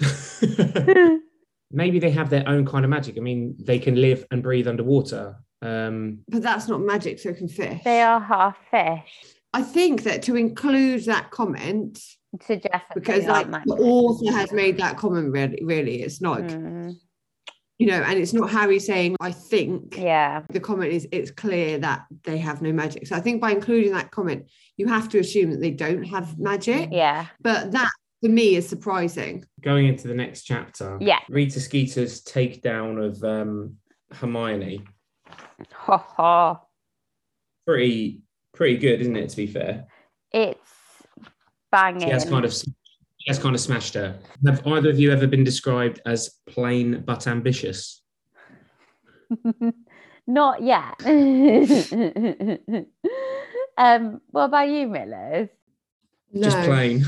Speaker 2: Hmm.
Speaker 1: Maybe they have their own kind of magic. I mean, they can live and breathe underwater. Um,
Speaker 2: But that's not magic, so can fish.
Speaker 3: they are half fish.
Speaker 2: I think that to include that comment
Speaker 3: Suggests that
Speaker 2: because
Speaker 3: they
Speaker 2: like
Speaker 3: are
Speaker 2: the
Speaker 3: magic.
Speaker 2: author has made that comment really really it's not
Speaker 3: Mm,
Speaker 2: you know and it's not harry saying i think
Speaker 3: yeah.
Speaker 2: the comment is it's clear that they have no magic so i think by including that comment you have to assume that they don't have magic
Speaker 3: Yeah.
Speaker 2: but that for me is surprising
Speaker 1: going into the next chapter,
Speaker 3: Yeah.
Speaker 1: Rita Skeeter's takedown of um, Hermione
Speaker 3: Ha ha.
Speaker 1: pretty pretty good, isn't it? To be fair,
Speaker 3: It's banging.
Speaker 1: she has kind of she has kind of smashed her. Have either of you ever been described as plain but ambitious?
Speaker 3: Not yet. um, what about you, Millers?
Speaker 2: no
Speaker 1: Just plain.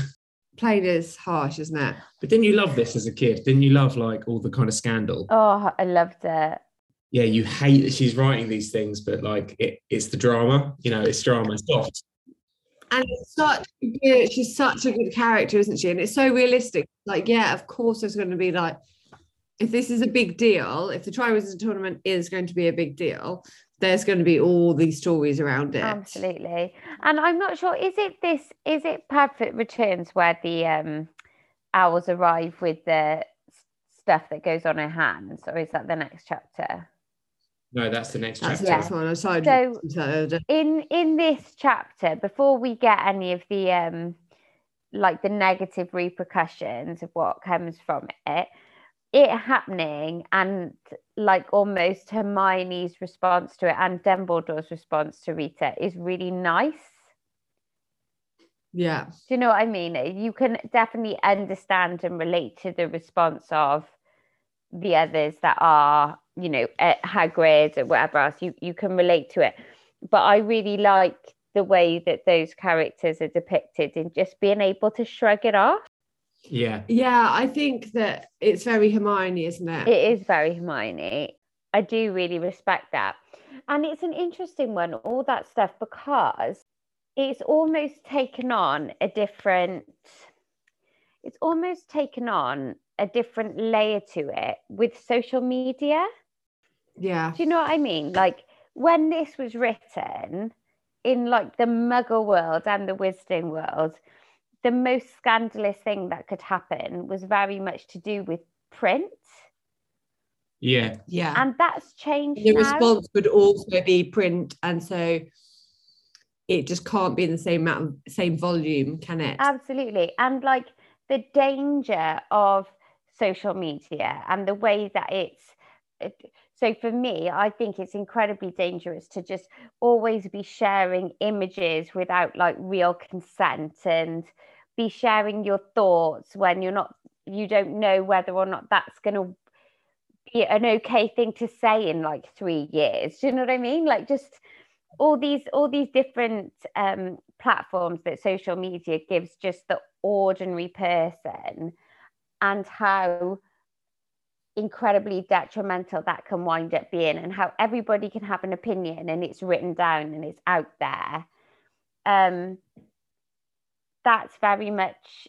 Speaker 2: plain is harsh isn't it
Speaker 1: But didn't you love this as a kid? Didn't you love like all the kind of scandal?
Speaker 3: Oh, I loved it.
Speaker 1: Yeah, you hate that she's writing these things, but like it, it's the drama. You know, it's drama. It's soft.
Speaker 2: and it's such a good, she's such a good character isn't she and it's so realistic like yeah of course there's going to be like if this is a big deal if the tri wizard tournament is going to be a big deal there's going to be all these stories around it
Speaker 3: Absolutely. And I'm not sure, is it this, is it Padfoot Returns where the um, owls arrive with the s- stuff that goes on her hands, or is that the next chapter?
Speaker 1: No, that's the next
Speaker 2: that's
Speaker 1: chapter.
Speaker 2: the
Speaker 3: Yeah.
Speaker 2: next one aside
Speaker 3: So-
Speaker 2: so,
Speaker 3: in in this chapter before we get any of the um like the negative repercussions of what comes from it it happening and like almost hermione's response to it and dumbledore's response to rita is really nice
Speaker 2: yeah
Speaker 3: do you know what i mean you can definitely understand and relate to the response of the others that are you know at Hagrid or whatever else you you can relate to it but I really like the way that those characters are depicted and just being able to shrug it off
Speaker 1: Yeah,
Speaker 2: yeah i think that it's very hermione isn't it,
Speaker 3: it is very Hermione I do really respect that and it's an interesting one all that stuff because it's almost taken on a different it's almost taken on a different layer to it with social media
Speaker 2: yeah
Speaker 3: Do you know what I mean? Like when this was written in like the muggle world and the wizarding world, the most scandalous thing that could happen was very much to do with print.
Speaker 1: yeah.
Speaker 2: yeah
Speaker 3: And that's changed.
Speaker 2: the
Speaker 3: now.
Speaker 2: response would also be print and so it just can't be in the same amount of same volume can it
Speaker 3: Absolutely. And like the danger of social media and the way that it's. it- so for me, I think it's incredibly dangerous to just always be sharing images without like real consent and be sharing your thoughts when you're not, you don't know whether or not that's going to be an okay thing to say in like three years. Do you know what I mean? Like just all these all these different um, platforms that social media gives just the ordinary person and how incredibly detrimental that can wind up being and how everybody can have an opinion and it's written down and it's out there um that's very much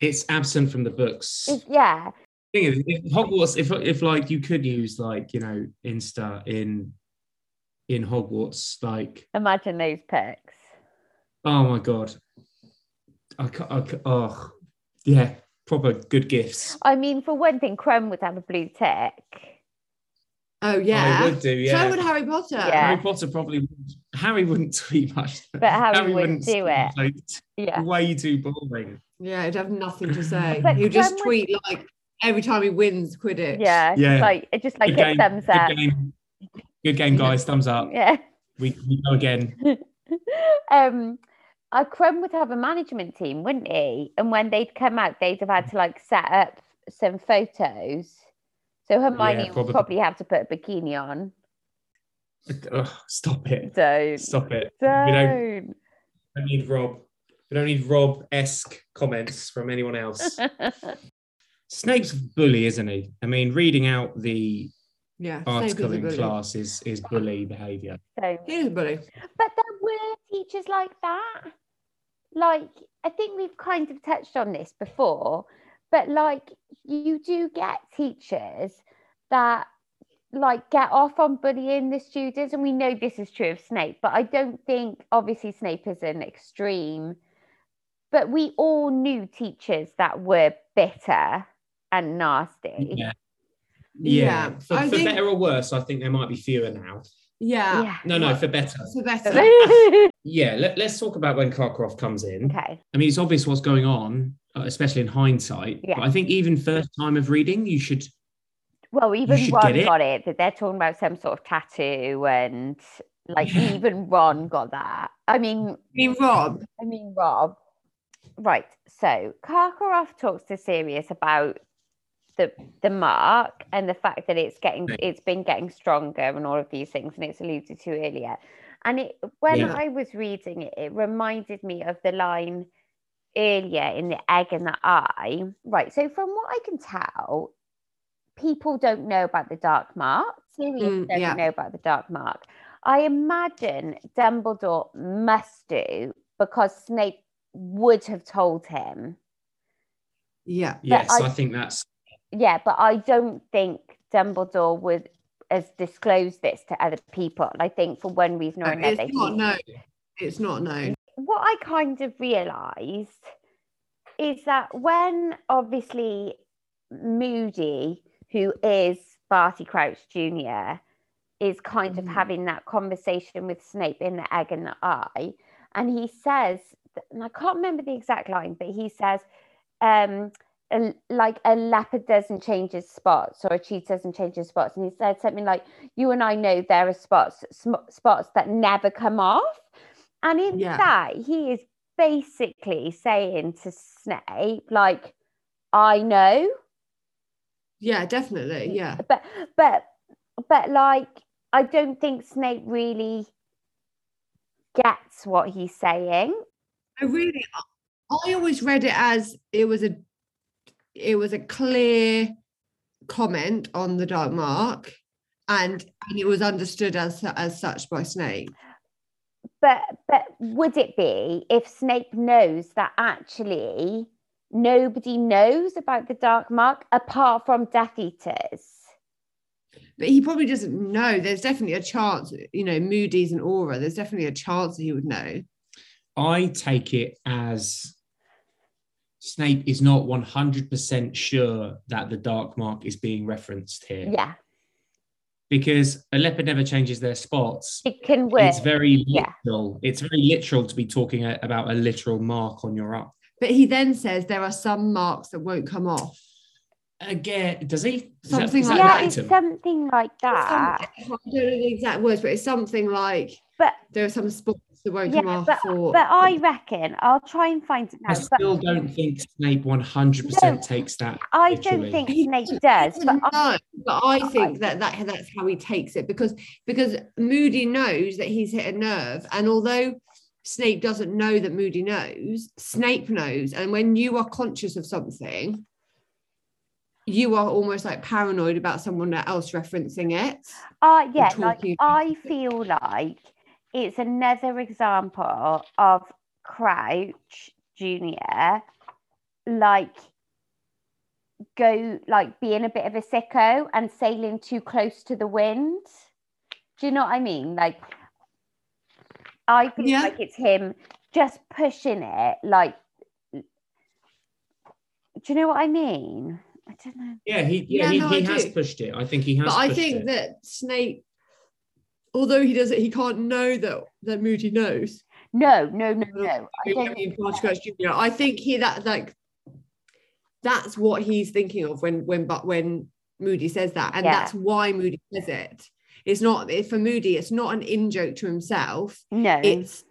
Speaker 1: It's absent from the books.
Speaker 3: is- yeah
Speaker 1: thing is, if Hogwarts, if if like you could use like you know Insta in in Hogwarts, like
Speaker 3: imagine those perks
Speaker 1: oh my god, I ca- I ca- oh yeah, proper good gifts.
Speaker 3: I mean, for one thing, Crumb would have a blue tick.
Speaker 2: Oh yeah.
Speaker 1: I would do. Yeah,
Speaker 2: So would Harry Potter.
Speaker 3: Yeah.
Speaker 1: Harry Potter probably. Wouldn't, Harry wouldn't tweet much,
Speaker 3: But Harry wouldn't do
Speaker 1: tweet,
Speaker 3: it.
Speaker 1: like,
Speaker 3: Yeah.
Speaker 1: Way too boring.
Speaker 2: Yeah, he'd have nothing to say.
Speaker 3: But
Speaker 2: He'll just
Speaker 3: Crumb would-
Speaker 2: tweet like every time he wins Quidditch.
Speaker 3: Yeah.
Speaker 1: Yeah.
Speaker 3: Like it just like
Speaker 1: Good game.
Speaker 3: it thumbs
Speaker 1: Good
Speaker 3: up.
Speaker 1: game. Good game, guys. Thumbs up.
Speaker 3: Yeah.
Speaker 1: We, we go again.
Speaker 3: um uh, Crumb would have a management team, wouldn't he? And when they'd come out, they'd have had to like set up some photos. So Hermione
Speaker 1: probably.
Speaker 3: would probably have to put a bikini on.
Speaker 1: Ugh, stop it.
Speaker 3: Don't.
Speaker 1: Stop it. We don't,
Speaker 3: Don't.
Speaker 1: don't need Rob. We don't need Rob esque comments from anyone else. Snape's a bully, isn't he? I mean, reading out the
Speaker 2: Yeah. Snape is a
Speaker 1: article in
Speaker 2: bully.
Speaker 1: class is is bully behaviour.
Speaker 3: Don't.
Speaker 2: He is a bully.
Speaker 3: But there were teachers like that. Like, I think we've kind of touched on this before, but like, you do get teachers that like get off on bullying the students. And we know this is true of Snape, but I don't think, obviously, Snape is an extreme, but we all knew teachers that were bitter and nasty.
Speaker 1: Yeah.
Speaker 2: Yeah,
Speaker 1: For,
Speaker 2: I
Speaker 1: for
Speaker 2: think-
Speaker 1: better or worse, I think there might be fewer now.
Speaker 2: Yeah.
Speaker 3: Yeah.
Speaker 1: No, no, for better.
Speaker 2: It's the best.
Speaker 1: Yeah, let, let's talk about when Clarkcroft comes in.
Speaker 3: okay.
Speaker 1: I mean, it's obvious what's going on, uh, especially in hindsight.
Speaker 3: Yeah.
Speaker 1: But I think even first time of reading, you should.
Speaker 3: Well, even
Speaker 1: should
Speaker 3: Ron
Speaker 1: get it.
Speaker 3: got it, but they're talking about some sort of tattoo, and like
Speaker 1: Yeah.
Speaker 3: even Ron got that. I mean,
Speaker 2: I mean, Rob.
Speaker 3: I mean Rob. Right. So Karkaroff talks to Sirius about the the mark and the fact that it's getting
Speaker 1: Yeah.
Speaker 3: it's been getting stronger and all of these things, and it's alluded to earlier. And it when
Speaker 1: Yeah.
Speaker 3: I was reading it, it reminded me of the line earlier in the egg and the eye. Right. So from what I can tell, people don't know about the dark mark. Sirius
Speaker 2: Mm,
Speaker 3: doesn't
Speaker 2: yeah.
Speaker 3: know about the dark mark. I imagine Dumbledore must do because Snape would have told him.
Speaker 2: Yeah.
Speaker 1: Yes,
Speaker 3: I-
Speaker 1: I think that's
Speaker 3: Yeah, but I don't think Dumbledore would has disclosed this to other people. I think for one reason or another.
Speaker 2: it's not
Speaker 3: he-
Speaker 2: known. It's not known.
Speaker 3: what I kind of realized is that when obviously Moody, who is Barty Crouch Jr., is kind of
Speaker 2: Mhm.
Speaker 3: having that conversation with Snape in the egg and the eye, and he says, and I can't remember the exact line, but he says, um, a- like a leopard doesn't change his spots or a cheetah doesn't change his spots. And he said something like, You and I know there are spots, sm- spots that never come off. And in
Speaker 2: Yeah.
Speaker 3: that, he is basically saying to Snape, like, I know,
Speaker 2: Yeah, definitely. Yeah.
Speaker 3: but but but like I don't think Snape really gets what he's saying.
Speaker 2: I really, I always read it as it was a, it was a clear comment on the dark mark, and and it was understood as as such by Snape.
Speaker 3: But but would it be if Snape knows that actually nobody knows about the Dark Mark apart from Death Eaters?
Speaker 2: But he probably doesn't know. There's definitely a chance, you know, Moody's and Aura. There's definitely a chance that he would know.
Speaker 1: I take it as Snape is not 100% sure that the dark mark is being referenced here.
Speaker 3: Yeah,
Speaker 1: Because a leopard never changes their spots.
Speaker 3: it can work.
Speaker 1: It's very
Speaker 3: yeah.
Speaker 1: literal. It's very literal to be talking a- about a literal mark on your arm.
Speaker 2: But he then says there are some marks that won't come off.
Speaker 1: Again, does he? Is
Speaker 2: Something
Speaker 1: is
Speaker 2: like
Speaker 3: yeah,
Speaker 2: that
Speaker 3: it's
Speaker 1: verbatim?
Speaker 3: something like that.
Speaker 2: Some- I don't know the exact words, but it's something like
Speaker 3: Ah. But-
Speaker 2: there are some spots that won't come
Speaker 3: Yeah,
Speaker 2: off.
Speaker 3: but,
Speaker 2: or,
Speaker 3: but I reckon I'll try and find it
Speaker 1: I
Speaker 3: now. But
Speaker 1: still don't think Snape 100%
Speaker 3: No,
Speaker 1: takes that.
Speaker 3: I don't
Speaker 1: literally.
Speaker 3: think
Speaker 2: He
Speaker 3: Snape
Speaker 2: doesn't-
Speaker 3: does.
Speaker 2: Well,
Speaker 3: But I-
Speaker 2: no, but I think that, that that's how he takes it because because Moody knows that he's hit a nerve, and although Snape doesn't know that Moody knows, Snape knows, and when you are conscious of something, you are almost like paranoid about someone else referencing it.
Speaker 3: Uh, yeah, like
Speaker 2: talking about
Speaker 3: I feel like it's another example of Crouch Junior, like go like being a bit of a sicko and sailing too close to the wind. Do you know what I mean? Like, I feel
Speaker 2: Yeah.
Speaker 3: like it's him just pushing it, like Do you know what I mean? I don't know.
Speaker 1: Yeah, he yeah,
Speaker 2: Yeah,
Speaker 1: he,
Speaker 2: no,
Speaker 1: he
Speaker 2: I
Speaker 1: has
Speaker 2: do.
Speaker 1: pushed it. I think he has.
Speaker 2: But I
Speaker 1: pushed
Speaker 2: think
Speaker 1: it.
Speaker 2: that Snape, although he does it, he can't know that that Moody knows.
Speaker 3: No, no, no, no. I
Speaker 2: I
Speaker 3: don't
Speaker 2: mean, Fudge Junior. I think he that like that's what he's thinking of when when but when Moody says that, and
Speaker 3: Yeah.
Speaker 2: that's why Moody says it. It's not for Moody. It's not an in joke to himself.
Speaker 3: no.
Speaker 2: It's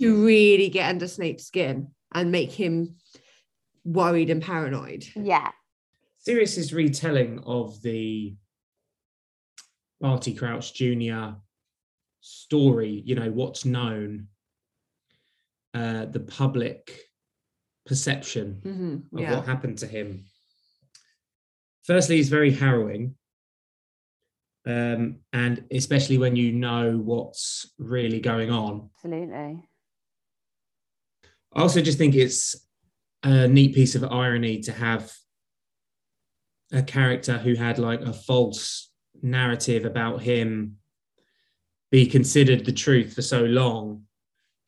Speaker 2: to really get under Snape's skin and make him worried and paranoid.
Speaker 3: yeah,
Speaker 1: Sirius's retelling of the Barty Crouch Jr. story, you know, what's known, uh, the public perception
Speaker 2: Mhm,
Speaker 1: of
Speaker 2: Yeah.
Speaker 1: what happened to him. Firstly, it's very harrowing. Um, and especially when you know what's really going on.
Speaker 3: absolutely.
Speaker 1: I also just think it's a neat piece of irony to have a character who had like a false narrative about him be considered the truth for so long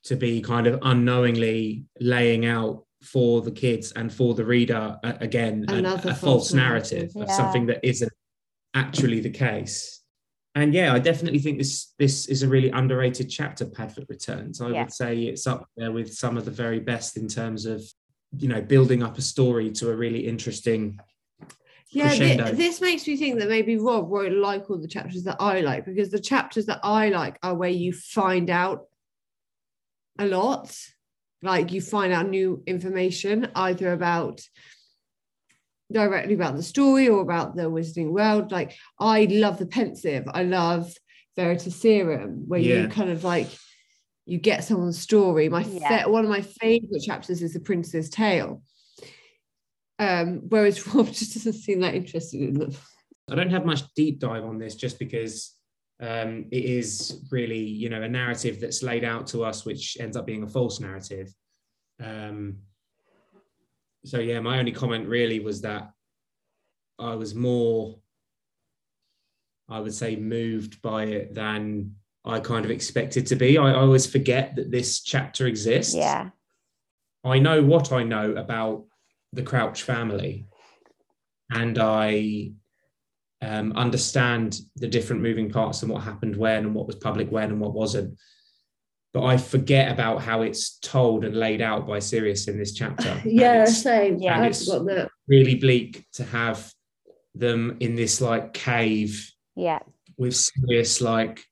Speaker 1: to be kind of unknowingly laying out for the kids and for the reader uh, again a,
Speaker 2: Another
Speaker 1: a
Speaker 2: false
Speaker 1: false narrative
Speaker 2: narrative,
Speaker 1: of
Speaker 3: yeah.
Speaker 1: something that isn't actually the case and yeah i definitely think this this is a really underrated chapter padfoot returns i
Speaker 3: Yeah.
Speaker 1: would say it's up there with some of the very best in terms of you know building up a story to a really interesting
Speaker 2: Yeah, thi-
Speaker 1: crescendo.
Speaker 2: this makes me think that maybe Rob won't like all the chapters that I like because the chapters that I like are where you find out a lot. Like you find out new information either about directly about the story or about the Wizarding World. Like I love the pensive. I love Veritas Serum, where
Speaker 1: Yeah.
Speaker 2: you kind of like you get someone's story. My fa-
Speaker 3: Yeah.
Speaker 2: one of my favorite chapters is the Prince's Tale. Um, whereas Rob just doesn't seem that interested in them.
Speaker 1: I don't have much deep dive on this just because um, it is really, you know, a narrative that's laid out to us, which ends up being a false narrative. Um, so yeah, my only comment really was that I was more, I would say, moved by it than I kind of expected to be. I, I always forget that this chapter exists.
Speaker 3: Yeah,
Speaker 1: I know what I know about the Crouch family, and I um, understand the different moving parts and what happened when and what was public when and what wasn't. But I forget about how it's told and laid out by Sirius in this chapter. And it's
Speaker 2: same.
Speaker 3: Yeah.
Speaker 1: I forgot
Speaker 2: that.
Speaker 1: really bleak to have them in this like cave
Speaker 3: yeah,
Speaker 1: with Sirius like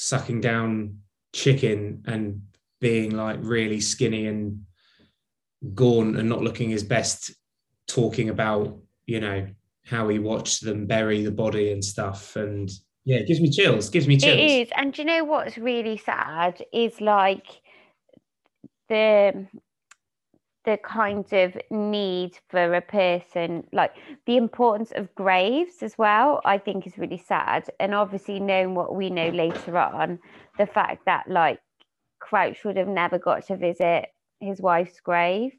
Speaker 1: sucking down chicken and being like really skinny and gaunt and not looking his best, talking about, you know, how he watched them bury the body and stuff. And yeah, it gives me chills, gives me chills.
Speaker 3: it is. And do you know what's really sad is like the the kind of need for a person, like the importance of graves as well. I think is really sad, and obviously knowing what we know later on, the fact that like Crouch would have never got to visit his wife's grave,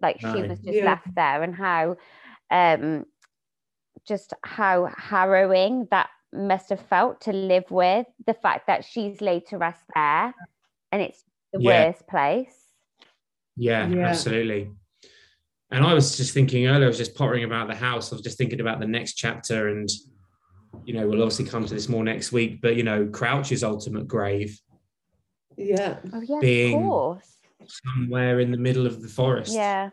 Speaker 3: like she
Speaker 1: No.
Speaker 3: was just
Speaker 2: Yeah.
Speaker 3: left there, and how um just how harrowing that must have felt to live with the fact that she's laid to rest there and it's the
Speaker 1: Yeah.
Speaker 3: worst place
Speaker 1: Yeah,
Speaker 2: Yeah.
Speaker 1: absolutely. And I was just thinking earlier, I was just pottering about the house. I was just thinking about the next chapter, and you know, we'll obviously come to this more next week. But you know, Crouch's ultimate grave
Speaker 2: Yeah.
Speaker 3: oh yeah
Speaker 1: Being-
Speaker 3: of course
Speaker 1: somewhere in the middle of the forest.
Speaker 3: yeah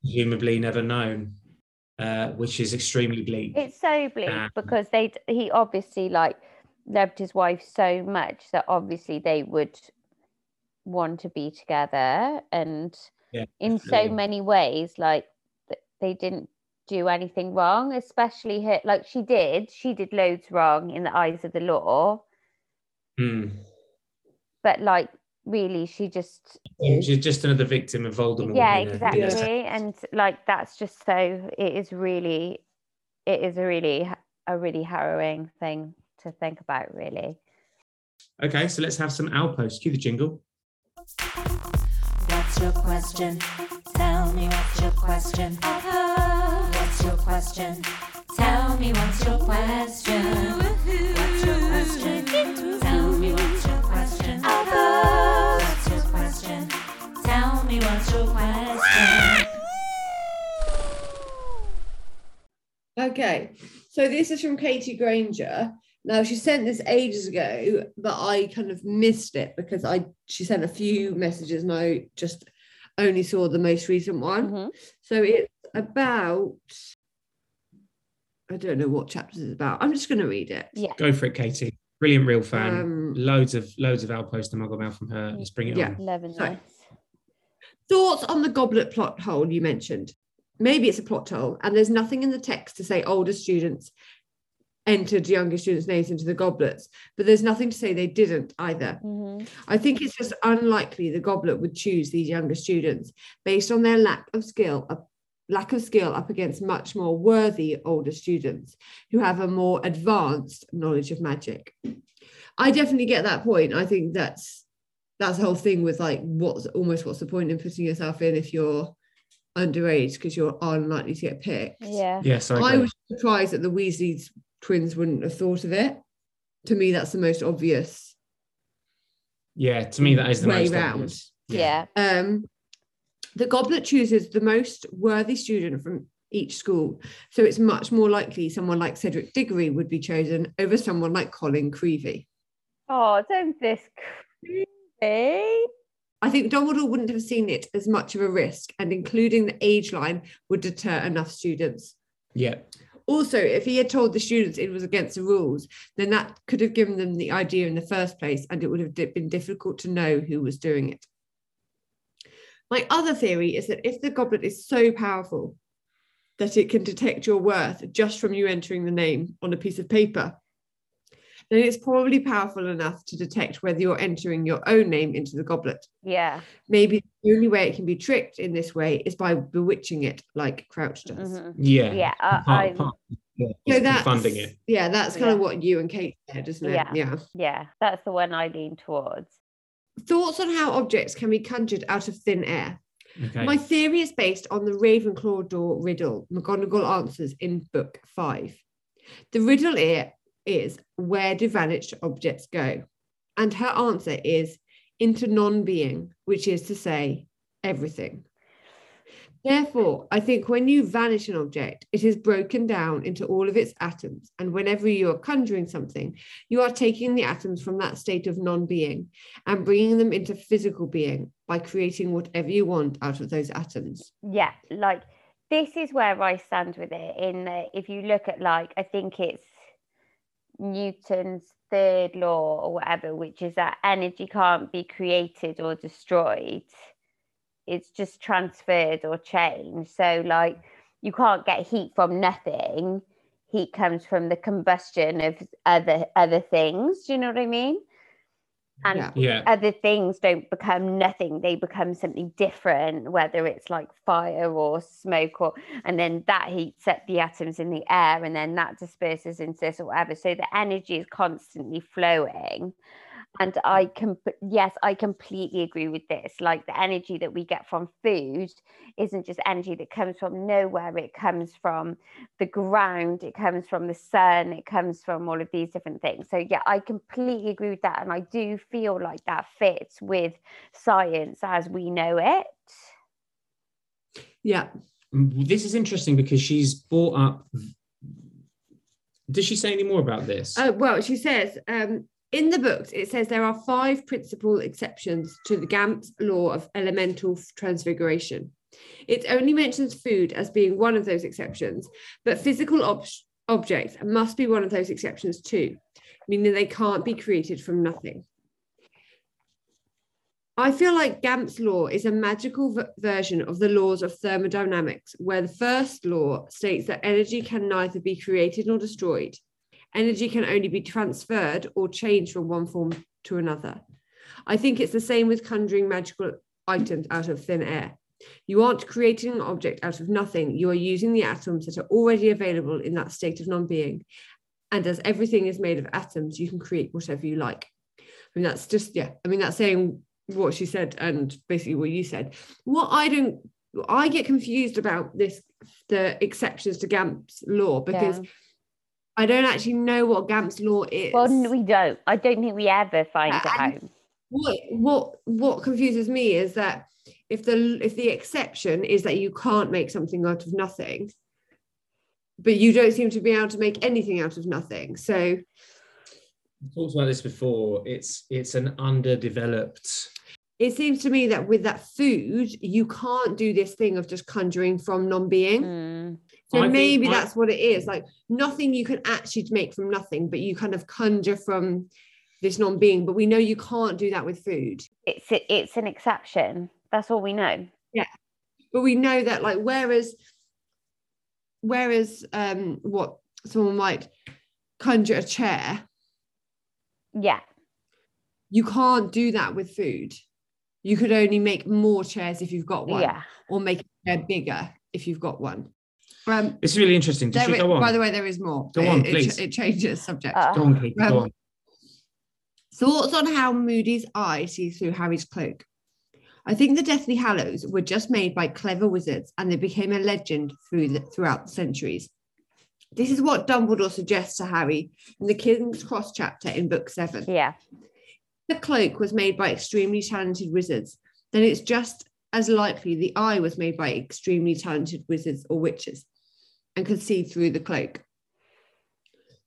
Speaker 1: presumably never known, uh, which is extremely bleak.
Speaker 3: it's so bleak
Speaker 1: Um,
Speaker 3: because they he obviously like loved his wife so much that obviously they would want to be together and
Speaker 1: Yeah,
Speaker 3: in so
Speaker 1: definitely.
Speaker 3: many ways like th- they didn't do anything wrong especially her like she did she did loads wrong in the eyes of the law
Speaker 1: Mm.
Speaker 3: but like really she just
Speaker 1: She's just another victim of Voldemort.
Speaker 3: yeah
Speaker 1: you know.
Speaker 3: exactly
Speaker 1: Yes.
Speaker 3: and like that's just so it is really it is a really a really harrowing thing to think about really
Speaker 1: Okay, so let's have some outposts. Cue the jingle.
Speaker 5: What's your question? Tell me what's your question.
Speaker 6: Uh-huh.
Speaker 5: What's your question? Tell me what's your question. What's your question? Tell me what's your question. What's your question? Tell me what's your question.
Speaker 2: Okay, so this is from Katie Granger. Now she sent this ages ago, but I kind of missed it because I she sent a few messages and I just only saw the most recent one.
Speaker 3: Mhm.
Speaker 2: So it's about I don't know what chapters it's about. I'm just going to read it.
Speaker 3: Yeah.
Speaker 1: Go for it, Katie. Brilliant, real fan.
Speaker 2: Um,
Speaker 1: loads of loads of outposts to muggle mouth from her. Let's bring it
Speaker 2: Yeah.
Speaker 1: on.
Speaker 3: Loving
Speaker 2: So-
Speaker 3: this.
Speaker 2: Thoughts on the goblet plot hole you mentioned? Maybe it's a plot hole, and there's nothing in the text to say older students entered younger students' names into the goblets, but there's nothing to say they didn't either.
Speaker 3: Mhm.
Speaker 2: I think it's just unlikely the goblet would choose these younger students based on their lack of skill, up- lack of skill up against much more worthy older students who have a more advanced knowledge of magic. I definitely get that point. I think that's that's the whole thing with like what's almost what's the point in putting yourself in if you're underage because you're unlikely to get picked.
Speaker 3: Yeah.
Speaker 1: Yes, I,
Speaker 2: I
Speaker 1: agree.
Speaker 2: was surprised that the Weasley twins wouldn't have thought of it. To me, that's the most obvious
Speaker 1: yeah, to me that is the
Speaker 2: way
Speaker 1: most
Speaker 2: round.
Speaker 1: obvious.
Speaker 3: Yeah.
Speaker 2: Um, the goblet chooses the most worthy student from each school, so it's much more likely someone like Cedric Diggory would be chosen over someone like Colin Creevy.
Speaker 3: Oh, don't this creepy.
Speaker 2: I think Dumbledore wouldn't have seen it as much of a risk, and including the age line would deter enough students.
Speaker 1: Yeah.
Speaker 2: Also, if he had told the students it was against the rules, then that could have given them the idea in the first place, and it would have di- been difficult to know who was doing it. My other theory is that if the goblet is so powerful that it can detect your worth just from you entering the name on a piece of paper, then it's probably powerful enough to detect whether you're entering your own name into the goblet.
Speaker 3: Yeah.
Speaker 2: Maybe the only way it can be tricked in this way is by bewitching it, like Crouch does.
Speaker 3: Mhm.
Speaker 1: Yeah.
Speaker 3: Yeah.
Speaker 1: Part,
Speaker 3: I, I'm-
Speaker 1: part- yeah,
Speaker 2: So
Speaker 1: it's
Speaker 2: that's
Speaker 1: funding it.
Speaker 2: Yeah, that's kind of
Speaker 3: Yeah.
Speaker 2: what you and Kate said, isn't it?
Speaker 3: Yeah.
Speaker 2: yeah.
Speaker 3: yeah. That's the one I lean towards.
Speaker 2: Thoughts on how objects can be conjured out of thin air.
Speaker 1: Okay.
Speaker 2: My theory is based on the Ravenclaw door riddle McGonagall answers in book five. The riddle here is where do vanished objects go? And her answer is into non being, which is to say, everything. Therefore, I think when you vanish an object, it is broken down into all of its atoms. And whenever you are conjuring something, you are taking the atoms from that state of non being and bringing them into physical being by creating whatever you want out of those atoms.
Speaker 3: yeah like this is where i stand with it in that if you look at like i think it's newton's third law or whatever which is that energy can't be created or destroyed it's just transferred or changed so like you can't get heat from nothing heat comes from the combustion of other other things do you know what i mean and
Speaker 2: Yeah.
Speaker 1: yeah.
Speaker 3: other things don't become nothing they become something different whether it's like fire or smoke or and then that heats up the atoms in the air and then that disperses into this or whatever so the energy is constantly flowing and i can yes i completely agree with this like the energy that we get from food isn't just energy that comes from nowhere it comes from the ground it comes from the sun it comes from all of these different things so yeah i completely agree with that and i do feel like that fits with science as we know it
Speaker 2: Yeah.
Speaker 1: This is interesting because she's brought up. Does she say any more about this?
Speaker 2: Uh, well, she says um, in the books, it says there are five principal exceptions to the Gamp's law of elemental f- transfiguration. It only mentions food as being one of those exceptions, but physical ob- objects must be one of those exceptions too, meaning they can't be created from nothing. I feel like Gamp's law is a magical v- version of the laws of thermodynamics, where the first law states that energy can neither be created nor destroyed energy can only be transferred or changed from one form to another. I think it's the same with conjuring magical items out of thin air. You aren't creating an object out of nothing, you are using the atoms that are already available in that state of non being. And as everything is made of atoms, you can create whatever you like. I mean, that's just, yeah, I mean, that's saying what she said and basically what you said. What I don't, I get confused about this, the exceptions to Gamp's law, because I don't actually know what Gamp's law is.
Speaker 3: well n- we don't i don't think we ever find
Speaker 2: Yeah,
Speaker 3: out
Speaker 2: and- what what what confuses me is that if the if the exception is that you can't make something out of nothing, but you don't seem to be able to make anything out of nothing. So
Speaker 1: We talked about this before. It's it's an underdeveloped.
Speaker 2: it seems to me that with that food, you can't do this thing of just conjuring from non being.
Speaker 3: Mm.
Speaker 1: I
Speaker 2: So
Speaker 1: think
Speaker 2: maybe
Speaker 1: I-
Speaker 2: that's what it is. Like nothing you can actually make from nothing, but you kind of conjure from this non being. But we know you can't do that with food.
Speaker 3: It's it's an exception. That's all we know.
Speaker 2: but we know that like whereas whereas um what someone might conjure a chair
Speaker 3: Yeah.
Speaker 2: you can't do that with food you could only make more chairs if you've got one
Speaker 3: Yeah.
Speaker 2: or make a chair bigger if you've got one um
Speaker 1: It's really interesting. Just
Speaker 2: there
Speaker 1: should
Speaker 2: i-
Speaker 1: go on.
Speaker 2: by the way there is more
Speaker 1: Go
Speaker 2: It-
Speaker 1: on,
Speaker 2: it,
Speaker 1: please.
Speaker 2: It, changes subject
Speaker 3: Uh,
Speaker 1: go on, Kate, go
Speaker 2: Um,
Speaker 1: on.
Speaker 2: Thoughts on how Moody's eye sees through Harry's cloak. I think the Deathly Hallows were just made by clever wizards and they became a legend through the, throughout the centuries. This is what Dumbledore suggests to Harry in the King's Cross chapter in Book 7.
Speaker 3: yeah.
Speaker 2: The cloak was made by extremely talented wizards, then it's just as likely the eye was made by extremely talented wizards or witches and could see through the cloak.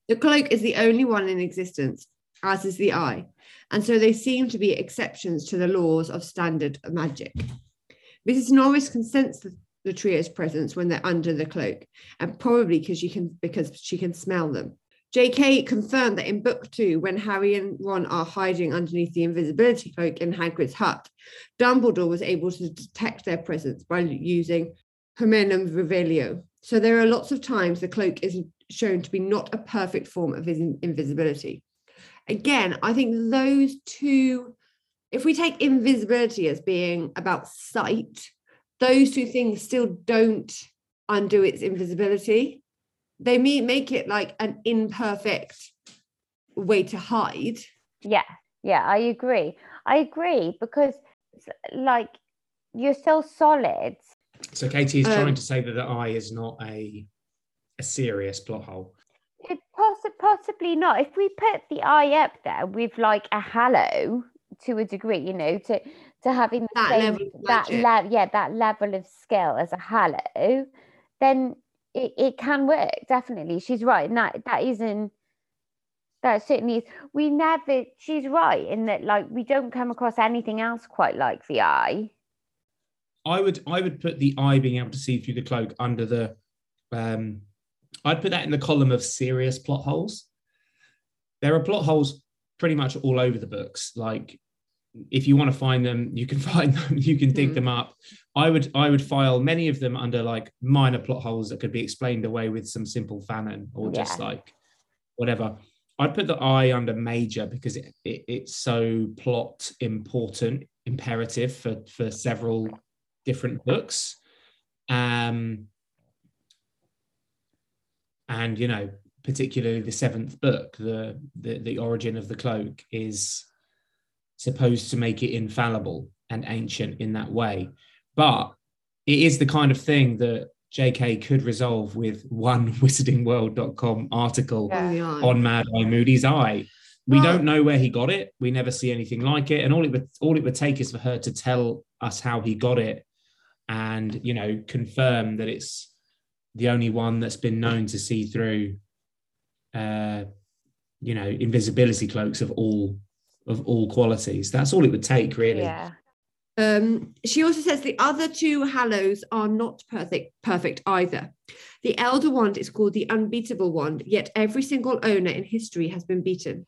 Speaker 2: The cloak is the only one in existence, as is the eye, and so they seem to be exceptions to the laws of standard magic. Mrs. Norris can sense the, the trio's presence when they're under the cloak, and probably because she can because she can smell them. JK confirmed that in book two, when Harry and Ron are hiding underneath the invisibility cloak in Hagrid's hut, Dumbledore was able to detect their presence by using Hominum Revelio. So there are lots of times the cloak is shown to be not a perfect form of in- invisibility. Again, I think those two, if we take invisibility as being about sight, those two things still don't undo its invisibility they may make it like an imperfect way to hide.
Speaker 3: Yeah, yeah, I agree. I agree because it's like you're so solid.
Speaker 1: So Katie is
Speaker 2: um,
Speaker 1: trying to say that the eye is not a a serious plot hole.
Speaker 3: It possi- possibly not. If we put the eye up there with like a hallow to a degree, you know, to to having the
Speaker 2: That
Speaker 3: same-
Speaker 2: level of
Speaker 3: that
Speaker 2: magic.
Speaker 3: level, yeah, that level of skill as a hallow, then it, it can work definitely. She's right, and that that isn't that certainly is. We never. She's right in that like we don't come across anything else quite like the eye.
Speaker 1: I would I would put the eye being able to see through the cloak under the um I'd put that in the column of serious plot holes. There are plot holes pretty much all over the books. Like if you want to find them, you can find them, you can dig
Speaker 2: Mm.
Speaker 1: them up. I would I would file many of them under like minor plot holes that could be explained away with some simple fanon or just
Speaker 3: Yeah.
Speaker 1: like whatever. I'd put the eye under major because it, it, it's so plot important, imperative for for several different books. Um, and you know, particularly the seventh book, the, the the origin of the cloak is supposed to make it infallible and ancient in that way, but it is the kind of thing that J.K. could resolve with one wizardingworld.com article
Speaker 2: Oh,
Speaker 3: Yeah.
Speaker 1: on Mad Eye Moody's eye. We
Speaker 2: Well-
Speaker 1: don't know where he got it. We never see anything like it, and all it would all it would take is for her to tell us how he got it, and you know confirm that it's the only one that's been known to see through, uh, you know, invisibility cloaks of all of all qualities. That's all it would take, really.
Speaker 3: Yeah.
Speaker 2: Um, she also says the other two hallows are not perfect, perfect either. The Elder Wand is called the Unbeatable Wand, yet every single owner in history has been beaten.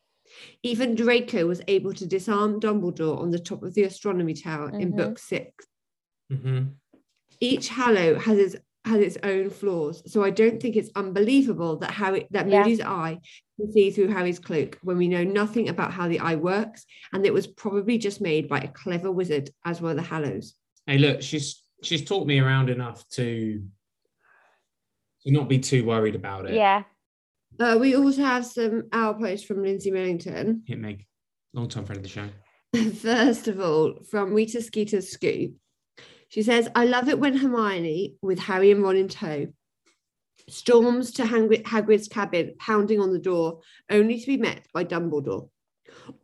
Speaker 2: Even Draco was able to disarm Dumbledore on the top of the astronomy tower in
Speaker 3: Mhm.
Speaker 2: Book Six.
Speaker 1: Mhm.
Speaker 2: Each hallow has its has its own flaws, so I don't think it's unbelievable that Harry that
Speaker 3: Yeah.
Speaker 2: Moody's eye can see through Harry's cloak when we know nothing about how the eye works, and it was probably just made by a clever wizard, as were the hallows.
Speaker 1: Hey, look, she's she's taught me around enough to to not be too worried about it.
Speaker 3: Yeah.
Speaker 2: Uh, we also have some our posts from Lindsay Millington.
Speaker 1: hit me. Long time friend of the show.
Speaker 2: First of all, from Rita Skeeter's Scoop. She says, I love it when Hermione, with Harry and Ron in tow, storms to Hagrid- Hagrid's cabin, pounding on the door, only to be met by Dumbledore.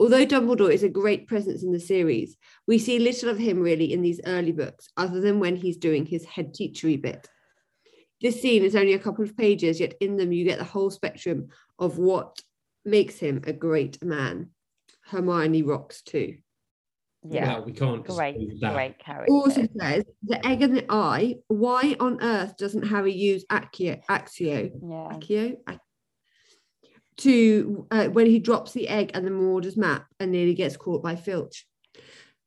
Speaker 2: Although Dumbledore is a great presence in the series, we see little of him really in these early books, other than when he's doing his head teachery bit. This scene is only a couple of pages, yet in them you get the whole spectrum of what makes him a great man. Hermione rocks too.
Speaker 3: Yeah.
Speaker 1: Well, we can't.
Speaker 3: Great,
Speaker 1: dispute that.
Speaker 3: great character.
Speaker 2: Also says the egg and the eye. Why on earth doesn't Harry use accio, axio,
Speaker 3: Yeah.
Speaker 2: accio, Ac- to uh, when he drops the egg and the Marauders map and nearly gets caught by Filch?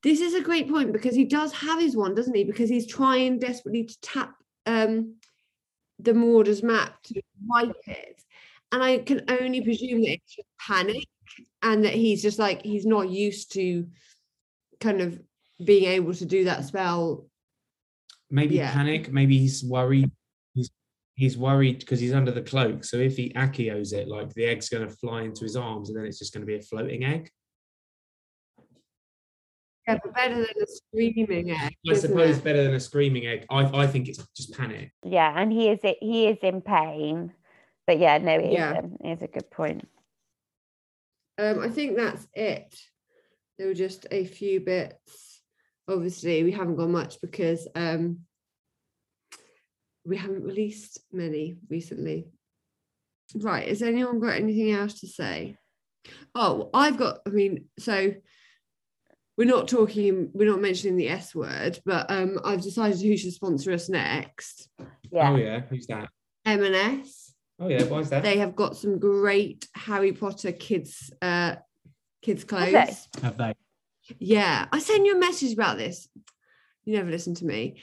Speaker 2: This is a great point because he does have his one, doesn't he? Because he's trying desperately to tap um, the Marauders map to wipe it, and I can only presume that it's just panic and that he's just like he's not used to kind of being able to do that spell
Speaker 1: Maybe
Speaker 2: Yeah.
Speaker 1: panic. Maybe he's worried. He's, he's worried because he's under the cloak. So if he accios it, like the egg's going to fly into his arms, and then it's just going to be a floating egg.
Speaker 2: Yeah, but better than a screaming egg.
Speaker 1: I
Speaker 2: isn't
Speaker 1: suppose
Speaker 2: it?
Speaker 1: better than a screaming egg. I, I think it's just panic.
Speaker 3: Yeah, and he is he is in pain. But yeah, no, it is
Speaker 2: Yeah.
Speaker 3: um, it is a good point.
Speaker 2: Um, I think that's it. There were just a few bits. Obviously, we haven't got much because um, we haven't released many recently. Right. Has anyone got anything else to say? Oh, I've got. I mean, so we're not talking. We're not mentioning the S word, but um, I've decided who should sponsor us next.
Speaker 3: Yeah.
Speaker 1: Oh yeah, who's that?
Speaker 2: M&S.
Speaker 1: Oh yeah, why is that?
Speaker 2: they have got some great Harry Potter kids uh kids
Speaker 3: Have
Speaker 2: clothes.
Speaker 3: they?
Speaker 1: Have they?
Speaker 2: Yeah, I sent you a message about this. You never listen to me.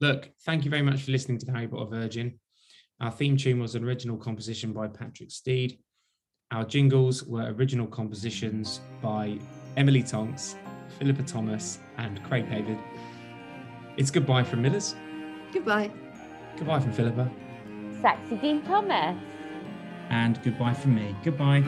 Speaker 1: Look, thank you very much for listening to Harry Potter Virgin. Our theme tune was an original composition by Patrick Steed. Our jingles were original compositions by Emily Tonks, Philippa Thomas, and Craig David. It's goodbye from Millers.
Speaker 2: Goodbye.
Speaker 1: Goodbye from Philippa.
Speaker 3: Saxy Dean Thomas.
Speaker 1: And goodbye from me. Goodbye.